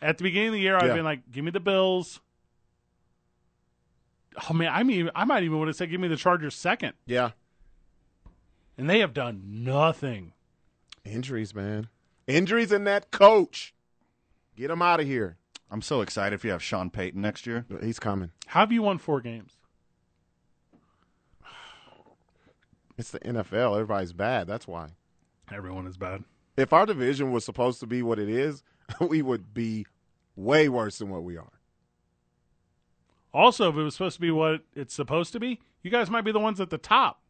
At the beginning of the year, I've
Yeah.
been like, "Give me the Bills." Oh man, I mean, I might even would have said, "Give me the Chargers second.
Yeah.
and they have done nothing.
Injuries, man. Injuries in that coach. Get him out of here.
I'm so excited if you have Sean Payton next year.
He's coming.
How have you won four games?
It's the NFL. Everybody's bad. That's why.
Everyone is bad.
If our division was supposed to be what it is, we would be way worse than what we are.
Also, if it was supposed to be what it's supposed to be, you guys might be the ones at the top.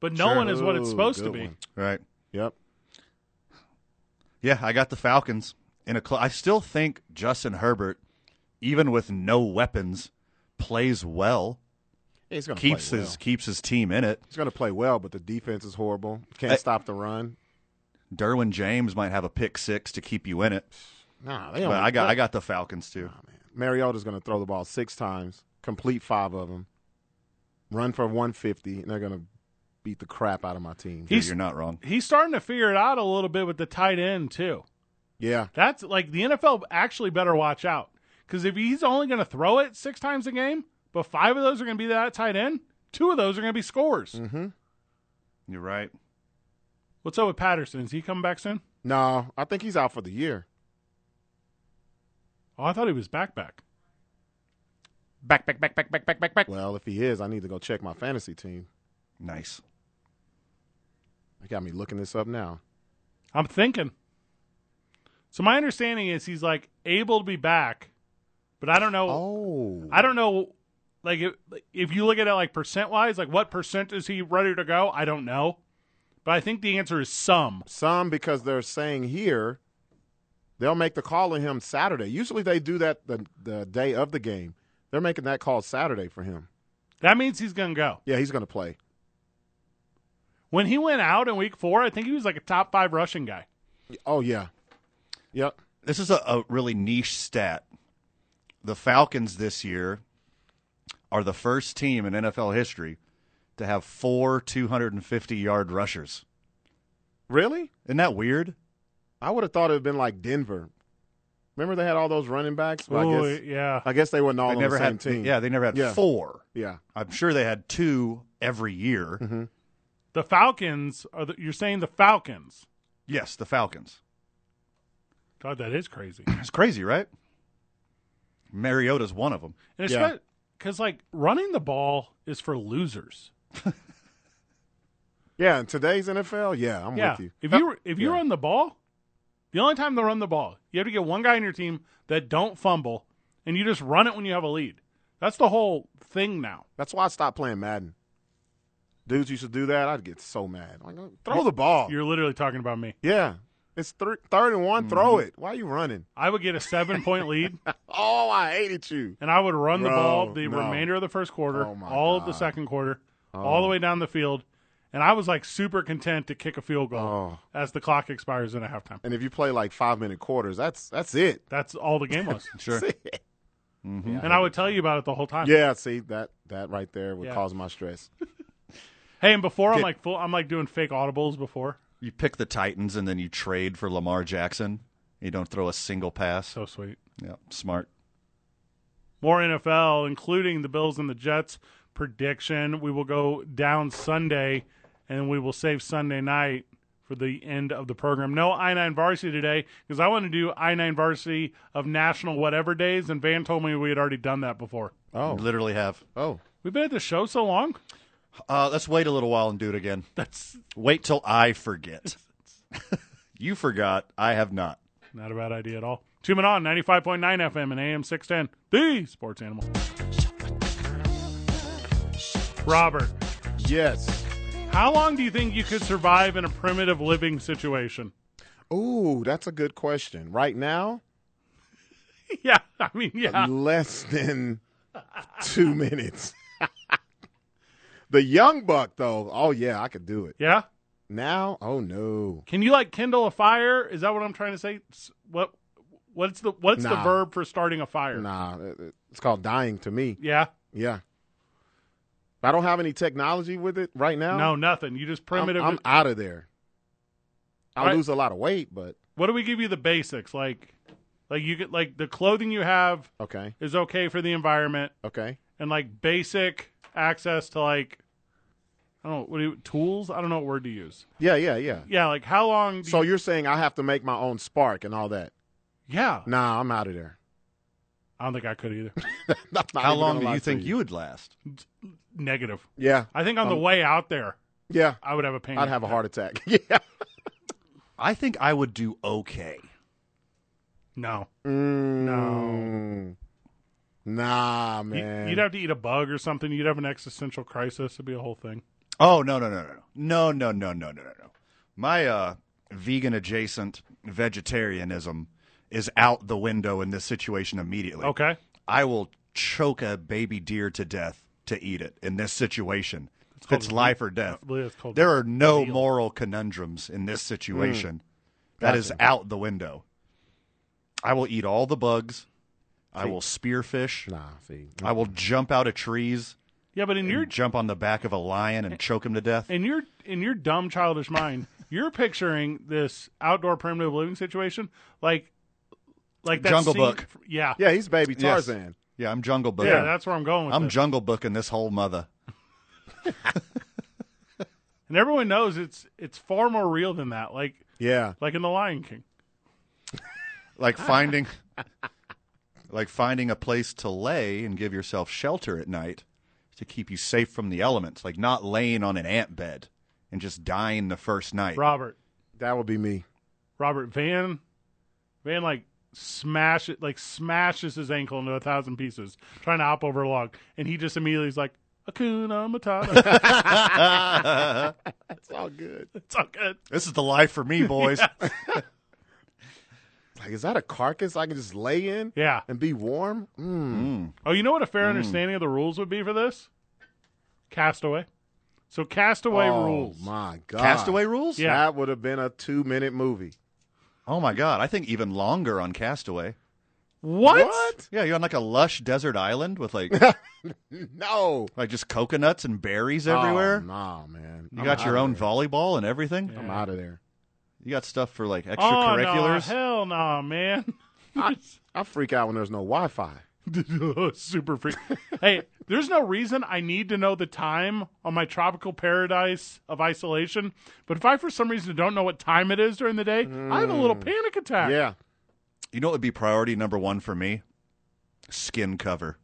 But no
Sure.
one is what it's
Ooh,
supposed to
good
be.
one.
Right.
Yep.
Yeah, I got the Falcons in a cl- I still think Justin Herbert, even with no weapons, plays well.
He's going to
Keeps
play
his
well.
keeps his team in it.
He's going to play well, but the defense is horrible. Can't
I-
stop the run.
Derwin James might have a pick six to keep you in it.
Nah, they
But
only-
I got I got the Falcons too.
Mariota's going to throw the ball six times, complete five of them, run for 150, and they're going to beat the crap out of my team.
Yeah,
He's-
you're not wrong.
He's starting to figure it out a little bit with the tight end, too.
yeah.
That's like the NFL actually better watch out. Because if he's only going to throw it six times a game, but five of those are going to be that tight end, two of those are going to be scores.
Mm.
You're right.
What's up with Patterson? Is he coming back soon?
No, I think he's out for the year.
Oh, I thought he was back back.
Back back back back back back back back.
Well, if he is, I need to go check my fantasy team.
Nice.
They got me looking this up now.
I'm thinking. So my understanding is he's like able to be back, but I don't know.
Oh.
I don't know. Like if, if you look at it like percent wise, like what percent is he ready to go? I don't know, but I think the answer is some.
Some because they're saying here they'll make the call on him Saturday. Usually they do that the, the day of the game. They're making that call Saturday for him.
That means he's gonna go.
Yeah, he's going to play.
When he went out in week four, I think he was like a top five rushing guy.
Oh, yeah. Yep.
This is a, a really niche stat. The Falcons this year are the first team in NFL history to have four 250 yard rushers.
Really?
Isn't that weird?
I would have thought it would have been like Denver. Remember they had all those running backs? Well,
Ooh,
I guess
yeah.
I guess they weren't all
they
on
never
the same
had.
team.
Yeah, they never had
Yeah.
four.
Yeah.
I'm sure they had two every year.
Mm-hmm.
The Falcons are. The, you're saying the Falcons?
Yes, the Falcons.
God, that is crazy.
It's crazy, right? Mariota's one of them.
And
Yeah.
it's because like running the ball is for losers.
Yeah, in today's NFL, yeah, I'm
yeah.
with you.
If you if you
yeah.
run the ball, the only time they run the ball, you have to get one guy on your team that don't fumble, and you just run it when you have a lead. That's the whole thing now.
That's why I stopped playing Madden. Dudes used to do that, I'd get so mad. Like, throw the ball.
You're literally talking about me.
Yeah. It's th- third and one. Throw
Mm-hmm.
it. Why are you running?
I would get a seven point lead,
Oh, I hated you.
and I would run the
Bro,
ball the
no.
remainder of the first quarter,
Oh, my
all of the
God. Oh.
second quarter, all the way down the field, and I was like super content to kick a field goal
Oh.
as the clock expires in a halftime.
And if you play like five minute quarters, that's that's it.
That's all the game was,
Sure.
That's it.
and I would tell you about it the whole time.
Yeah, see that that right there would
Yeah.
cause my stress.
Hey, and before I'm like full, I'm like doing fake audibles before.
You pick the Titans and then you trade for Lamar Jackson. You don't throw a single pass.
So sweet.
yeah, smart.
More NFL, including the Bills and the Jets prediction. We will go down Sunday, and we will save Sunday night for the end of the program. No I nine varsity today because I want to do I nine varsity of national whatever days, and Van told me we had already done that before.
Oh,
Literally have.
oh,
We've been at the show so long.
Uh, let's wait a little while and do it again.
That's
Wait till I forget. you forgot. I have not.
not a bad idea at all. Two men on 95.9 FM and AM 610, the sports animal. Robert,
yes.
How long do you think you could survive in a primitive living situation?
Ooh, that's a good question. Right now,
yeah, I mean, yeah.
less than two minutes. the young buck though. Oh yeah, I could do it.
Yeah?
Now, oh no.
Can you like kindle a fire? Is that what I'm trying to say? S- What what's the what's the
Nah.
verb for starting a fire?
Nah, it- it- it's called dying to me.
Yeah?
Yeah. I don't have any technology with it right now.
No, nothing. You just
I'm-
primitive.
I'm, out of there. I
Right.
lose a lot of weight, but
what do we give you the basics? Like like you get like the clothing you have
okay,
is okay for the environment
okay.
and like basic access to like I don't know, what do you, tools? I don't know what word to use.
Yeah, yeah, yeah.
Yeah, like how long do
So
you,
you're saying I have to make my own spark and all that?
Yeah.
Nah, I'm out of there.
I don't think I could either.
Not
How
even
long
gonna
do
lie
you
to
think you would last?
Negative.
Yeah,
I think on the way out there,
yeah.
I would have a pain.
I'd have a heart attack. yeah.
I think I would do okay.
No.
Mm. Nah,
You-
man.
You'd have to eat a bug or something. You'd have an existential crisis. It'd be a whole thing.
Oh no no no no no no no no no no no. My uh, vegan adjacent vegetarianism is out the window in this situation immediately.
Okay.
I will choke a baby deer to death to eat it in this situation. It's, life or death.
I believe it's called
There are no moral conundrums in this situation. That is out the window. I will eat all the bugs. I will spear fish.
nah, see.
I will jump out of trees
Yeah, but in your
and jump on the back of a lion and choke him to death.
in your in your dumb childish mind, you're picturing this outdoor primitive living situation like like that
Jungle
scene-
Book.
Yeah.
Yeah, he's baby
Yes.
Tarzan.
Yeah, I'm jungle booking.
Yeah, that's where I'm going with
I'm
this.
jungle booking this whole mother.
and everyone knows it's it's far more real than that. Like
Yeah.
like in The Lion King.
Like finding like finding a place to lay and give yourself shelter at night to keep you safe from the elements, like not laying on an ant bed and just dying the first night.
Robert.
That would be me.
Robert Van Van like smash it like smashes his ankle into a thousand pieces trying to hop over a log and he just immediately is like Akuna Matata.
It's all good.
it's all good.
This is the life for me, boys.
Like, is that a carcass I can just lay in
Yeah.
and be warm? Mm.
Oh, you know what a fair understanding of the rules would be for this? Castaway. So Castaway
oh,
rules.
my God.
Castaway rules?
Yeah.
That would have been a two minute movie.
Oh my god, I think even longer on Castaway.
What?
Yeah, you're on like a lush desert island with like
No.
like just coconuts and berries everywhere.
Oh, nah, man.
You got your own volleyball and everything.
I'm out of there.
You got stuff for like
Oh, no,
extracurriculars.
hell no, man.
I freak out when there's no Wi Fi.
Super freak. hey, there's no reason I need to know the time on my tropical paradise of isolation, but if I for some reason don't know what time it is during the day, I have a little panic attack.
Mm. Yeah.
You know what would be priority number one for me? Skin cover.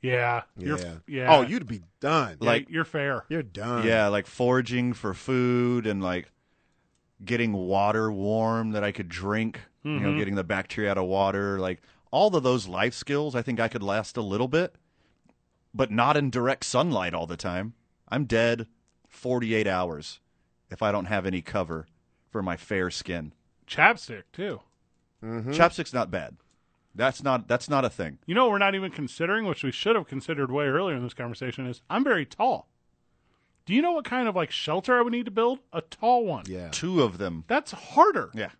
Yeah. You're,
yeah.
yeah.
Oh, you'd be done.
Yeah,
like-
you're fair.
You're done.
Yeah, like foraging for food and like getting water warm that I could drink. You know, getting the bacteria out of water. Like all of those life skills, I think I could last a little bit, but not in direct sunlight all the time. I'm dead 48 hours if I don't have any cover for my fair skin.
Chapstick, too.
Chapstick's not bad. That's not that's not a thing.
You know, what we're not even considering, which we should have considered way earlier in this conversation, is I'm very tall. Do you know what kind of like shelter I would need to build? A tall one.
Yeah.
Two of them
That's harder.
Yeah.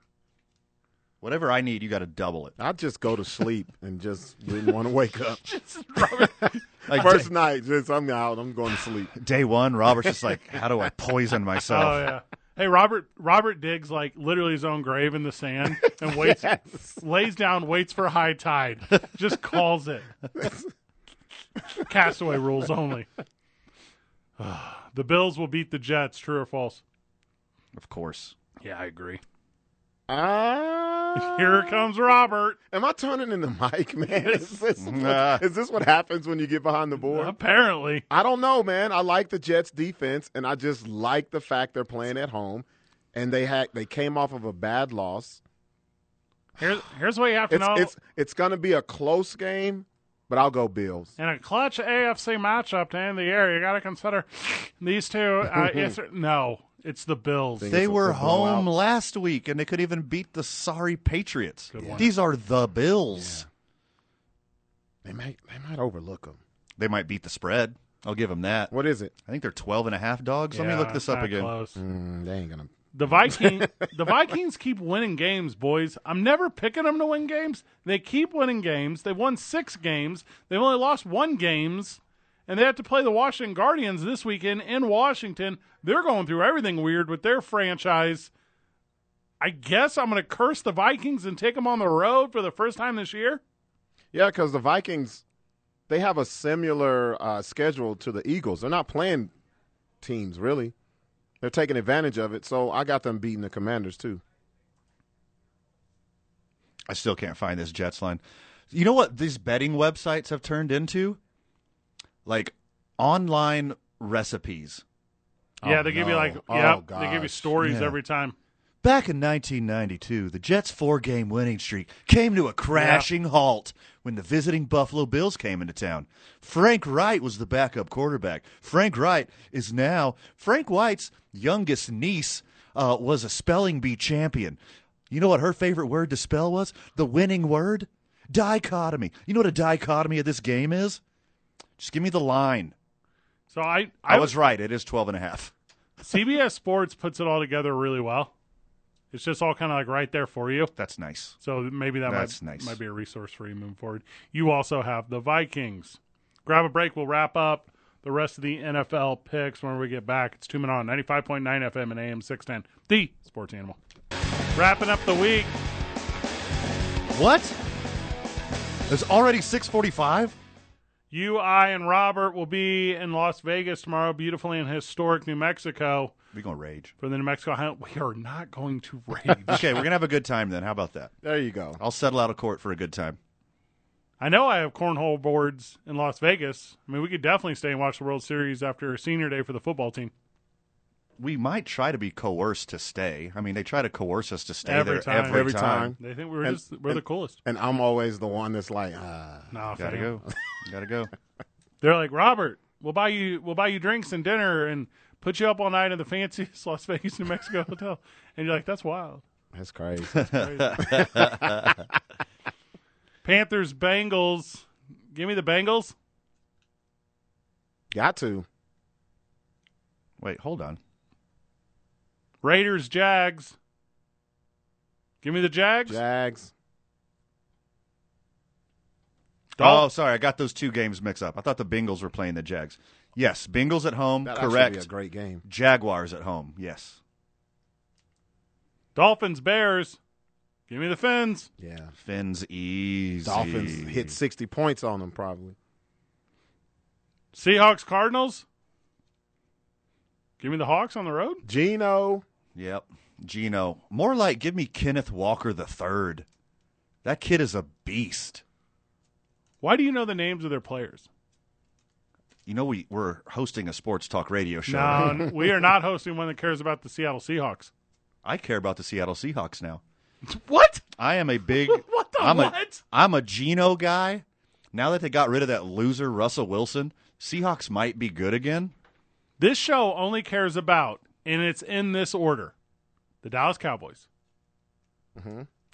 Whatever I need, you got to double it.
I'd just go to sleep and just didn't want to wake up.
Like
First
day,
night, just I'm out. I'm going to sleep.
day one, Robert's just like, how do I poison myself?
Oh yeah. Hey Robert Robert digs like literally his own grave in the sand and waits lays down, waits for high tide. Just calls it. Castaway rules only. the Bills will beat the Jets, true or false?
Of course.
Yeah, I agree.
Ah.
Here comes Robert.
Am I turning in the mic, man? Is this, what-
Nah.
is this what happens when you get behind the board?
Apparently.
I don't know, man. I like the Jets defense, and I just like the fact they're playing at home, and they had they came off of a bad loss.
Here's here's what you have to
It's
know.
it's it's going to be a close game, but I'll go Bills.
in a clutch AFC matchup to end the year, you got to consider these two. Uh, yes or- no, it's the Bills.
They
it's a-
were
a blowout.
home last week and they could even beat the sorry Patriots. These are the Bills.
They might they might overlook them.
They might beat the spread. I'll give them that.
What is it?
I think they're 12 and a half dogs. Let me look
Yeah,
this up
not
again.
close.
Mm, they ain't gonna.
The Viking, the Vikings keep winning games, boys. I'm never picking them to win games. They keep winning games. They won six games. They've only lost one games, and they have to play the Washington Guardians this weekend in Washington. They're going through everything weird with their franchise. I guess I'm going to curse the Vikings and take them on the road for the first time this year.
Yeah, because the Vikings, they have a similar uh, schedule to the Eagles. They're not playing teams, really. They're taking advantage of it, so I got them beating the Commanders too.
I still can't find this Jets line. You know what these betting websites have turned into? Like online recipes.
Yeah, they give you like
no.
yeah,
Oh,
they give you
gosh.
stories
Yeah.
every time.
Back in 1992, the Jets' four game winning streak came to a crashing halt when the visiting Buffalo Bills came into town. Frank Wright was the backup quarterback. Frank Wright is now Frank White's youngest niece, uh, was a spelling bee champion. You know what her favorite word to spell was? The winning word? Dichotomy. You know what a dichotomy of this game is? Just give me the line.
So I
I, was right. It is 12 and a half.
CBS Sports puts it all together really well. It's just all kind of like right there for you.
That's nice.
So maybe that
That's
might,
nice.
might be a resource for you moving forward. You also have the Vikings. Grab a break. We'll wrap up the rest of the NFL picks when we get back. It's two men on 95.9 FM and AM 610, the sports animal. Wrapping up the week.
What? There's already 645?
You, I, and Robert will be in Las Vegas tomorrow, beautifully in historic New Mexico
We're going to rage.
for the New Mexico Hunt. We are not going to rage.
Okay, we're going to have a good time then. How about that?
There you go.
I'll settle out of court for a good time.
I know I have cornhole boards in Las Vegas. I mean, we could definitely stay and watch the World Series after senior day for the football team.
We might try to be coerced to stay. I mean, they try to coerce us to stay
Every
there
time.
every,
Every
time.
time.
They think we're
And-
just we're the
and-
coolest.
And I'm always the one that's like, ah.
No,
Gotta
fam.
go. Gotta go.
They're like Robert. We'll buy you. We'll buy you drinks and dinner and put you up all night in the fanciest Las Vegas, New Mexico hotel. And you're like, that's wild.
That's crazy.
Panthers, Bengals. Give me the Bengals.
got to.
Wait, hold on.
Raiders, Jags. Give me the Jags.
Jags.
Oh, sorry. I got those two games mixed up. I thought the Bengals were playing the Jags. Yes, Bengals at home.
That
correct.
Actually be a great game.
Jaguars at home. Yes.
Dolphins, Bears. Give me the Fins.
Yeah.
Fins easy.
Dolphins hit 60 points on them, probably.
Seahawks, Cardinals. Give me the Hawks on the road.
Gino.
Yep. Gino. More like give me Kenneth Walker the third. That kid is a beast.
Why do you know the names of their players?
You know we, we're hosting a sports talk radio show.
No, n- we are not hosting one that cares about the Seattle Seahawks.
I care about the Seattle Seahawks now.
What?
I am a big
What the
I'm
what?
a I'm a Geno guy. Now that they got rid of that loser Russell Wilson, Seahawks might be good again.
This show only cares about, and it's in this order the Dallas Cowboys,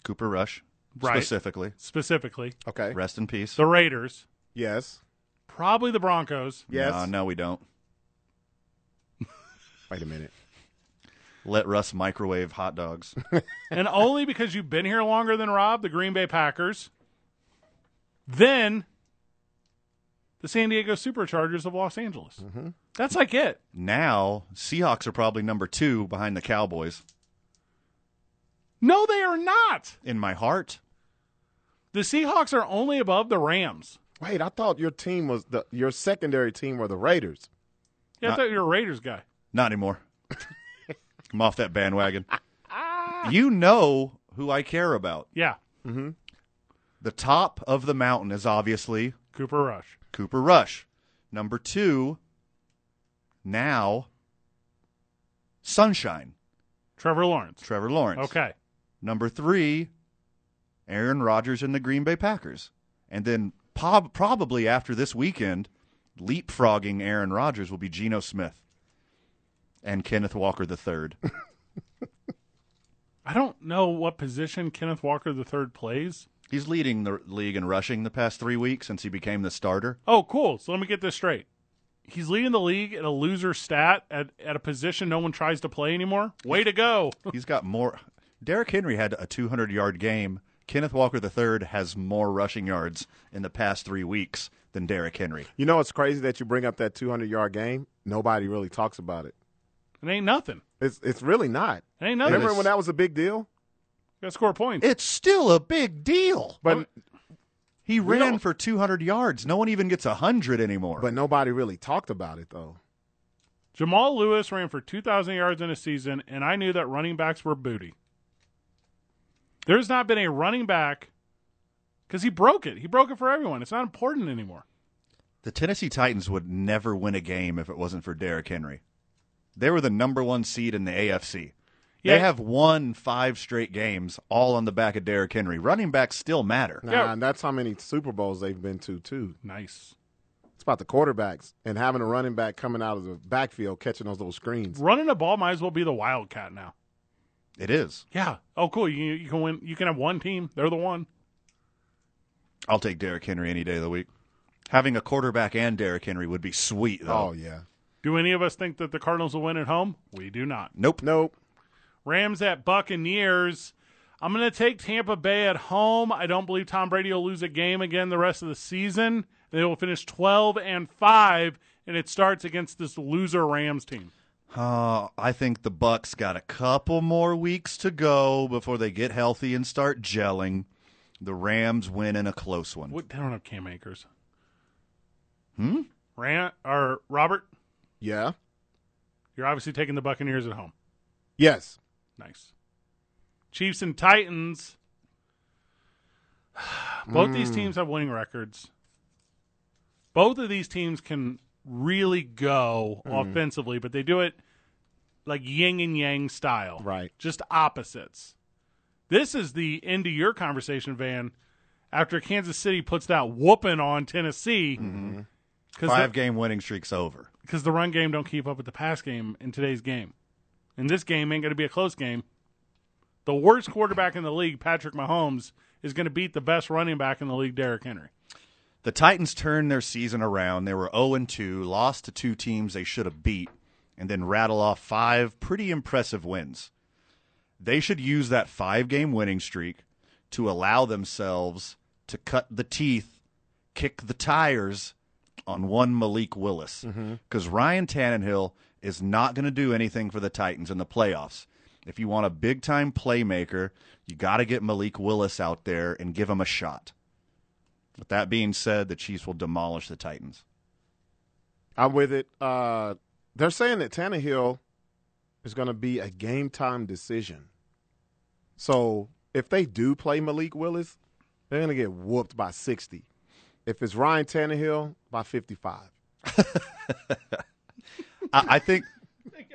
Cooper Rush
Right.
specifically.
specifically,
Okay.
Rest in peace.
the Raiders,
Yes.
probably the Broncos,
Yes.
No, no, we don't.
Wait a minute.
Let Russ microwave hot dogs.
and only because you've been here longer than Rob, the Green Bay Packers, then the San Diego Superchargers of Los Angeles.
Mm-hmm.
That's like it.
now Seahawks are probably number two behind the Cowboys.
No, they are not.
In my heart,
The Seahawks are only above the Rams.
Wait, I thought your team was the your secondary team were the Raiders.
Yeah, I
Not-
thought you were a Raiders guy.
Not anymore. I'm off that bandwagon. you know who I care about.
Yeah,
The top of the mountain is obviously
Cooper Rush.
Cooper Rush. Number two, now, Sunshine,
Trevor Lawrence.
Trevor Lawrence.
Okay.
Number three, Aaron Rodgers and the Green Bay Packers. And then po- probably after this weekend, leapfrogging Aaron Rodgers will be Geno Smith and Kenneth Walker III.
I don't know what position Kenneth Walker III plays.
He's leading the league in rushing the past three weeks since he became the starter.
Oh, cool. So let me get this straight. He's leading the league at a loser stat at, at a position no one tries to play anymore. Way to go.
He's got more. Derrick Henry had a 200 yard game. Kenneth Walker III has more rushing yards in the past three weeks than Derrick Henry.
You know it's crazy that you bring up that 200 yard game. Nobody really talks about it.
It ain't nothing.
It's it's really not.
It ain't nothing.
Remember when that was a big deal?
Got to score points.
It's still a big deal.
Oh,
But
He ran
don't-
for 200 yards. No one even gets 100 anymore.
but nobody really talked about it though.
Jamal Lewis ran for 2,000 yards in a season, and I knew that running backs were booty. There's not been a running back because he broke it. He broke it for everyone. It's not important anymore.
The Tennessee Titans would never win a game if it wasn't for Derrick Henry. They were the number one seed in the AFC.
Yeah.
They have won five straight games, all on the back of Derrick Henry. Running backs still matter.
Nah,
Yeah.
and that's how many Super Bowls they've been to too.
Nice.
It's about the quarterbacks and having a running back coming out of the backfield catching those little screens.
Running a ball might as well be the Wildcat now.
It is.
Yeah. Oh, cool. You, you can win. You can have one team. They're the one.
I'll take Derrick Henry any day of the week. Having a quarterback and Derrick Henry would be sweet, though.
Oh yeah.
Do any of us think that the Cardinals will win at home? We do not.
Nope.
Nope.
Rams at Buccaneers. I'm going to take Tampa Bay at home. I don't believe Tom Brady will lose a game again the rest of the season. They will finish 12 and 5, and it starts against this loser Rams team.
Uh, I think the Bucks got a couple more weeks to go before they get healthy and start gelling. The Rams win in a close one.
What, they don't have Cam Akers. Hmm? Ram, or Robert,
Yeah.
you're obviously taking the Buccaneers at home.
Yes.
Nice. Chiefs and Titans. Both these teams have winning records. Both of these teams can really go offensively, but they do it like yin and yang style.
Right.
Just opposites. This is the end of your conversation, Van, after Kansas City puts that whooping on Tennessee. Because
Five game winning streak's over.
because the run game don't keep up with the pass game in today's game. And this game ain't going to be a close game. The worst quarterback in the league, Patrick Mahomes, is going to beat the best running back in the league, Derrick Henry.
The Titans turned their season around. They were 0 2, lost to two teams they should have beat, and then rattle off five pretty impressive wins. They should use that five game winning streak to allow themselves to cut the teeth, kick the tires on one Malik Willis. Because Ryan Tannehill is not going to do anything for the Titans in the playoffs. If you want a big time playmaker, you got to get Malik Willis out there and give him a shot. With that being said, the Chiefs will demolish the Titans.
I'm with it. Uh, they're saying that Tannehill is going to be a game time decision. So if they do play Malik Willis, they're going to get whooped by 60. If it's Ryan Tannehill, by 55.
I, I think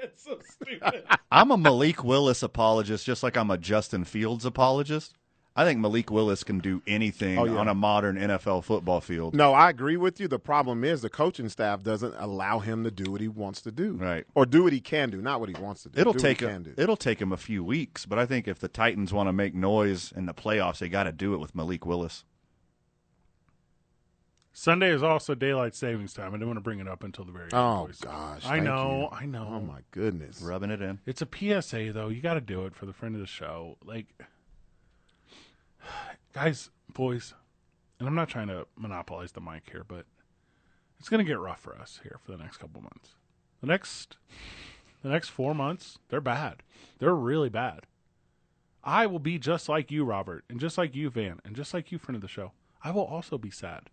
That's so stupid.
I'm a Malik Willis apologist, just like I'm a Justin Fields apologist. I think Malik Willis can do anything
Oh, yeah.
on a modern NFL football field.
No, I agree with you. The problem is the coaching staff doesn't allow him to do what he wants to do,
Right.
Or do what he can do, not what he wants to do.
It'll
do
take
what he
a,
can do.
it'll take him a few weeks, but I think if the Titans want to make noise in the playoffs, they got to do it with Malik Willis.
Sunday is also daylight savings time. I didn't want to bring it up until the very end.
Oh
boys.
gosh,
I
thank
know,
you.
I know.
Oh my goodness,
Rubbing it in.
It's a PSA though. You got to do it for the friend of the show. Like guys, boys, and I'm not trying to monopolize the mic here, but it's going to get rough for us here for the next couple months. The next the next 4 months, they're bad. They're really bad. I will be just like you, Robert, and just like you, Van, and just like you, friend of the show. I will also be sad.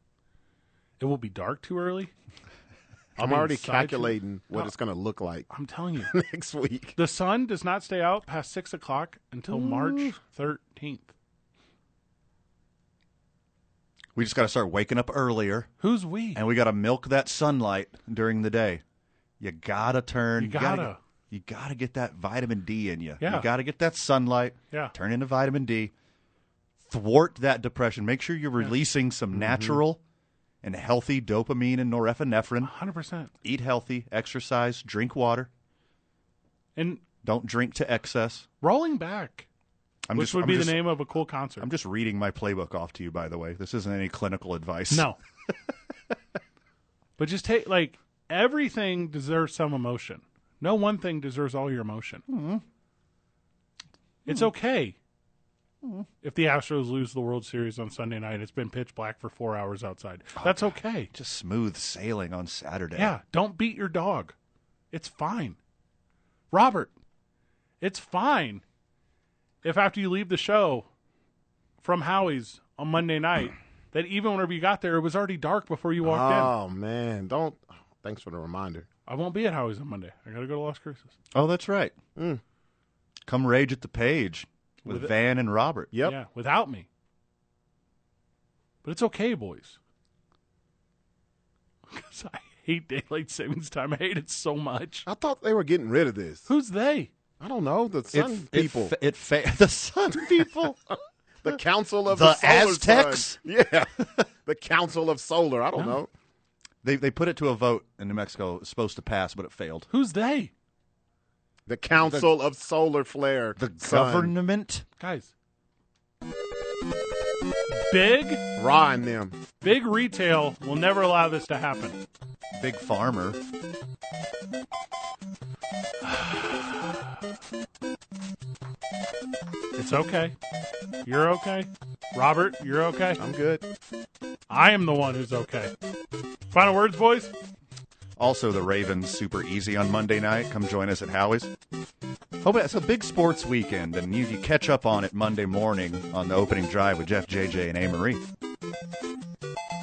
It will be dark too early. I'll
I'm
be
already
inside too-
calculating what
No,
it's going to look like
I'm telling you.
next week.
The sun does not stay out past six o'clock until March thirteenth.
We just got to start waking up earlier,
Who's we?
and we got to milk that sunlight during the day. You gotta turn.
You gotta.
You gotta get that vitamin D in you.
Yeah.
You gotta get that sunlight.
Yeah.
Turn into vitamin D. Thwart that depression. Make sure you're releasing some
Mm-hmm.
natural and healthy dopamine and norepinephrine.
Hundred percent.
Eat healthy, exercise, drink water.
And
Don't drink to excess.
rolling back,
I'm
which
just,
would
I'm
be
just-
the name of a cool concert.
I'm just reading my playbook off to you, by the way. This isn't any clinical advice.
no. but just take like everything deserves some emotion. No one thing deserves all your emotion. It's okay if the Astros lose the World Series on Sunday night. It's been pitch black for four hours outside. That's okay.
Just smooth sailing on Saturday.
Yeah, don't beat your dog. It's fine. Robert, it's fine if after you leave the show from Howie's on Monday night,
Ah.
that even whenever you got there, it was already dark before you walked in.
Oh man, don't. Thanks for the reminder.
I won't be at Howie's on Monday. I got to go to Las Cruces.
Oh, that's right.
Mm.
Come rage at the page with, Van and Robert.
Yep.
Yeah, without me. But it's okay, boys. Because I hate daylight savings time. I hate it so much.
I thought they were getting rid of this.
Who's they?
I don't know. The sun
it,
people.
It, fa- it fa- the sun people.
the Council of the,
The
Solar
Aztecs?
Sun. Yeah. the Council of Solar. I don't know.
they they put it to a vote in New Mexico. It was supposed to pass, but it failed.
Who's they?
The Council of Solar Flare.
The
Sun.
government.
Guys. Big,
Rhyme them.
big retail will never allow this to happen.
Big Farmer.
It's okay. You're okay. Robert, you're okay.
I'm good.
I am the one who's okay. Final words, boys?
Also, the Ravens super easy on Monday night. Come join us at Howie's. Oh, but it's a big sports weekend, and you, you catch up on it Monday morning on the opening drive with Jeff, JJ, and A. Marie.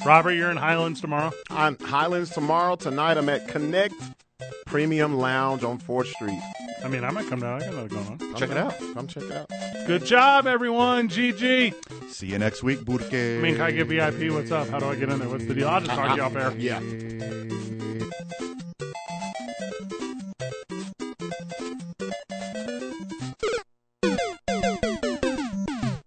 Robert, you're in Highlands tomorrow.
I'm Highlands tomorrow. Tonight I'm at Connect Premium Lounge on 4th Street.
I mean, I might come down. I got nothing going on.
Check it out. Come check it out.
Good job, everyone. GG.
See you next week, Burke.
I mean, can I get VIP? What's up? How do I get in there? What's the deal? I'll just talk to you off air.
Yeah.